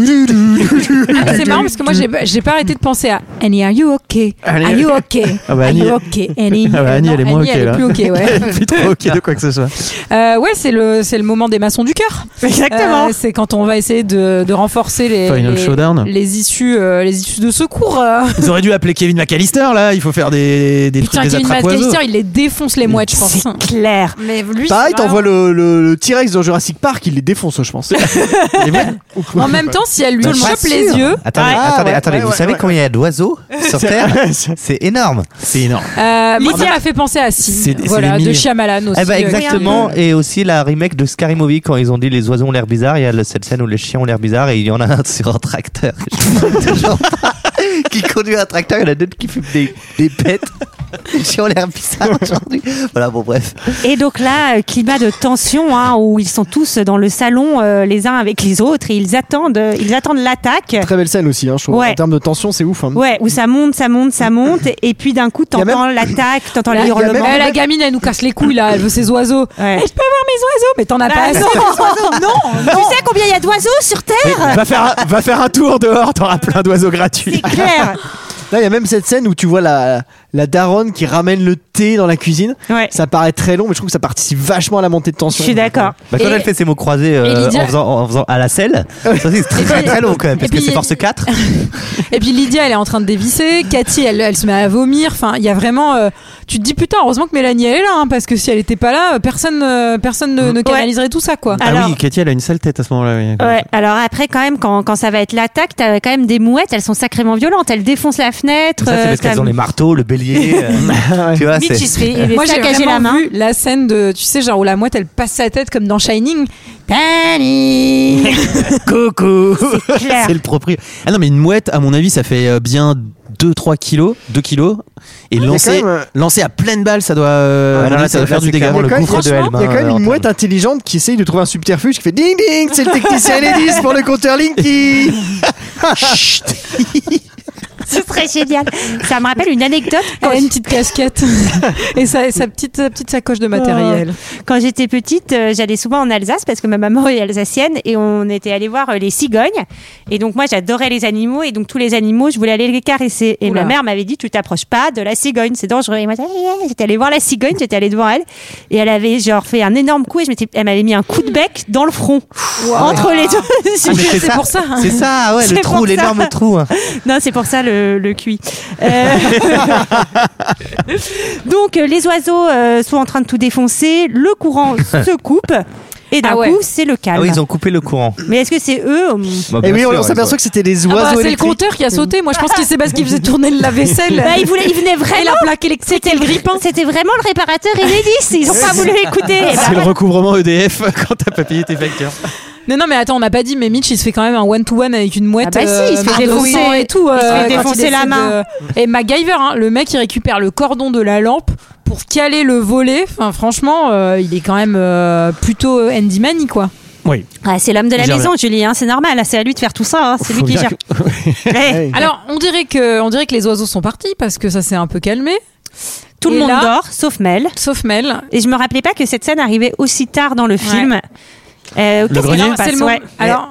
Speaker 6: Ah, c'est marrant parce que moi j'ai pas- j'ai pas arrêté de penser à Annie, are you okay?
Speaker 7: Annie-
Speaker 6: Are you okay?
Speaker 7: Ah bah, Annie-
Speaker 6: Are you okay? Annie,
Speaker 7: Ah bah, Annie,
Speaker 6: Non,
Speaker 7: elle est moins ok,
Speaker 6: elle
Speaker 7: là.
Speaker 6: plus ok, ouais.
Speaker 7: Elle est plus trop ok de quoi que ce soit.
Speaker 6: Euh, ouais, c'est le c'est le moment des maçons du cœur.
Speaker 1: Exactement.
Speaker 6: Euh, c'est quand on va essayer de, de renforcer les
Speaker 7: Final
Speaker 6: les,
Speaker 7: showdown.
Speaker 6: les issues euh, les issues de secours. euh.
Speaker 7: Vous auriez dû appeler Kevin McAllister là, il faut faire des, des
Speaker 6: Putain,
Speaker 7: trucs des
Speaker 6: Kevin
Speaker 7: attrape
Speaker 6: McAllister, il les défonce les mouettes, je pense. C'est
Speaker 1: clair.
Speaker 6: Mais lui,
Speaker 2: Pareil,
Speaker 6: c'est
Speaker 2: t'envoies le, le- le T-Rex dans Jurassic Park, il les défonce, je pense.
Speaker 6: En même temps, si elle lui
Speaker 2: Bah,
Speaker 6: chope
Speaker 2: pas
Speaker 6: les
Speaker 2: sûr.
Speaker 6: yeux.
Speaker 10: Attendez,
Speaker 2: Ah,
Speaker 10: attendez,
Speaker 2: ouais,
Speaker 10: attendez.
Speaker 2: ouais,
Speaker 10: vous
Speaker 2: ouais,
Speaker 10: savez
Speaker 2: ouais.
Speaker 10: combien il y a d'oiseaux sur
Speaker 2: C'est
Speaker 10: Terre C'est énorme.
Speaker 7: C'est énorme.
Speaker 6: Euh, moi,
Speaker 10: Lydia.
Speaker 6: ça m'a fait penser à Signe,
Speaker 10: C'est- c'est des
Speaker 6: voilà, de
Speaker 10: millions.
Speaker 6: Shyamalan aussi.
Speaker 7: bah,
Speaker 10: Eh ben
Speaker 6: euh,
Speaker 10: exactement,
Speaker 6: qui-
Speaker 10: et aussi la remake de Scary Movie quand ils ont dit les oiseaux ont l'air bizarre, il y a le- cette scène où les chiens ont l'air bizarre et il y en a un sur un tracteur. Je comprends toujours pas. qui conduit un tracteur, il y en a d'autres qui fument des, des bêtes. Les chiens ont l'air bizarres aujourd'hui. Voilà, bon bref.
Speaker 1: Et donc là, euh, climat de tension hein, où ils sont tous dans le salon euh, les uns avec les autres et ils attendent, euh, ils attendent l'attaque.
Speaker 2: Très belle scène aussi, hein, je trouve.
Speaker 1: Ouais.
Speaker 2: En termes de tension, c'est ouf. hein.
Speaker 1: Ouais, où ça monte, ça monte, ça monte et puis d'un coup t'entends l'attaque, t'entends
Speaker 6: La,
Speaker 1: les hurlements.
Speaker 6: Eh, la gamine, elle nous casse les couilles là, elle veut ses oiseaux. Eh, je peux avoir mes oiseaux, mais t'en as
Speaker 1: Bah,
Speaker 6: pas assez.
Speaker 1: non, non, Tu sais combien il y a d'oiseaux sur Terre
Speaker 7: va, faire un, va faire un tour dehors, t'auras plein d'oiseaux gratuits.
Speaker 1: Claire.
Speaker 2: Là, il y a même cette scène où tu vois la, la daronne qui ramène le thé dans la cuisine. Ça paraît très long, mais je trouve que ça participe vachement à la montée de tension.
Speaker 1: Je suis d'accord.
Speaker 10: Bah, quand
Speaker 6: Et-
Speaker 10: elle fait ses mots croisés euh,
Speaker 6: et Lydia-
Speaker 10: en, faisant, en faisant à la selle, ça aussi, c'est très,
Speaker 6: Et
Speaker 10: très,
Speaker 6: puis-
Speaker 10: très long quand même, parce
Speaker 6: et
Speaker 10: que
Speaker 6: puis-
Speaker 10: c'est force 4.
Speaker 6: Et puis Lydia, elle est en train de dévisser. Cathy, elle, elle se met à vomir. Enfin, il y a vraiment. euh, tu te dis putain, heureusement que Mélanie elle est là, hein, parce que si elle était pas là, euh, personne, euh, personne ne, ne canaliserait tout ça, quoi.
Speaker 1: Alors-
Speaker 11: Ah oui, Katie, elle a une sale tête à ce moment-là. oui.
Speaker 1: Ouais, alors après, quand même, quand, quand ça va être l'attaque, t'as quand même des mouettes, elles sont sacrément violentes, elles défoncent la fenêtre.
Speaker 10: Ça, c'est
Speaker 1: euh,
Speaker 10: parce
Speaker 1: t'as-
Speaker 10: qu'elles ont les marteaux, le bélier. euh, tu vois,
Speaker 1: Mitch, il se fait- il
Speaker 10: c'est.
Speaker 1: est
Speaker 6: Moi, j'ai
Speaker 1: saccagé
Speaker 6: vraiment
Speaker 1: la main.
Speaker 6: vu la scène de, tu sais, genre où la mouette elle passe sa tête comme dans Shining. Tani
Speaker 7: Coucou
Speaker 1: clair.
Speaker 7: C'est le proprio. Ah non, mais une mouette, à mon avis, ça fait euh, bien 2-3 kilos. 2 kilos. Et
Speaker 2: y a
Speaker 7: lancer,
Speaker 2: quand même, Ah, euh,
Speaker 7: lancer à pleine balle, ça doit, euh,
Speaker 10: Ouais,
Speaker 7: à mon
Speaker 10: non, là,
Speaker 7: avis, ça
Speaker 10: c'est-
Speaker 7: doit
Speaker 10: là,
Speaker 7: faire du
Speaker 10: c'est
Speaker 7: dégât.
Speaker 10: clairement le
Speaker 2: Il y a
Speaker 10: gouffre
Speaker 2: quand
Speaker 10: de
Speaker 2: même-
Speaker 10: Helm.
Speaker 2: il y a quand
Speaker 10: hein,
Speaker 2: même
Speaker 10: en
Speaker 2: une
Speaker 10: termes
Speaker 2: mouette intelligente qui essaye de trouver un subterfuge qui fait ding ding, c'est le technicien Enedis pour le compteur Linky.
Speaker 1: Ce serait génial. Ça me rappelle une anecdote.
Speaker 6: Elle a une petite casquette et sa, sa petite, sa petite sacoche de matériel.
Speaker 1: Quand j'étais petite, euh, j'allais souvent en Alsace parce que ma maman est alsacienne et on était allé voir euh, les cigognes. Et donc moi, j'adorais les animaux et donc tous les animaux, je voulais aller les caresser. Et
Speaker 6: Oula.
Speaker 1: ma mère m'avait dit, tu t'approches pas de la cigogne, c'est dangereux. Et moi, j'étais allée- j'étais allée voir la cigogne, j'étais allée devant elle et elle avait genre fait un énorme coup et je m'étais, elle m'avait mis un coup de bec dans le front entre les deux.
Speaker 10: Ah, mais
Speaker 6: C'est pour
Speaker 1: hein.
Speaker 6: ça.
Speaker 10: C'est ça, ouais,
Speaker 1: C'est
Speaker 10: le
Speaker 1: pour
Speaker 10: trou,
Speaker 1: ça.
Speaker 10: l'énorme trou. hein.
Speaker 1: Non, c'est pour ça le, le cuit. Euh, Donc, euh, les oiseaux euh, sont en train de tout défoncer, le courant se coupe. Et d'un
Speaker 10: Ah ouais.
Speaker 1: coup, c'est le calme.
Speaker 10: Ah oui, ils ont coupé le courant.
Speaker 1: Mais est-ce que c'est eux
Speaker 10: Bah, bien
Speaker 18: Eh oui, on
Speaker 10: sûr,
Speaker 18: s'aperçoit
Speaker 10: ils ont-
Speaker 18: que c'était des
Speaker 6: Ah
Speaker 18: oiseaux
Speaker 6: bah, c'est le
Speaker 18: électriques.
Speaker 6: compteur qui a sauté. Moi, je pense que c'est parce qu'il faisait tourner le lave-vaisselle.
Speaker 1: Bah, il, voulait, il venait vraiment.
Speaker 6: Et la plaque électrique
Speaker 1: C'était
Speaker 6: et le
Speaker 1: le-
Speaker 6: grippin.
Speaker 1: C'était vraiment le réparateur Enedis. Ils ont pas voulu l'écouter. Eh
Speaker 7: C'est
Speaker 1: ben,
Speaker 7: le recouvrement EDF quand t'as pas payé tes factures.
Speaker 6: Non, non, mais attends, on n'a pas dit, mais Mitch, il se fait quand même un one-to-one avec une mouette.
Speaker 1: Ah bah si, il se fait
Speaker 6: Mardo
Speaker 1: défoncer-
Speaker 6: Sang et tout. euh,
Speaker 1: il se fait
Speaker 6: quand
Speaker 1: défoncer
Speaker 6: essaie
Speaker 1: la main.
Speaker 6: de- Et MacGyver, hein, le mec, il récupère le cordon de la lampe pour caler le volet. Enfin, franchement, euh, il est quand même euh, plutôt euh, Andy Manny, quoi.
Speaker 7: Oui.
Speaker 1: Ah, c'est l'homme de la
Speaker 6: Germain.
Speaker 1: maison, Julie. hein, c'est normal. C'est à lui de faire tout ça. hein, C'est lui
Speaker 6: Faut
Speaker 1: qui
Speaker 6: bien
Speaker 1: gère. Eh,
Speaker 6: Alors, on dirait que, on dirait que les oiseaux sont partis parce que ça s'est un peu calmé.
Speaker 1: Tout le
Speaker 6: Et
Speaker 1: monde
Speaker 6: là-
Speaker 1: dort, sauf Mel.
Speaker 6: Sauf Mel.
Speaker 1: Et je me rappelais pas que cette scène arrivait aussi tard dans le film. Euh, qu'est-ce qui
Speaker 18: grenier
Speaker 1: se passe
Speaker 6: C'est le moment-
Speaker 1: Ouais.
Speaker 6: Alors,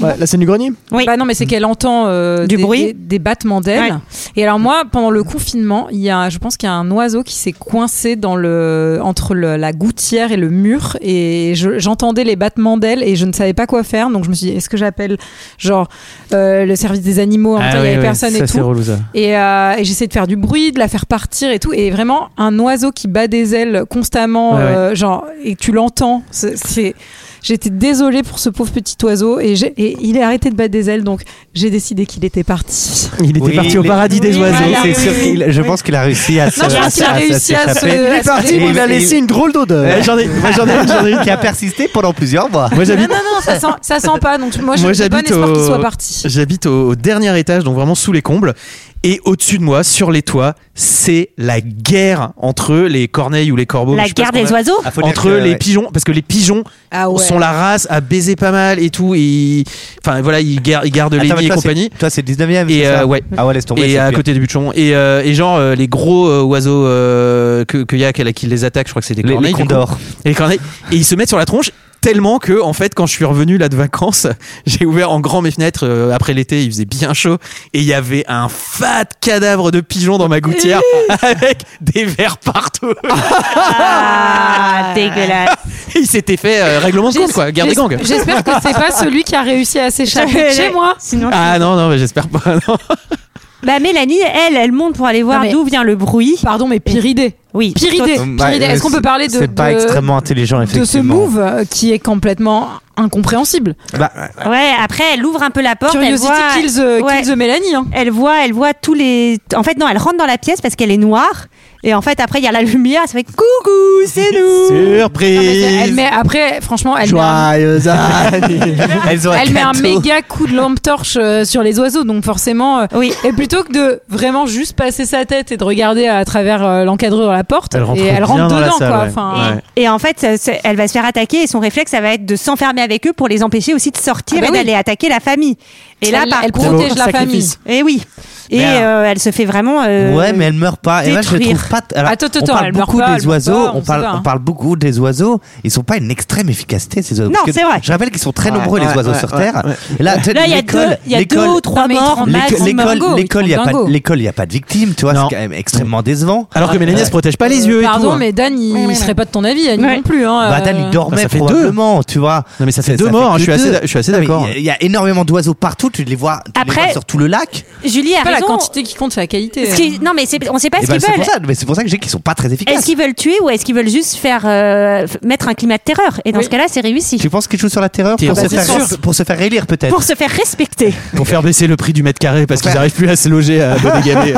Speaker 18: Ouais, la scène du grenier
Speaker 6: Bah non, mais
Speaker 7: Mm.
Speaker 6: c'est qu'elle entend euh,
Speaker 1: Du
Speaker 6: des,
Speaker 1: bruit.
Speaker 6: des, des battements d'ailes.
Speaker 1: Ouais.
Speaker 6: Et alors moi, pendant le confinement, il y a, je pense qu'il y a un oiseau qui s'est coincé dans le entre le- la gouttière et le mur, et je- j'entendais les battements d'ailes et je ne savais pas quoi faire. Donc je me suis dit, est-ce que j'appelle genre euh, le service des animaux En même
Speaker 7: Ah
Speaker 6: temps, il y
Speaker 7: oui,
Speaker 6: avait
Speaker 7: oui,
Speaker 6: personne
Speaker 7: ça,
Speaker 6: et
Speaker 7: c'est
Speaker 6: tout.
Speaker 7: relou, ça.
Speaker 6: Et, euh, et j'essayais de faire du bruit, de la faire partir et tout. Et vraiment, un oiseau qui bat des ailes constamment,
Speaker 7: Ouais, ouais.
Speaker 6: euh, genre, et tu l'entends, c'est- c'est. J'étais désolée pour ce pauvre petit oiseau et, j'ai- et il a arrêté de battre des ailes, donc j'ai décidé qu'il était parti.
Speaker 7: Il était
Speaker 10: Oui,
Speaker 7: parti au
Speaker 10: les-
Speaker 7: paradis des
Speaker 10: oui,
Speaker 7: oiseaux.
Speaker 10: voilà,
Speaker 7: C'est
Speaker 10: oui,
Speaker 7: sûr
Speaker 10: oui,
Speaker 7: qu'il-
Speaker 10: oui. Je pense qu'il a réussi à se.
Speaker 6: Non, je pense qu'il a réussi à se-
Speaker 10: s'échapper.
Speaker 6: Il est parti,
Speaker 10: Et
Speaker 18: Il a
Speaker 10: et-
Speaker 18: laissé une drôle d'odeur.
Speaker 10: Ouais, J'en ai, moi, j'en ai, une, j'en ai une
Speaker 19: qui a persisté pendant plusieurs mois.
Speaker 7: Moi
Speaker 6: Non,
Speaker 7: j'habite.
Speaker 6: non, non, ça sent, ça sent pas, donc moi j'ai
Speaker 7: Moi,
Speaker 6: j'ai bon
Speaker 7: j'habite
Speaker 6: espoir qu'il
Speaker 7: au-
Speaker 6: soit parti.
Speaker 7: J'habite au, au dernier étage, donc vraiment sous les combles. Et au-dessus de moi, sur les toits, c'est la guerre entre les corneilles ou les corbeaux.
Speaker 1: La
Speaker 7: Oh, je sais pas
Speaker 1: guerre
Speaker 7: ce qu'on
Speaker 1: des
Speaker 7: a-
Speaker 1: oiseaux Ah,
Speaker 10: faut dire
Speaker 7: Entre
Speaker 10: que,
Speaker 7: les
Speaker 10: ouais.
Speaker 7: pigeons, parce que les pigeons
Speaker 6: Ah ouais.
Speaker 7: sont la race à baiser pas mal et tout. Et ils- enfin voilà, ils, gar- ils gardent les
Speaker 10: Attends, mais
Speaker 7: nids et
Speaker 10: toi, c'est-
Speaker 7: compagnie.
Speaker 10: Toi, c'est le 19ème.
Speaker 7: Et
Speaker 10: c'est
Speaker 7: euh,
Speaker 10: ça
Speaker 7: ouais.
Speaker 10: Ah ouais, laisse tomber.
Speaker 7: et
Speaker 10: c'est
Speaker 7: à
Speaker 10: pire.
Speaker 7: côté du bûcheron. Et, euh, et genre euh, les gros euh, oiseaux euh, que qu'il y a qui, qui les attaquent, je crois que c'est des
Speaker 10: Les- les
Speaker 7: corneilles. du coup.
Speaker 10: condors.
Speaker 7: Et les corneilles. Et ils se mettent sur la tronche tellement que en fait quand je suis revenu là de vacances, j'ai ouvert en grand mes fenêtres euh, après l'été, il faisait bien chaud et il y avait un fat cadavre de pigeon dans ma gouttière avec des vers partout.
Speaker 1: Ah, dégueulasse.
Speaker 7: il s'était fait euh, règlement de compte quoi, guerre des
Speaker 6: J'es-
Speaker 7: gangs.
Speaker 6: J'espère que c'est pas celui qui a réussi à s'échapper de chez moi.
Speaker 1: Sinon,
Speaker 7: Ah non non, mais j'espère pas. non.
Speaker 1: bah, Mélanie, elle, elle monte pour aller voir
Speaker 6: Non, mais-
Speaker 1: d'où vient le bruit.
Speaker 6: Pardon, mais pire idée.
Speaker 1: Oui.
Speaker 6: Pire idée. Pire
Speaker 10: Ouais,
Speaker 6: idée. Eh, Est-ce qu'on peut parler de,
Speaker 10: C'est pas
Speaker 6: de-
Speaker 10: extrêmement intelligent,
Speaker 6: de ce
Speaker 10: effectivement.
Speaker 6: move euh, qui est complètement incompréhensible
Speaker 10: Bah,
Speaker 1: Ouais, après, elle ouvre un peu la porte.
Speaker 6: Curiosity
Speaker 1: elle voit,
Speaker 6: kills, euh,
Speaker 1: ouais.
Speaker 6: kills the Mélanie. hein.
Speaker 1: Elle voit, elle voit tous les. En fait, non, elle rentre dans la pièce parce qu'elle est noire. Et en fait, après, il y a la lumière. Ça fait coucou, c'est nous.
Speaker 6: Ah, Elle
Speaker 18: Surprise
Speaker 6: met, après, franchement, elle met, un,
Speaker 18: Joyeux anniversaire
Speaker 10: Elles ont un
Speaker 6: elle met un
Speaker 10: gâteau.
Speaker 6: méga coup de lampe torche euh, sur les oiseaux, donc forcément. euh,
Speaker 1: Oui.
Speaker 6: Et plutôt que de vraiment juste passer sa tête et de regarder à travers euh, l'encadreur à la porte,
Speaker 7: Elle rentre
Speaker 6: et elle
Speaker 7: bien
Speaker 6: rentre
Speaker 7: dans la
Speaker 6: dedans,
Speaker 7: salle,
Speaker 6: quoi.
Speaker 7: ouais.
Speaker 6: Enfin,
Speaker 7: Ouais.
Speaker 1: Et en fait, ça- ça- elle va se faire attaquer et son réflexe, ça va être de s'enfermer avec eux pour les empêcher aussi de sortir
Speaker 6: Ah bah
Speaker 1: et
Speaker 6: oui.
Speaker 1: d'aller attaquer la famille. Et là,
Speaker 6: elle,
Speaker 1: par
Speaker 6: elle
Speaker 1: contre,
Speaker 6: protège la famille.
Speaker 18: sacrifice.
Speaker 1: et oui. Et
Speaker 10: Mais alors-
Speaker 1: euh, elle se fait vraiment. euh,
Speaker 10: Ouais, mais elle meurt pas. Et moi, je
Speaker 1: détruire.
Speaker 10: trouve pas. t- Alors,
Speaker 6: Attends, attends,
Speaker 10: on parle
Speaker 6: elle meurt
Speaker 10: beaucoup
Speaker 6: pas, elle
Speaker 10: des
Speaker 6: meurt
Speaker 10: oiseaux.
Speaker 6: pas, on
Speaker 10: on,
Speaker 6: sait
Speaker 10: parle,
Speaker 6: pas, hein.
Speaker 10: on parle beaucoup des oiseaux. Ils sont pas une extrême efficacité ces oiseaux.
Speaker 1: Non,
Speaker 10: Parce que
Speaker 1: c'est vrai.
Speaker 10: Je rappelle qu'ils sont très
Speaker 18: Ouais,
Speaker 10: nombreux
Speaker 18: ouais,
Speaker 10: les oiseaux
Speaker 18: ouais,
Speaker 10: sur
Speaker 18: ouais,
Speaker 10: Terre.
Speaker 18: ouais.
Speaker 10: Et là,
Speaker 1: Là, il y a deux, il y a deux ou trois
Speaker 6: Non, mais ils te
Speaker 1: morts
Speaker 6: rendent malade,
Speaker 10: L'école,
Speaker 6: ils sont
Speaker 10: l'école,
Speaker 6: dingos, ils
Speaker 10: l'école,
Speaker 6: sont
Speaker 10: il y a pas,
Speaker 6: dingos.
Speaker 10: l'école, il y a pas de victime, tu vois,
Speaker 7: Non.
Speaker 10: c'est quand même extrêmement décevant.
Speaker 7: Alors
Speaker 1: Ah,
Speaker 7: que Mélanie elle se protège pas les yeux et tout.
Speaker 6: Pardon,
Speaker 7: hein.
Speaker 6: mais Dan, il, il serait pas de ton avis, Annie
Speaker 1: Ouais.
Speaker 6: non plus. Hein,
Speaker 10: Bah, Dan,
Speaker 6: euh.
Speaker 10: il dormait
Speaker 7: ça fait deux.
Speaker 10: probablement, tu vois.
Speaker 7: Non mais ça fait
Speaker 10: Ça-
Speaker 7: deux
Speaker 10: ça
Speaker 7: morts, hein,
Speaker 10: que
Speaker 7: je suis assez
Speaker 10: deux.
Speaker 7: d'a- je suis assez
Speaker 10: Non, mais
Speaker 7: d'accord.
Speaker 10: il y a- Il y a énormément d'oiseaux partout, tu les vois, tu les
Speaker 1: Après-
Speaker 10: vois sur tout le lac. Eh ben,
Speaker 1: Julie a
Speaker 6: C'est pas la
Speaker 1: raison.
Speaker 6: quantité qui compte, c'est la qualité.
Speaker 1: Ce qui- Non, mais c'est- on sait pas
Speaker 10: Et
Speaker 1: ce
Speaker 10: ben,
Speaker 1: qu'ils
Speaker 10: c'est pour
Speaker 1: veulent.
Speaker 10: ça, mais c'est pour ça que j'ai qu'ils sont pas très
Speaker 1: Est-ce
Speaker 10: efficaces.
Speaker 1: qu'ils veulent tuer ou est-ce qu'ils veulent juste faire euh, f- mettre un climat de terreur Et dans
Speaker 6: Oui.
Speaker 1: ce cas-là, c'est réussi.
Speaker 10: Tu penses qu'ils jouent sur la terreur
Speaker 7: Bah,
Speaker 10: pour se
Speaker 7: c'est
Speaker 10: faire-
Speaker 7: sûr.
Speaker 10: pour se faire élire peut-être
Speaker 1: Pour se faire respecter.
Speaker 7: Pour faire baisser le prix du mètre carré parce
Speaker 10: Pour
Speaker 7: qu'ils
Speaker 10: faire-
Speaker 7: n'arrivent plus à se loger à Bodegamé.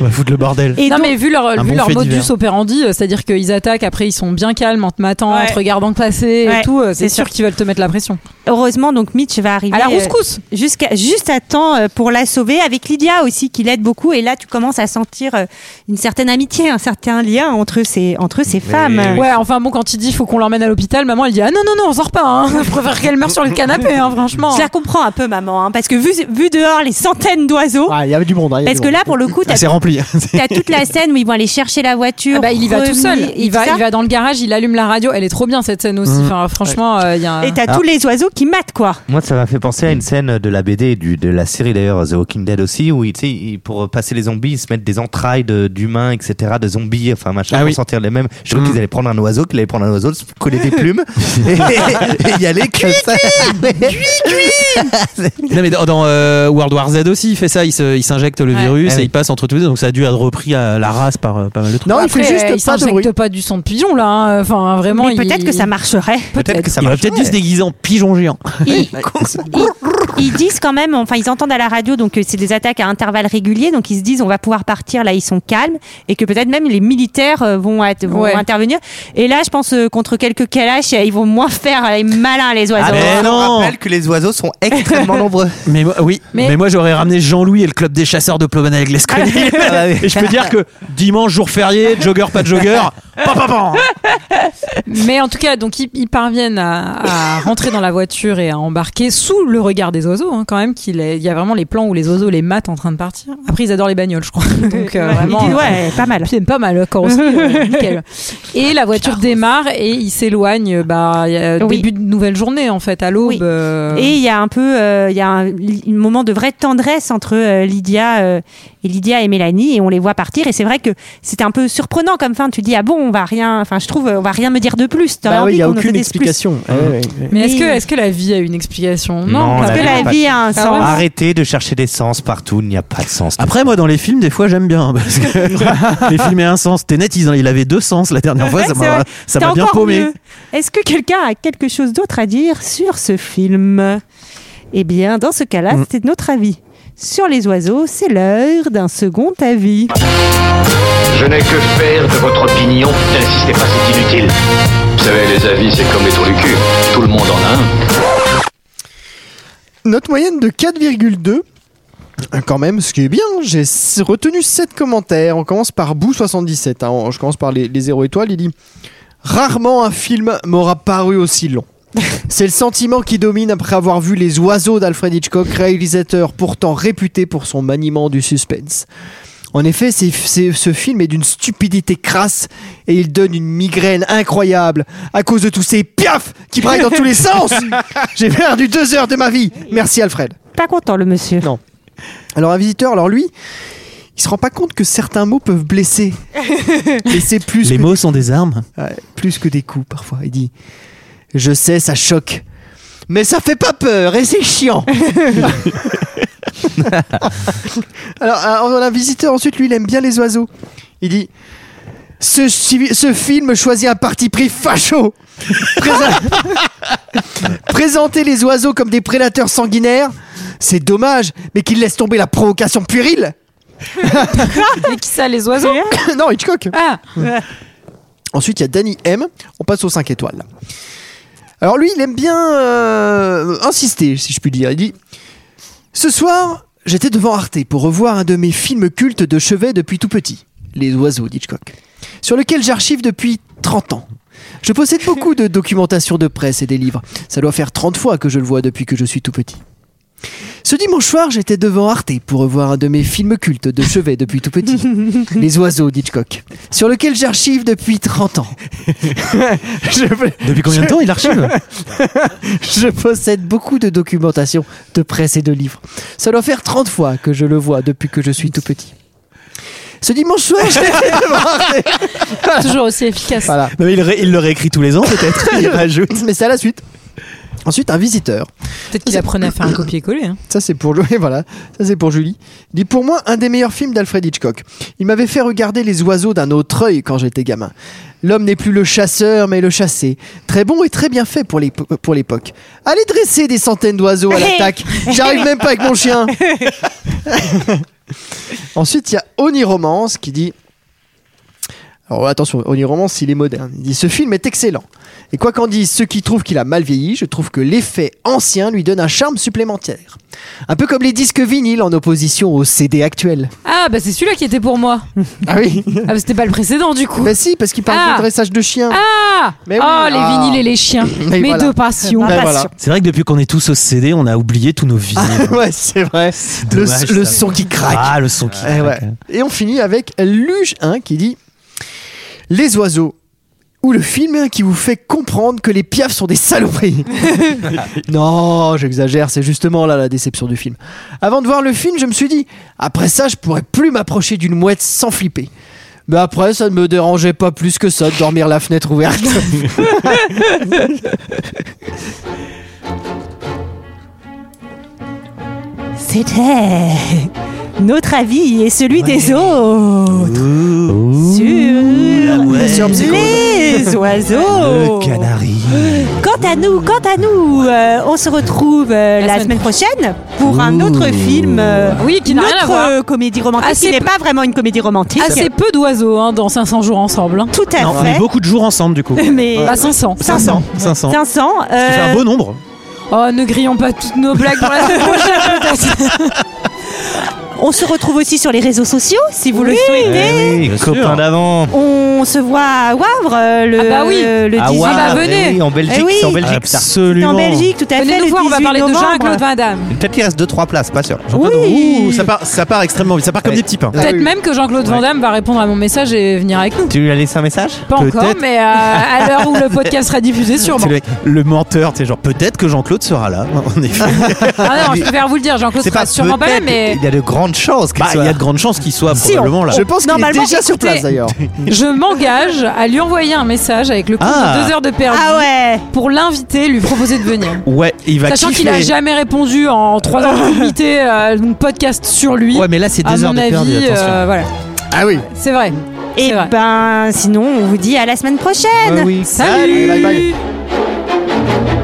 Speaker 7: On va foutre le bordel.
Speaker 1: Et
Speaker 6: non
Speaker 1: donc-
Speaker 6: mais vu leur, vu
Speaker 7: bon
Speaker 6: leur
Speaker 7: fait
Speaker 6: modus
Speaker 7: divers.
Speaker 6: operandi, euh, c'est-à-dire qu'ils attaquent, après ils sont bien calmes en te matant,
Speaker 1: Ouais.
Speaker 6: en te regardant passer
Speaker 1: Ouais,
Speaker 6: et tout, euh,
Speaker 1: c'est
Speaker 6: c'est sûr
Speaker 1: sûr.
Speaker 6: qu'ils veulent te mettre la pression.
Speaker 1: heureusement, donc Mitch va arriver
Speaker 6: À la
Speaker 1: euh,
Speaker 6: rouscousse
Speaker 1: jusqu'à juste à temps euh, pour la sauver avec Lydia aussi qui l'aide beaucoup. Et là, tu commences à sentir euh, une certaine amitié, un certain lien entre ces entre ces femmes.
Speaker 6: Ouais, enfin bon, quand il dit faut qu'on l'emmène à l'hôpital, maman elle dit ah non non non, on sort pas, hein. je préfère qu'elle meure sur le canapé, hein, franchement.
Speaker 1: Je la comprends un peu, maman, hein, parce que vu, vu dehors les centaines d'oiseaux,
Speaker 18: Ah, il y avait du monde. hein, il y avait
Speaker 1: parce
Speaker 18: du
Speaker 1: que
Speaker 18: monde.
Speaker 1: là, pour le
Speaker 10: Ah,
Speaker 1: coup, t'as
Speaker 7: C'est rempli.
Speaker 1: t'as toute la scène où ils vont aller chercher la voiture.
Speaker 6: Ah bah, il y va tout
Speaker 1: remis-
Speaker 6: seul,
Speaker 1: et
Speaker 6: il
Speaker 1: tout
Speaker 6: va,
Speaker 1: ça.
Speaker 6: il va dans le garage, il allume la radio, elle est trop bien cette scène aussi, enfin, franchement, euh, il y a un...
Speaker 1: Et t'as
Speaker 10: Ah.
Speaker 1: tous les oiseaux qui matent, quoi.
Speaker 10: Moi, ça m'a fait penser à une scène de la BD, et du, de la série d'ailleurs, The Walking Dead aussi,
Speaker 20: aussi où ils, tu sais, ils- pour passer les zombies, ils se mettent des entrailles de- d'humains, etc., de zombies, enfin machin,
Speaker 21: Ah
Speaker 20: pour
Speaker 21: oui.
Speaker 20: sortir les mêmes. Je trouve
Speaker 21: Mm.
Speaker 20: qu'ils allaient prendre un oiseau, qu'ils allaient prendre un oiseau, se coller des plumes et, et y aller comme ça.
Speaker 7: Non mais dans, dans, euh, World War Z aussi il fait ça, il se- il s'injecte le
Speaker 6: Ouais.
Speaker 7: virus
Speaker 6: Ah
Speaker 7: et
Speaker 6: oui.
Speaker 7: il passe entre tous les deux donc ça a dû être repris à la race par euh, pas mal de trucs.
Speaker 6: Après, euh, il s'injecte pas du sang de pigeon là. hein. Enfin, vraiment.
Speaker 1: Mais peut-être que ça
Speaker 6: marcherait.
Speaker 7: Peut-être que ça marche. peut-être dû se déguiser en pigeon géant.
Speaker 1: Ils disent quand même, enfin ils entendent à la radio, donc euh, c'est des attaques à intervalles réguliers, donc ils se disent on va pouvoir partir là, ils sont calmes, et que peut-être même les militaires euh, vont, être- vont
Speaker 6: Ouais.
Speaker 1: intervenir. Et là, je pense euh, contre quelques calaches, euh, ils vont moins faire euh, les malins les oiseaux.
Speaker 10: ben
Speaker 20: mais On rappelle que les oiseaux sont extrêmement nombreux.
Speaker 7: Mais moi, oui, mais,
Speaker 1: Mais-
Speaker 7: moi j'aurais ramené Jean-Louis et le club des chasseurs de Ploman avec les
Speaker 20: Ah bah oui.
Speaker 7: Et je peux dire que dimanche jour férié, jogger pas de jogger, pam,
Speaker 18: Bah
Speaker 7: pam, pam.
Speaker 6: Mais en tout cas, donc ils, ils parviennent à, à rentrer dans la voiture et à embarquer sous le regard des oiseaux, hein, quand même. Qu'il est- il y a vraiment les plans où les oiseaux les matent en train de partir. Après, ils adorent les bagnoles, je crois. Donc euh,
Speaker 1: Ouais,
Speaker 6: vraiment,
Speaker 1: ils disent, ouais, pas mal.
Speaker 6: Ils aiment pas mal, encore aussi, euh, nickel. Et la voiture démarre et ils s'éloignent. Bah, il y a
Speaker 1: Oui.
Speaker 6: début de nouvelle journée en fait à l'aube. euh,
Speaker 1: Et il y a un peu, euh, il y a un, un moment de vraie tendresse entre euh, Lydia euh, et Lydia et Mélanie, et on les voit partir. Et c'est vrai que c'était un peu surprenant comme fin. Tu dis ah bon, on va rien, enfin je trouve, euh, on va rien me dire de plus. T'aurais
Speaker 10: Bah oui,
Speaker 1: envie
Speaker 10: il n'y a
Speaker 1: qu'on nous
Speaker 10: aucune
Speaker 1: dise plus.
Speaker 10: explication. Ouais,
Speaker 18: Eh
Speaker 10: ouais, ouais.
Speaker 6: Mais est-ce que, est que la vie a une explication
Speaker 20: Non,
Speaker 6: parce
Speaker 20: la
Speaker 6: que
Speaker 20: vie
Speaker 6: la
Speaker 20: n'a pas
Speaker 6: vie
Speaker 20: de-
Speaker 6: a un sens.
Speaker 20: Arrêtez de chercher des sens partout, il n'y a pas de sens.
Speaker 7: Après moi dans les films des fois j'aime bien hein, parce que les films aient un sens. Tenet ils en- il avait deux sens la dernière fois,
Speaker 1: Ouais,
Speaker 7: ça
Speaker 1: c'est
Speaker 7: m'a
Speaker 1: vrai.
Speaker 7: ça
Speaker 1: C'était
Speaker 7: m'a bien
Speaker 1: encore
Speaker 7: paumé.
Speaker 1: mieux. Est-ce que quelqu'un a quelque chose d'autre à dire sur ce film Eh bien, dans ce cas-là,
Speaker 7: Mm.
Speaker 1: c'est notre avis. Sur les oiseaux, c'est l'heure d'un second avis.
Speaker 22: Je n'ai que faire de votre opinion. N'insistez pas, c'est inutile. Vous savez, les avis, c'est comme les trous du cul. Tout le monde en a un.
Speaker 10: Note moyenne de 4,2. Euh, Quand même, ce qui est bien, j'ai s- retenu 7 commentaires. On commence par Bou77. hein. On- Je commence par les, les 0 étoiles. Il dit Rarement un film m'aura paru aussi long. C'est le sentiment qui domine après avoir vu Les Oiseaux d'Alfred Hitchcock, réalisateur pourtant réputé pour son maniement du suspense. En effet, c'est- c'est- ce film est d'une stupidité crasse et il donne une migraine incroyable à cause de tous ces piafs qui braillent dans tous les sens. J'ai perdu deux heures de ma vie. Merci Alfred.
Speaker 1: Pas content le monsieur.
Speaker 10: Non. Alors un visiteur, alors lui, il se rend pas compte que certains mots peuvent blesser. Et c'est plus
Speaker 7: Les mots sont des armes.
Speaker 10: Ouais, plus que des coups parfois. Il dit Je sais, ça choque, mais ça fait pas peur et c'est chiant. Alors, un- on a un visiteur ensuite, lui, il aime bien les oiseaux. Il dit Ce, chi- ce film choisit un parti pris facho Présa- Présenter les oiseaux comme des prédateurs sanguinaires, c'est dommage, mais qu'il laisse tomber la provocation puérile
Speaker 6: Mais qui ça, les oiseaux
Speaker 10: Non, Hitchcock
Speaker 6: Ah
Speaker 10: Ensuite, il y a Danny M. On passe aux 5 étoiles. Alors lui, il aime bien euh, insister, si je puis dire. Il dit Ce soir, j'étais devant Arte pour revoir un de mes films cultes de chevet depuis tout petit, Les oiseaux d'Hitchcock, sur lequel j'archive depuis 30 ans. Je possède beaucoup de documentation de presse et des livres. Ça doit faire 30 fois que je le vois depuis que je suis tout petit. Ce dimanche soir, j'étais devant Arte pour revoir un de mes films cultes de chevet depuis tout petit, Les oiseaux d'Hitchcock, sur lequel j'archive depuis 30 ans.
Speaker 7: Depuis combien de temps il archive
Speaker 10: Je possède beaucoup de documentation, de presse et de livres. Ça doit faire 30 fois que je le vois depuis que je suis tout petit. Ce dimanche soir, j'étais devant Arte.
Speaker 6: Toujours aussi efficace.
Speaker 10: Voilà.
Speaker 7: Non, mais il, ré- il le réécrit tous les ans peut-être. Il rajoute.
Speaker 10: Mais c'est à la suite. Ensuite, un visiteur.
Speaker 6: Peut-être qu'il apprenait à faire un copier-coller. hein.
Speaker 10: Ça c'est pour Julie, voilà. Ça c'est pour Julie. Il dit pour moi un des meilleurs films d'Alfred Hitchcock. Il m'avait fait regarder les oiseaux d'un autre œil quand j'étais gamin. L'homme n'est plus le chasseur mais le chassé. Très bon et très bien fait pour l'épo- euh, pour l'époque. Allez dresser des centaines d'oiseaux à l'attaque. J'arrive même pas avec mon chien. Ensuite, il y a Oniromance qui dit alors attention, Oniromance, il est moderne. Il dit Ce film est excellent. Et quoi qu'en disent ceux qui trouvent qu'il a mal vieilli, je trouve que l'effet ancien lui donne un charme supplémentaire. Un peu comme les disques vinyles en opposition aux CD actuels.
Speaker 6: Ah, bah c'est celui-là qui était pour moi.
Speaker 10: Ah oui
Speaker 6: Ah, bah c'était pas le précédent du coup.
Speaker 10: Bah si, parce qu'il parle
Speaker 6: Ah.
Speaker 10: de dressage de chiens.
Speaker 6: Ah
Speaker 10: Mais oui.
Speaker 6: Oh, les
Speaker 10: Ah.
Speaker 6: vinyles et les chiens.
Speaker 10: Mais
Speaker 6: Mes
Speaker 10: voilà.
Speaker 6: deux passions. Bah,
Speaker 10: Ben voilà.
Speaker 7: C'est vrai que depuis qu'on est tous au CD, on a oublié tous nos vies.
Speaker 10: ouais, c'est vrai. Le,
Speaker 7: dommage,
Speaker 10: le
Speaker 7: ça.
Speaker 10: son qui craque.
Speaker 7: Ah, le son qui
Speaker 23: hein.
Speaker 10: Eh ouais.
Speaker 7: craque.
Speaker 10: Et on finit avec Luge 1 qui dit Les oiseaux ou le film qui vous fait comprendre que les piafs sont des saloperies. non, j'exagère, c'est justement là la déception du film. Avant de voir le film, je me suis dit, après ça, je pourrais plus m'approcher d'une mouette sans flipper. Mais après, ça ne me dérangeait pas plus que ça de dormir la fenêtre ouverte.
Speaker 1: C'était notre avis et celui des autres sur les oiseaux. Quant à nous, quant à nous, euh, on se retrouve euh, la, semaine, prochaine pour un autre film. euh,
Speaker 6: Oui, qui n'a rien à
Speaker 1: notre,
Speaker 6: voir.
Speaker 1: euh, comédie romantique.
Speaker 6: Assez
Speaker 1: qui n'est
Speaker 6: peu-
Speaker 1: pas vraiment une comédie romantique.
Speaker 6: Assez peu d'oiseaux hein, dans 500 jours ensemble. hein.
Speaker 1: Tout à
Speaker 7: Non, mais beaucoup de jours ensemble du coup.
Speaker 1: Mais-
Speaker 7: Ouais.
Speaker 6: Bah, 500.
Speaker 7: 500. 500.
Speaker 1: 500.
Speaker 7: Ce qui fait un beau nombre.
Speaker 6: Oh, ne grillons pas toutes nos blagues pour la semaine prochaine, peut-être.
Speaker 1: euh, On se retrouve aussi sur les réseaux sociaux si vous le
Speaker 6: Oui.
Speaker 7: Eh
Speaker 23: oui,
Speaker 1: souhaitez.
Speaker 23: copain d'avant.
Speaker 1: On se voit à Wavre euh, le,
Speaker 6: Ah bah oui.
Speaker 1: euh, le
Speaker 23: Ah
Speaker 1: 18.
Speaker 23: Wavre, Ah bah venez. eh oui, en Belgique,
Speaker 1: Eh oui.
Speaker 23: c'est en Belgique, ça.
Speaker 1: C'est
Speaker 23: Absolument.
Speaker 1: En Belgique, tout à fait.
Speaker 6: Venez nous
Speaker 1: le
Speaker 6: voir, on va
Speaker 1: 18
Speaker 6: parler de
Speaker 1: novembre.
Speaker 6: Jean-Claude Van Damme.
Speaker 7: Bah
Speaker 23: Peut-être qu'il reste 2-3 places, pas sûr.
Speaker 1: Oui.
Speaker 7: Ouh, ça part, ça part extrêmement vite. Ça part comme des petits pains.
Speaker 6: Peut-être même que Jean-Claude Van Damme va répondre à mon message et venir avec nous.
Speaker 23: Tu lui as laissé un message
Speaker 6: Pas encore, mais euh, à l'heure où le podcast sera diffusé,
Speaker 7: C'est
Speaker 6: sûrement.
Speaker 7: le, mec, le menteur, c'est genre peut-être que Jean-Claude sera là. En effet.
Speaker 6: Ah non, je préfère vous le dire, Jean-Claude sera sûrement pas là, mais.
Speaker 23: Il y a de grandes chances qu'il
Speaker 7: Bah,
Speaker 23: soit
Speaker 7: il y a de grandes chances qu'il soit
Speaker 6: Si,
Speaker 7: probablement
Speaker 6: on-
Speaker 7: là.
Speaker 6: Je pense qu'il est Normalement, déjà sur écoutez, place, d'ailleurs. Je m'engage à lui envoyer un message avec le compte
Speaker 7: Ah. Bah,
Speaker 6: de deux heures de perdu pour l'inviter, lui proposer de venir.
Speaker 7: Ouais, il va
Speaker 6: Sachant
Speaker 7: kiffer.
Speaker 6: qu'il a jamais répondu en trois heures d'unité à mon podcast sur lui.
Speaker 7: Ouais, mais là, c'est
Speaker 6: À
Speaker 7: deux heures
Speaker 6: mon
Speaker 7: de
Speaker 6: avis,
Speaker 7: perdu, attention.
Speaker 6: euh, voilà.
Speaker 10: Ah oui.
Speaker 6: C'est vrai.
Speaker 1: Et
Speaker 7: Ah
Speaker 1: ben, sinon, on vous dit à la semaine prochaine.
Speaker 10: Bah oui.
Speaker 6: Salut.
Speaker 10: Bye, bye.
Speaker 1: Salut.